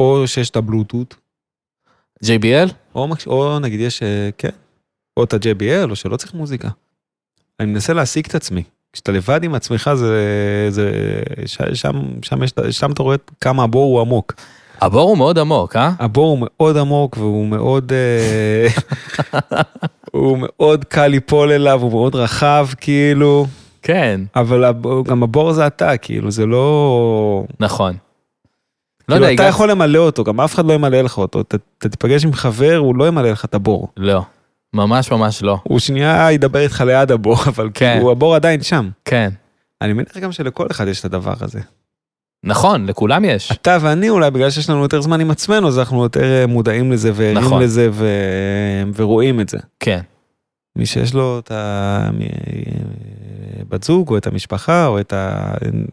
Speaker 3: או שיש את הבלוטות,
Speaker 2: JBL?
Speaker 3: או, מקש- או נגיד יש, אה, כן, או את ה-JBL, או שלא צריך מוזיקה. אני מנסה להשיג את עצמי. כשאתה לבד עם עצמך, זה... זה ש, שם, שם, יש, שם אתה רואה כמה הבור הוא עמוק.
Speaker 2: הבור הוא מאוד עמוק, אה?
Speaker 3: הבור הוא מאוד עמוק והוא
Speaker 2: *laughs*
Speaker 3: מאוד, אה, הוא מאוד קל ליפול אליו, הוא מאוד רחב כאילו,
Speaker 2: כן.
Speaker 3: אבל הב- גם הבור זה אתה, כאילו זה לא...
Speaker 2: נכון. לא
Speaker 3: כאילו
Speaker 2: יודע,
Speaker 3: אתה
Speaker 2: הגעת-
Speaker 3: יכול למלא אותו, גם אף אחד לא ימלא לך אותו. ת- אתה תיפגש עם חבר, הוא לא ימלא לך את הבור.
Speaker 2: לא. ממש ממש לא.
Speaker 3: הוא שנייה ידבר איתך ליד הבור, אבל
Speaker 2: כן.
Speaker 3: כאילו הבור עדיין שם.
Speaker 2: כן.
Speaker 3: אני מניח גם שלכל אחד יש את הדבר
Speaker 2: *laughs*
Speaker 3: הזה.
Speaker 2: נכון, לכולם יש.
Speaker 3: אתה ואני אולי, בגלל שיש לנו יותר זמן עם עצמנו, אז אנחנו יותר אה, מודעים לזה וערים
Speaker 2: נכון.
Speaker 3: לזה ו- ורואים את זה.
Speaker 2: כן.
Speaker 3: מי שיש לו את הבת זוג או את המשפחה או את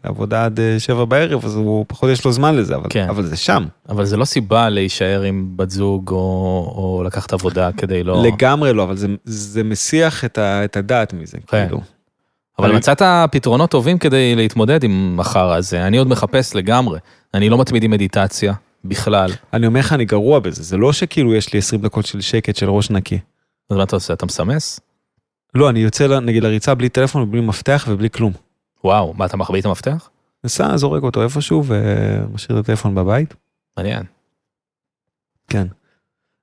Speaker 3: העבודה עד אה, שבע בערב אז הוא פחות יש לו זמן לזה אבל,
Speaker 2: כן.
Speaker 3: אבל זה שם
Speaker 2: אבל זה לא סיבה להישאר עם בת זוג או, או לקחת עבודה כדי לא...
Speaker 3: לגמרי לא אבל זה, זה מסיח את, ה, את הדעת מזה
Speaker 2: כן.
Speaker 3: כאילו.
Speaker 2: אבל
Speaker 3: אני-
Speaker 2: מצאת פתרונות טובים כדי להתמודד עם החרא הזה. אני עוד מחפש לגמרי. אני לא מתמיד עם מדיטציה בכלל.
Speaker 3: אני אומר לך אני גרוע בזה זה לא שכאילו יש לי 20 דקות של שקט של ראש נקי.
Speaker 2: אז מה אתה עושה? אתה מסמס?
Speaker 3: לא אני יוצא ל- נגיד לריצה בלי טלפון ובלי מפתח ובלי כלום.
Speaker 2: וואו, מה אתה מחביא את המפתח?
Speaker 3: נסע זורק אותו איפשהו ומשאיר את הטלפון בבית.
Speaker 2: מעניין.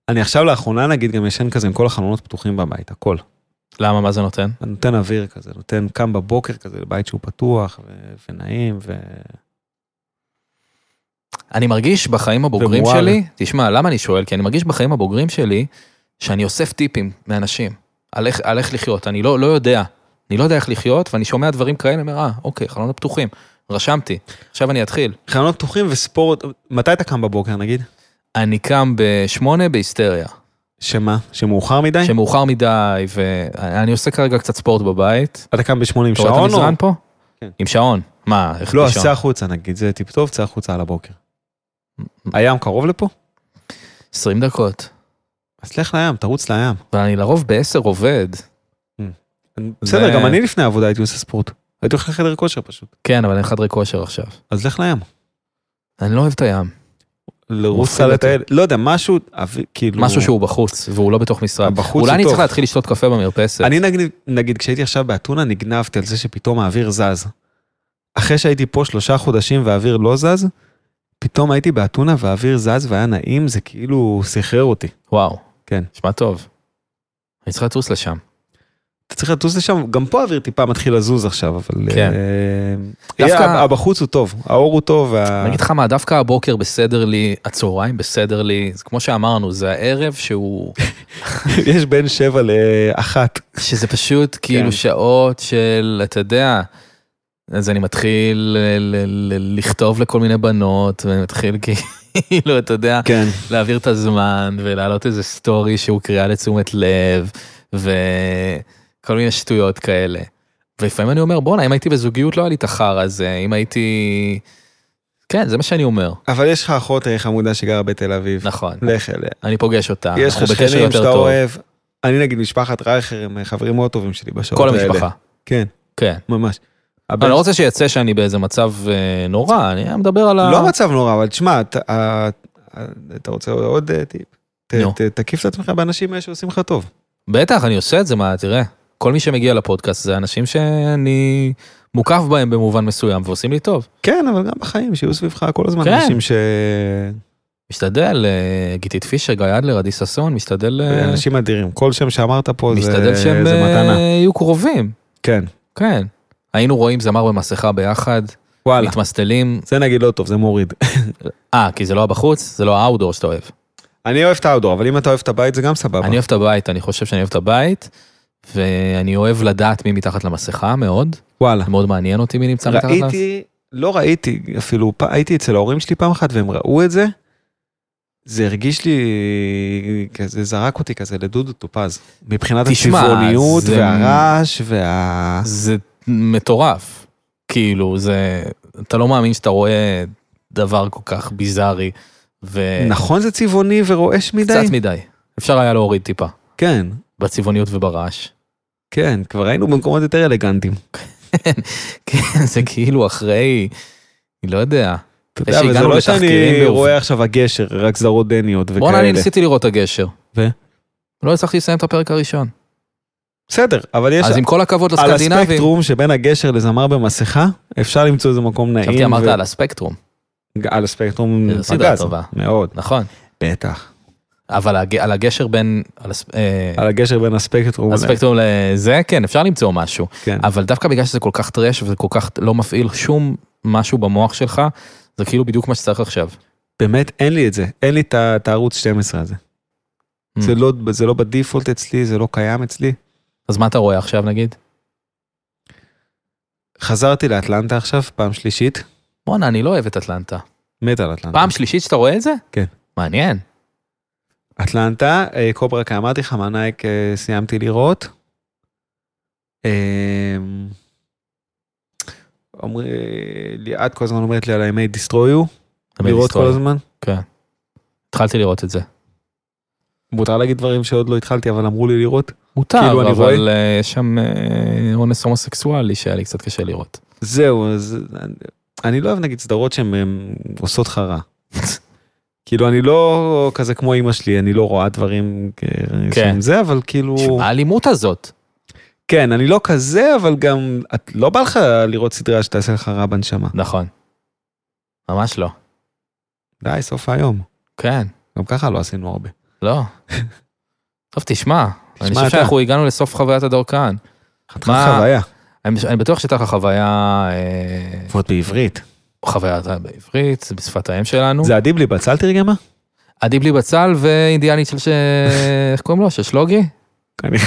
Speaker 3: אני עכשיו לאחרונה נגיד גם ישן כזה עם כל החלונות פתוחים בבית הכל.
Speaker 2: למה, מה זה נותן?
Speaker 3: אתה נותן אוויר כזה, נותן, קם בבוקר כזה לבית שהוא פתוח ו- ונעים ו...
Speaker 2: אני מרגיש בחיים הבוגרים
Speaker 3: ומואר.
Speaker 2: שלי, תשמע, למה אני שואל? כי אני מרגיש בחיים הבוגרים שלי שאני אוסף טיפים מאנשים על איך, על איך לחיות. אני לא, לא יודע. אני לא יודע איך לחיות, ואני שומע דברים כאלה, אני אומר, אה, אוקיי, חלונות פתוחים. רשמתי, עכשיו אני אתחיל.
Speaker 3: חלונות פתוחים וספורט, מתי אתה קם בבוקר נגיד?
Speaker 2: אני קם בשמונה בהיסטריה,
Speaker 3: כן. שמה? שמאוחר מדי?
Speaker 2: שמאוחר מדי, ואני עושה כרגע קצת ספורט בבית.
Speaker 3: אתה קם בשמונה עם
Speaker 2: אתה רואה את
Speaker 3: שעון או?
Speaker 2: המזרן פה?
Speaker 3: כן.
Speaker 2: עם שעון. מה, איך
Speaker 3: לא,
Speaker 2: בלי
Speaker 3: אז
Speaker 2: שעון?
Speaker 3: צא החוצה נגיד, זה טיפ טוב, צא החוצה על הבוקר. הים קרוב לפה?
Speaker 2: 20 דקות.
Speaker 3: אז לך לים, תרוץ לים.
Speaker 2: ואני לרוב בעשר עובד.
Speaker 3: בסדר, גם אני לפני העבודה הייתי עושה ספורט. הייתי הולך לחדר כושר פשוט.
Speaker 2: כן, אבל אין חדרי כושר עכשיו.
Speaker 3: אז לך לים.
Speaker 2: אני לא אוהב את הים.
Speaker 3: לרוץ
Speaker 2: מפחיד
Speaker 3: על
Speaker 2: אותי.
Speaker 3: הטייל, לא יודע, משהו, אב- כאילו...
Speaker 2: משהו שהוא בחוץ, והוא לא בתוך משרד.
Speaker 3: בחוץ הוא
Speaker 2: אולי אני
Speaker 3: טוב.
Speaker 2: צריך להתחיל לשתות קפה במרפסת.
Speaker 3: אני נגיד, נגיד, כשהייתי עכשיו באתונה, נגנבתי על זה שפתאום האוויר זז. אחרי שהייתי פה שלושה חודשים והאוויר לא זז, פתאום הייתי באתונה והאוויר זז והיה נעים, זה כאילו סחרר אותי.
Speaker 2: וואו.
Speaker 3: כן.
Speaker 2: נשמע טוב. אני צריך לטוס לשם.
Speaker 3: אתה צריך לטוס לשם, גם פה האוויר טיפה מתחיל לזוז עכשיו, אבל...
Speaker 2: כן.
Speaker 3: אה,
Speaker 2: דווקא-
Speaker 3: אה, הבחוץ הוא טוב, האור הוא טוב, וה-
Speaker 2: אני אגיד לך מה, דווקא הבוקר בסדר לי, הצהריים בסדר לי, זה כמו שאמרנו, זה הערב שהוא...
Speaker 3: *laughs* יש בין שבע לאחת.
Speaker 2: שזה פשוט
Speaker 3: כן.
Speaker 2: כאילו שעות של, אתה יודע, אז אני מתחיל ל- ל- ל- לכתוב לכל מיני בנות, ואני מתחיל כאילו, אתה יודע,
Speaker 3: כן.
Speaker 2: להעביר את הזמן, ולהעלות איזה סטורי שהוא קריאה לתשומת לב, וכל מיני שטויות כאלה. ולפעמים אני אומר, בואנה, אם הייתי בזוגיות לא היה לי את החרא הזה, אם הייתי... כן, זה מה שאני אומר.
Speaker 3: אבל יש לך אחות אה, חמודה שגרה בתל אביב.
Speaker 2: נכון,
Speaker 3: לך אליה.
Speaker 2: אני פוגש אותה,
Speaker 3: יש
Speaker 2: אנחנו
Speaker 3: לך
Speaker 2: בקשר
Speaker 3: שכנים
Speaker 2: יותר
Speaker 3: שאתה
Speaker 2: טוב.
Speaker 3: אוהב. אני נגיד משפחת רייכר הם חברים מאוד טובים שלי בשעות
Speaker 2: כל
Speaker 3: האלה.
Speaker 2: המשפחה,
Speaker 3: כן,
Speaker 2: כן.
Speaker 3: ממש.
Speaker 2: אני
Speaker 3: הבן-
Speaker 2: לא רוצה שיצא שאני באיזה מצב אה, נורא, אני מדבר על ה...
Speaker 3: לא מצב נורא, אבל תשמע, אתה- אה, אה, אתה רוצה עוד אה, טיפ? ת-
Speaker 2: נו.
Speaker 3: ת- תקיף את עצמך באנשים האלה שעושים לך טוב.
Speaker 2: בטח, אני עושה את זה, מה, תראה. כל מי שמגיע לפודקאסט זה אנשים שאני מוקף בהם במובן מסוים ועושים לי טוב.
Speaker 3: כן, אבל גם בחיים, שיהיו סביבך כל הזמן
Speaker 2: כן.
Speaker 3: אנשים ש...
Speaker 2: משתדל, אה, גיתית פישר, גיא אדלר, עדי ששון, משתדל... אה,
Speaker 3: אנשים אדירים. כל שם שאמרת פה זה
Speaker 2: משתדל שהם
Speaker 3: זה
Speaker 2: אה,
Speaker 3: מתנה.
Speaker 2: יהיו קרובים,
Speaker 3: כן,
Speaker 2: כן. היינו רואים זמר במסכה ביחד,
Speaker 3: וואלה.
Speaker 2: מתמסטלים,
Speaker 3: זה נגיד לא טוב, זה מוריד.
Speaker 2: אה, כי זה לא הבחוץ, זה לא האאוטדור שאתה אוהב.
Speaker 3: אני אוהב את האודור, אבל אם אתה אוהב את הבית זה גם סבבה.
Speaker 2: אני אוהב את הבית, אני חושב שאני אוהב את הבית, ואני אוהב לדעת מי מתחת למסכה מאוד,
Speaker 3: וואלה.
Speaker 2: מאוד מעניין אותי מי נמצא מתחת למסכה.
Speaker 3: ראיתי, לא ראיתי אפילו, פ- הייתי אצל ההורים שלי פעם אחת והם ראו את זה. זה הרגיש לי, כזה זרק אותי כזה לדודו טופז. מבחינת
Speaker 2: תשמע,
Speaker 3: הצבעוניות
Speaker 2: זה-
Speaker 3: והרעש וה...
Speaker 2: זה מטורף. כאילו, זה... אתה לא מאמין שאתה רואה דבר כל כך ביזארי, וקצת
Speaker 3: נכון זה צבעוני ורועש מדי?
Speaker 2: מדי. אפשר היה להוריד טיפה,
Speaker 3: כן,
Speaker 2: בצבעוניות
Speaker 3: *laughs*
Speaker 2: וברעש.
Speaker 3: כן, כבר היינו במקומות יותר אלגנטיים.
Speaker 2: כן, זה כאילו אחרי, אני לא יודע.
Speaker 3: אתה
Speaker 2: אחרי
Speaker 3: יודע, אבל זה
Speaker 2: שהגענו
Speaker 3: לא
Speaker 2: לתחקירים
Speaker 3: שאני
Speaker 2: בעובדה.
Speaker 3: רואה עכשיו הגשר, רק סדרות דניות
Speaker 2: בואנה, אני
Speaker 3: וכאלה.
Speaker 2: ניסיתי לראות את הגשר.
Speaker 3: ו?
Speaker 2: לא הצלחתי לסיים את הפרק הראשון.
Speaker 3: בסדר, אבל יש...
Speaker 2: אז עם כל הכבוד
Speaker 3: על
Speaker 2: לסקנדינבים,
Speaker 3: הספקטרום שבין הגשר לזמר במסכה, אפשר למצוא איזה מקום נעים.
Speaker 2: חשבתי אמרת
Speaker 3: ו-
Speaker 2: על הספקטרום,
Speaker 3: על הספקטרום
Speaker 2: זו סדרה
Speaker 3: פגז,
Speaker 2: טובה.
Speaker 3: מאוד.
Speaker 2: נכון.
Speaker 3: בטח.
Speaker 2: אבל הג- על הגשר בין, על הס- אה,
Speaker 3: על הגשר בין הספקטרום.
Speaker 2: הספקטרום לזה, כן, אפשר למצוא משהו.
Speaker 3: כן.
Speaker 2: אבל דווקא בגלל שזה כל כך טרש וזה כל כך לא מפעיל שום משהו במוח שלך, זה כאילו בדיוק מה שצריך עכשיו.
Speaker 3: באמת אין לי את זה, אין לי את ה- את הערוץ 12 הזה.
Speaker 2: Mm. Hmm.
Speaker 3: זה לא- זה לא בדיפולט אצלי, זה לא קיים אצלי.
Speaker 2: אז מה אתה רואה עכשיו נגיד?
Speaker 3: חזרתי לאטלנטה עכשיו, פעם שלישית,
Speaker 2: בואנה, אני לא אוהב את אטלנטה.
Speaker 3: מת על אטלנטה.
Speaker 2: פעם שלישית שאתה רואה את זה?
Speaker 3: כן.
Speaker 2: מעניין.
Speaker 3: אטלנטה, אה, קוברה, כי אמרתי לך, מנאייק אה, סיימתי לראות. אמ, עומרי, ליאת כל הזמן אומרת לי על הימי דיסטרויו, לראות כל הזמן.
Speaker 2: התחלתי לראות את זה.
Speaker 3: מותר להגיד דברים שעוד לא התחלתי, אבל אמרו לי לראות.
Speaker 2: מותר,
Speaker 3: כאילו, אני
Speaker 2: אבל אה, יש שם אה, אונס הומוסקסואלי שהיה לי קצת קשה
Speaker 3: *laughs*
Speaker 2: לראות.
Speaker 3: זהו, אז אני- אני לא אוהב נגיד סדרות שהן הן עושות לך רע. כאילו, אני לא כזה כמו אימא שלי, אני לא רואה דברים
Speaker 2: כן.
Speaker 3: כן. זה, אבל כאילו...
Speaker 2: מה האלימות הזאת?
Speaker 3: כן, אני לא כזה, אבל גם... את לא בא לך לראות סדרה שתעשה לך רע בנשמה.
Speaker 2: נכון. ממש לא.
Speaker 3: די, סוף היום.
Speaker 2: כן,
Speaker 3: גם ככה לא עשינו הרבה. *laughs*
Speaker 2: לא. טוב, תשמע, אני חושב
Speaker 3: אתה.
Speaker 2: שאנחנו הגענו לסוף חוויית הדור כאן.
Speaker 3: חתיכת חוויה.
Speaker 2: אני, אני בטוח שהייתה לך חוויה, אה,
Speaker 3: ועוד בעברית.
Speaker 2: חוויה בעברית, זה בשפת האם שלנו.
Speaker 3: זה עדי בלי בצל תרגמה? *laughs*
Speaker 2: עדי בלי בצל ואינדיאנית של, ש... איך קוראים לו? של שלוגי?
Speaker 3: כנראה.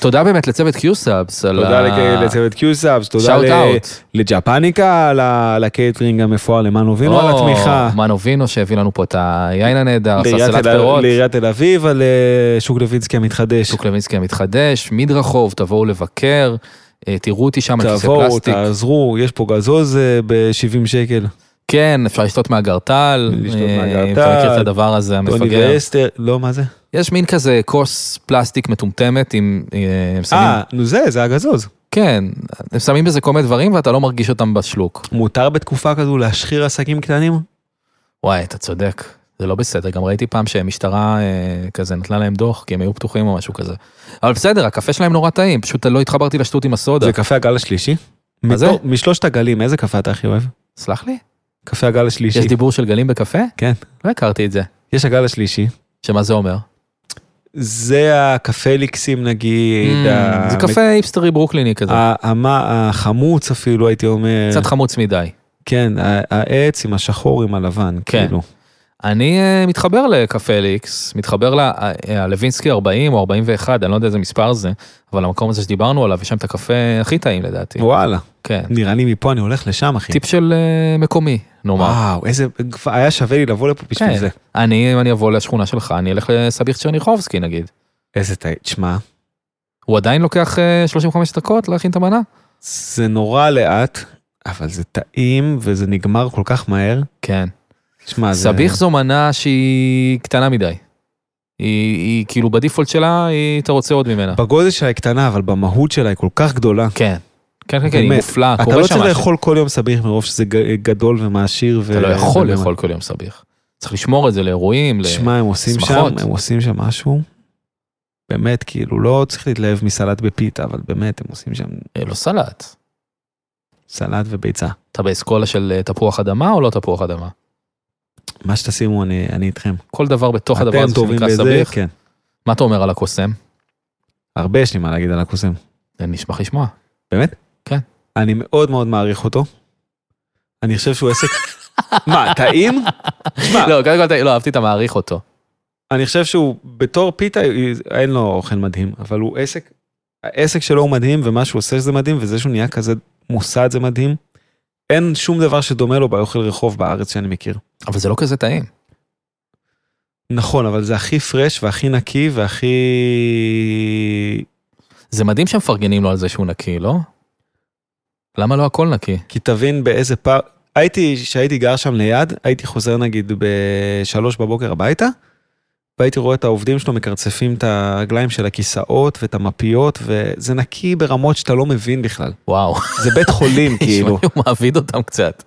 Speaker 2: תודה באמת לצוות קיוסאבס על
Speaker 3: תודה לק- לצוות קיוסאבס, תודה
Speaker 2: שאוט
Speaker 3: ל-
Speaker 2: אאוט.
Speaker 3: לג'פניקה, ל- לקייטרינג המפואר למאן הובינו על התמיכה.
Speaker 2: מנו וינו שהביא לנו פה את היין הנהדר,
Speaker 3: לעיריית
Speaker 2: סלסלת
Speaker 3: תל אביב-
Speaker 2: פירות.
Speaker 3: לעיריית תל אביב, על אה, שוק לוינסקי המתחדש.
Speaker 2: שוק לוינסקי המתחדש, מדרחוב, תבואו לבקר, אה, תראו אותי שם על כיסא
Speaker 3: תבואו,
Speaker 2: פלסטיק.
Speaker 3: תעזרו, יש פה גזוז ב-70 שקל.
Speaker 2: כן, אפשר לשתות מהגרטל.
Speaker 3: לשתות
Speaker 2: אה,
Speaker 3: מהגרטל.
Speaker 2: אתה מכיר את הדבר הזה,
Speaker 3: טוני
Speaker 2: המפגר.
Speaker 3: ואסתר, לא, מה זה?
Speaker 2: יש מין כזה כוס פלסטיק מטומטמת עם... אה, הם שמים-
Speaker 3: אה, נו זה, זה הגזוז.
Speaker 2: כן, הם שמים בזה כל מיני דברים ואתה לא מרגיש אותם בשלוק.
Speaker 3: מותר בתקופה כזו להשחיר עסקים קטנים?
Speaker 2: וואי, אתה צודק, זה לא בסדר. גם ראיתי פעם שהמשטרה אה, כזה נתנה להם דוח, כי הם היו פתוחים או משהו כזה. אבל בסדר, הקפה שלהם נורא טעים, פשוט לא התחברתי לשטות עם הסודה.
Speaker 3: זה קפה הגל השלישי?
Speaker 2: מה זה?
Speaker 3: מתוך- לא. משלושת הגלים, איזה קפה אתה הכי אוהב?
Speaker 2: סלח לי?
Speaker 3: קפה הגל השלישי.
Speaker 2: יש דיבור של גלים בקפה?
Speaker 3: כן.
Speaker 2: לא הכרתי את זה.
Speaker 3: יש הגל השלישי.
Speaker 2: שמה זה אומר?
Speaker 3: זה הקפליקסים נגיד. ה-
Speaker 2: Mm, Hmm, זה קפה היפסטרי ברוקליני כזה.
Speaker 3: ה- המה- החמוץ אפילו הייתי אומר.
Speaker 2: קצת חמוץ מדי.
Speaker 3: כן, ה- העץ עם השחור עם הלבן,
Speaker 2: כן.
Speaker 3: כאילו.
Speaker 2: אני אה, מתחבר לקפה ליקס, מתחבר ל- אה, הלווינסקי 40 או 41, אני לא יודע איזה מספר זה, אבל המקום הזה שדיברנו עליו, יש שם את הקפה הכי טעים לדעתי.
Speaker 3: וואלה,
Speaker 2: כן.
Speaker 3: נראה לי מפה אני הולך לשם, אחי.
Speaker 2: טיפ של אה, מקומי, נאמר.
Speaker 3: וואו, איזה, כבר היה שווה לי לבוא לפה בשביל
Speaker 2: כן.
Speaker 3: זה.
Speaker 2: אני, אם אני אבוא לשכונה שלך, אני אלך לסביח צ'רניחובסקי נגיד.
Speaker 3: איזה טעים, תשמע,
Speaker 2: הוא עדיין לוקח אה, 35 דקות להכין את המנה?
Speaker 3: זה נורא לאט, אבל זה טעים וזה נגמר כל כך מהר.
Speaker 2: כן.
Speaker 3: תשמע, זה...
Speaker 2: סביח זו מנה שהיא קטנה מדי. היא, היא כאילו בדיפולט שלה, היא, אתה רוצה עוד ממנה.
Speaker 3: בגודל שלה היא קטנה, אבל במהות שלה היא כל כך גדולה.
Speaker 2: כן. כן, כן, כן, היא
Speaker 3: באמת.
Speaker 2: מופלאה,
Speaker 3: אתה
Speaker 2: קורה
Speaker 3: לא
Speaker 2: שם
Speaker 3: צריך
Speaker 2: משהו.
Speaker 3: לאכול כל יום סביח מרוב שזה ג- גדול ומעשיר. ו-
Speaker 2: אתה לא יכול
Speaker 3: ובאמת.
Speaker 2: לאכול כל יום סביח. צריך לשמור את זה לאירועים, ל-
Speaker 3: שמע, הם עושים שם,
Speaker 2: שמחות.
Speaker 3: הם עושים שם משהו. באמת, כאילו, לא צריך להתלהב מסלט בפיתה, אבל באמת, הם עושים שם
Speaker 2: אה, לא סלט.
Speaker 3: סלט וביצה.
Speaker 2: אתה באסכולה של אה, תפוח אדמה או לא תפוח אדמה?
Speaker 3: מה שתשימו, אני, אני איתכם.
Speaker 2: כל דבר בתוך הדבר
Speaker 3: אתם
Speaker 2: הזה
Speaker 3: טובים
Speaker 2: שנקרא
Speaker 3: בזה,
Speaker 2: סביח.
Speaker 3: כן.
Speaker 2: מה אתה אומר על הקוסם?
Speaker 3: הרבה יש לי מה להגיד על הקוסם.
Speaker 2: אני אשמח לשמוע.
Speaker 3: באמת?
Speaker 2: כן.
Speaker 3: אני מאוד מאוד מעריך אותו. אני חושב שהוא עסק... מה, טעים? שמע,
Speaker 2: לא, קודם כל, אתה- לא, אהבתי את המעריך אותו.
Speaker 3: אני חושב שהוא בתור פיתה, אין לו אוכל מדהים, אבל הוא עסק, העסק שלו הוא מדהים, ומה שהוא עושה זה מדהים, וזה שהוא נהיה כזה מוסד זה מדהים. אין שום דבר שדומה לו באוכל רחוב בארץ שאני מכיר.
Speaker 2: אבל זה לא כזה טעים.
Speaker 3: נכון, אבל זה הכי פרש והכי נקי והכי...
Speaker 2: זה מדהים שמפרגנים לו על זה שהוא נקי, לא? למה לא הכל נקי?
Speaker 3: כי תבין באיזה פער... הייתי, כשהייתי גר שם ליד, הייתי חוזר נגיד בשלוש בבוקר הביתה, והייתי רואה את העובדים שלו מקרצפים את הרגליים של הכיסאות ואת המפיות, וזה נקי ברמות שאתה לא מבין בכלל.
Speaker 2: וואו, *laughs*
Speaker 3: זה בית חולים, *laughs* כאילו.
Speaker 2: נשמע שהוא מעביד אותם קצת.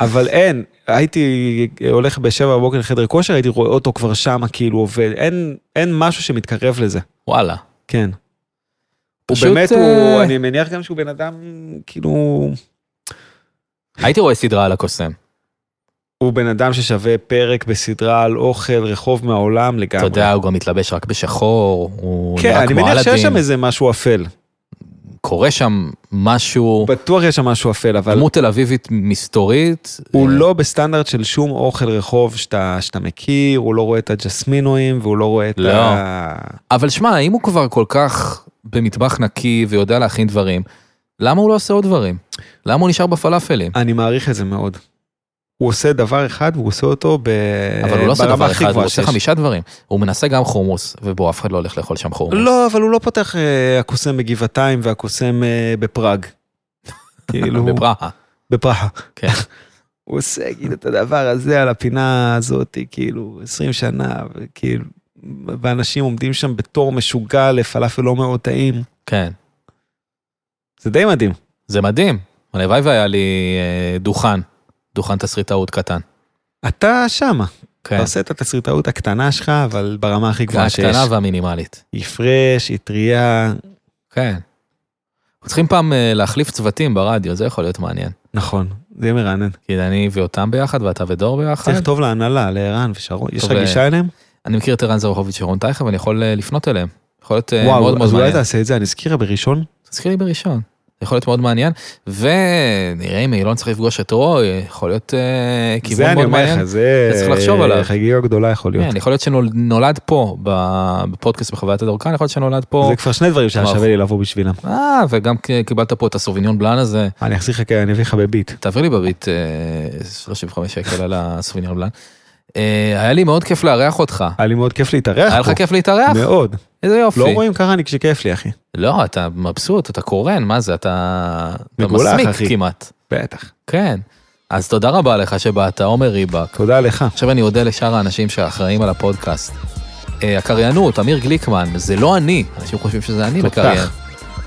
Speaker 3: אבל אין, הייתי הולך בשבע בבוקר לחדר כושר, הייתי רואה אותו כבר שמה כאילו עובד, אין, אין משהו שמתקרב לזה,
Speaker 2: וואלה.
Speaker 3: כן. הוא
Speaker 2: פשוט,
Speaker 3: באמת,
Speaker 2: אה,
Speaker 3: הוא, אני מניח גם שהוא בן אדם, כאילו,
Speaker 2: הייתי רואה סדרה על הקוסם.
Speaker 3: הוא בן אדם ששווה פרק בסדרה על אוכל, רחוב מהעולם
Speaker 2: אתה
Speaker 3: לגמרי.
Speaker 2: יודע, הוא גם מתלבש רק בשחור, הוא
Speaker 3: כן,
Speaker 2: נראה
Speaker 3: אני
Speaker 2: כמו
Speaker 3: מניח שיש שם
Speaker 2: אלאדין,
Speaker 3: איזה משהו אפל.
Speaker 2: קורה שם משהו,
Speaker 3: בטוח יש שם משהו אפל, אבל
Speaker 2: דמות תל אביבית מסתורית.
Speaker 3: הוא
Speaker 2: אה,
Speaker 3: לא בסטנדרט של שום אוכל רחוב שאתה, שאתה מכיר, הוא לא רואה את הג'סמינואים, והוא לא רואה את
Speaker 2: לא.
Speaker 3: ה...
Speaker 2: אבל שמע, אם הוא כבר כל כך במטבח נקי ויודע להכין דברים, למה הוא לא עושה עוד דברים? למה הוא נשאר בפלאפלים?
Speaker 3: אני מעריך את זה מאוד. הוא עושה דבר אחד והוא עושה אותו ב...
Speaker 2: אבל הוא לא עושה
Speaker 3: אה, ברמה
Speaker 2: דבר
Speaker 3: הכי
Speaker 2: אחד, הוא
Speaker 3: גבוהה
Speaker 2: עושה
Speaker 3: שיש.
Speaker 2: חמישה דברים. הוא מנסה גם חומוס, ובוא, אף אחד לא הולך לאכול שם חומוס.
Speaker 3: לא, אבל הוא לא פותח אה, הקוסם בגבעתיים והקוסם אה,
Speaker 2: *laughs*
Speaker 3: בפראג. כאילו,
Speaker 2: בברהה.
Speaker 3: בפראג.
Speaker 2: כן.
Speaker 3: *laughs* הוא עושה כאילו את הדבר הזה על הפינה הזאת, כאילו, 20 שנה, וכאילו, ואנשים עומדים שם בתור משוגע לפלאפל לא מאוד טעים.
Speaker 2: כן.
Speaker 3: זה די מדהים.
Speaker 2: זה מדהים. הלוואי והיה לי אה, דוכן, דוכן תסריטאות קטן.
Speaker 3: אתה שמה,
Speaker 2: כן.
Speaker 3: אתה עושה את התסריטאות הקטנה שלך, אבל ברמה הכי גבוהה שיש.
Speaker 2: הקטנה והמינימלית.
Speaker 3: הפרש, אטריה,
Speaker 2: כן. צריכים פעם אה, להחליף צוותים ברדיו, זה יכול להיות מעניין.
Speaker 3: נכון, זה יהיה מרענן.
Speaker 2: כי אני ואותם ביחד ואתה ודור ביחד.
Speaker 3: צריך לכתוב להנהלה, לערן ושרון. יש לך
Speaker 2: טוב, אה,
Speaker 3: גישה אליהם?
Speaker 2: אני מכיר את ערן זרחוביץ' שרון טייכר ואני יכול אה, לפנות אליהם. יכול להיות אה, מאוד
Speaker 3: וואו,
Speaker 2: מאוד
Speaker 3: אז לא אולי
Speaker 2: מעניין.
Speaker 3: תעשה את זה, אני אזכירה בראשון.
Speaker 2: תזכיר לי בראשון. זה יכול להיות מאוד מעניין, ונראה אם לא נצטרך לפגוש את רוי, יכול להיות אה, כיוון
Speaker 3: זה אני
Speaker 2: מאוד
Speaker 3: אומר
Speaker 2: מעניין.
Speaker 3: לך, זה
Speaker 2: שצריך לחשוב עליו.
Speaker 3: חגיגה גדולה יכול להיות.
Speaker 2: כן, יכול להיות שנולד פה ב- בפודקאסט בחוויית הדורקן, יכול להיות שנולד פה,
Speaker 3: זה כבר שני דברים שהיה
Speaker 2: כלומר,
Speaker 3: שווה לי לבוא בשבילם.
Speaker 2: אה, וגם כ- קיבלת פה את הסוביניון בלאן הזה,
Speaker 3: אני אחזיר לך, אני אביא לך בביט.
Speaker 2: תעביר לי בביט אה, 35 שקל על הסוביניון בלאן. אה, היה לי מאוד כיף לארח אותך,
Speaker 3: היה לי מאוד כיף להתארח
Speaker 2: היה לך
Speaker 3: פה.
Speaker 2: כיף להתארח?
Speaker 3: מאוד.
Speaker 2: איזה יופי.
Speaker 3: לא רואים ככה אני כשכיף לי, אחי.
Speaker 2: לא, אתה מבסוט, אתה קורן, מה זה, אתה אתה
Speaker 3: מגולח,
Speaker 2: מסמיק
Speaker 3: אחי.
Speaker 2: כמעט.
Speaker 3: בטח.
Speaker 2: כן. אז תודה רבה לך שבאת, עומר ריבק.
Speaker 3: תודה לך.
Speaker 2: עכשיו אני אודה לשאר האנשים שאחראים על הפודקאסט. אה, הקריינות, אמיר גליקמן, זה לא אני, אנשים חושבים שזה אני
Speaker 3: תותח.
Speaker 2: בקריין.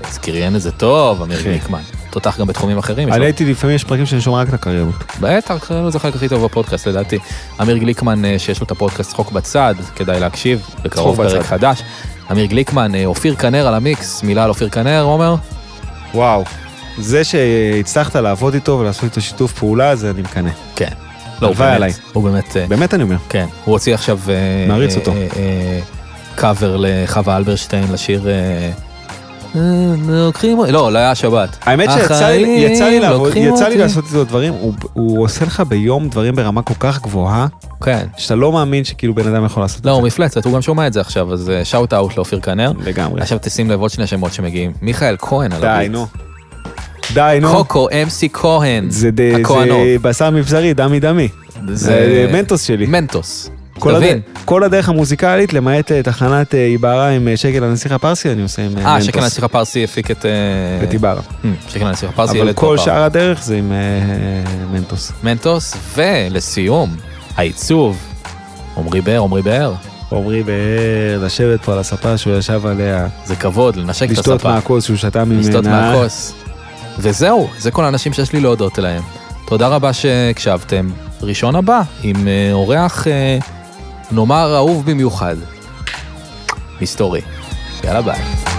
Speaker 2: אז קריין את זה טוב, אמיר
Speaker 3: כן.
Speaker 2: גליקמן. תותח גם בתחומים אחרים. יש
Speaker 3: אני
Speaker 2: לו-
Speaker 3: הייתי, לפעמים יש פרקים שאני שומע רק את הקריירות.
Speaker 2: בטח, קריינות זה החלק הכי טוב בפודקאסט לדעתי. אמיר גליקמן, אה, שיש לו את הפודקאסט צחוק בצד, כדאי להקשיב, בקרוב
Speaker 3: צחוק
Speaker 2: פרק
Speaker 3: בצד.
Speaker 2: חדש. אמיר גליקמן, אה, אופיר כנר על המיקס, מילה על אופיר כנר, עומר?
Speaker 3: וואו. זה שהצלחת לעבוד איתו ולעשות איתו שיתוף פעולה, זה אני מקנא.
Speaker 2: כן. לא, הוא
Speaker 3: הלוואי
Speaker 2: באמת,
Speaker 3: עליי.
Speaker 2: הוא באמת, אה,
Speaker 3: באמת אני אומר.
Speaker 2: כן, הוא הוציא עכשיו... אה,
Speaker 3: מעריץ
Speaker 2: אה,
Speaker 3: אותו.
Speaker 2: אה, אה, קאבר לחווה אלברשטיין לשיר... אה, אה, לוקחים... לא, לא היה שבת.
Speaker 3: האמת שיצא לי- יצא לי
Speaker 2: החיים
Speaker 3: לעבוד,
Speaker 2: לוקחים
Speaker 3: יצא לי
Speaker 2: אותי.
Speaker 3: לעשות איתו דברים, הוא- הוא עושה לך ביום דברים ברמה כל כך גבוהה,
Speaker 2: כן.
Speaker 3: שאתה לא מאמין שכאילו בן אדם יכול לעשות את זה.
Speaker 2: לא, הוא מפלצת, הוא גם שומע את זה עכשיו, אז שאוט אאוט לאופיר כנר.
Speaker 3: לגמרי.
Speaker 2: עכשיו תשים לב עוד שני שמות שמגיעים. מיכאל כהן על
Speaker 3: די,
Speaker 2: הביט.
Speaker 3: נו. די, נו.
Speaker 2: קוקו, אמסי כהן.
Speaker 3: זה ד-
Speaker 2: הכהנוב.
Speaker 3: זה בשר מבשרי, דמי דמי.
Speaker 2: אה,
Speaker 3: זה אה, מנטוס שלי.
Speaker 2: מנטוס.
Speaker 3: כל אה,
Speaker 2: תבין.
Speaker 3: הדרך- כל הדרך המוזיקלית, למעט אה, תחנת אה, איברה עם אה, שקל הנסיך הפרסי, אני עושה עם אה, מנטוס.
Speaker 2: אה, שקן הנסיך הפרסי הפיק את... אה,
Speaker 3: את איברה.
Speaker 2: אמ, שקן הנסיך הפרסי
Speaker 3: אבל
Speaker 2: ילד
Speaker 3: כל
Speaker 2: בפארק.
Speaker 3: שאר הדרך זה עם אה, מנטוס.
Speaker 2: מנטוס, ולסיום, העיצוב, עמרי באר, עמרי באר,
Speaker 3: עמרי באר, לשבת פה על הספה שהוא ישב עליה,
Speaker 2: זה כבוד לנשק את
Speaker 3: לשתות
Speaker 2: הספה,
Speaker 3: מהכוס שהוא שתה ממנה.
Speaker 2: לשתות מהכוס. וזהו, זה כל האנשים שיש לי להודות אליהם. תודה רבה שהקשבתם. ראשון הבא, עם אה, אורח, אה, נאמר, אהוב במיוחד. היסטורי. יאללה ביי.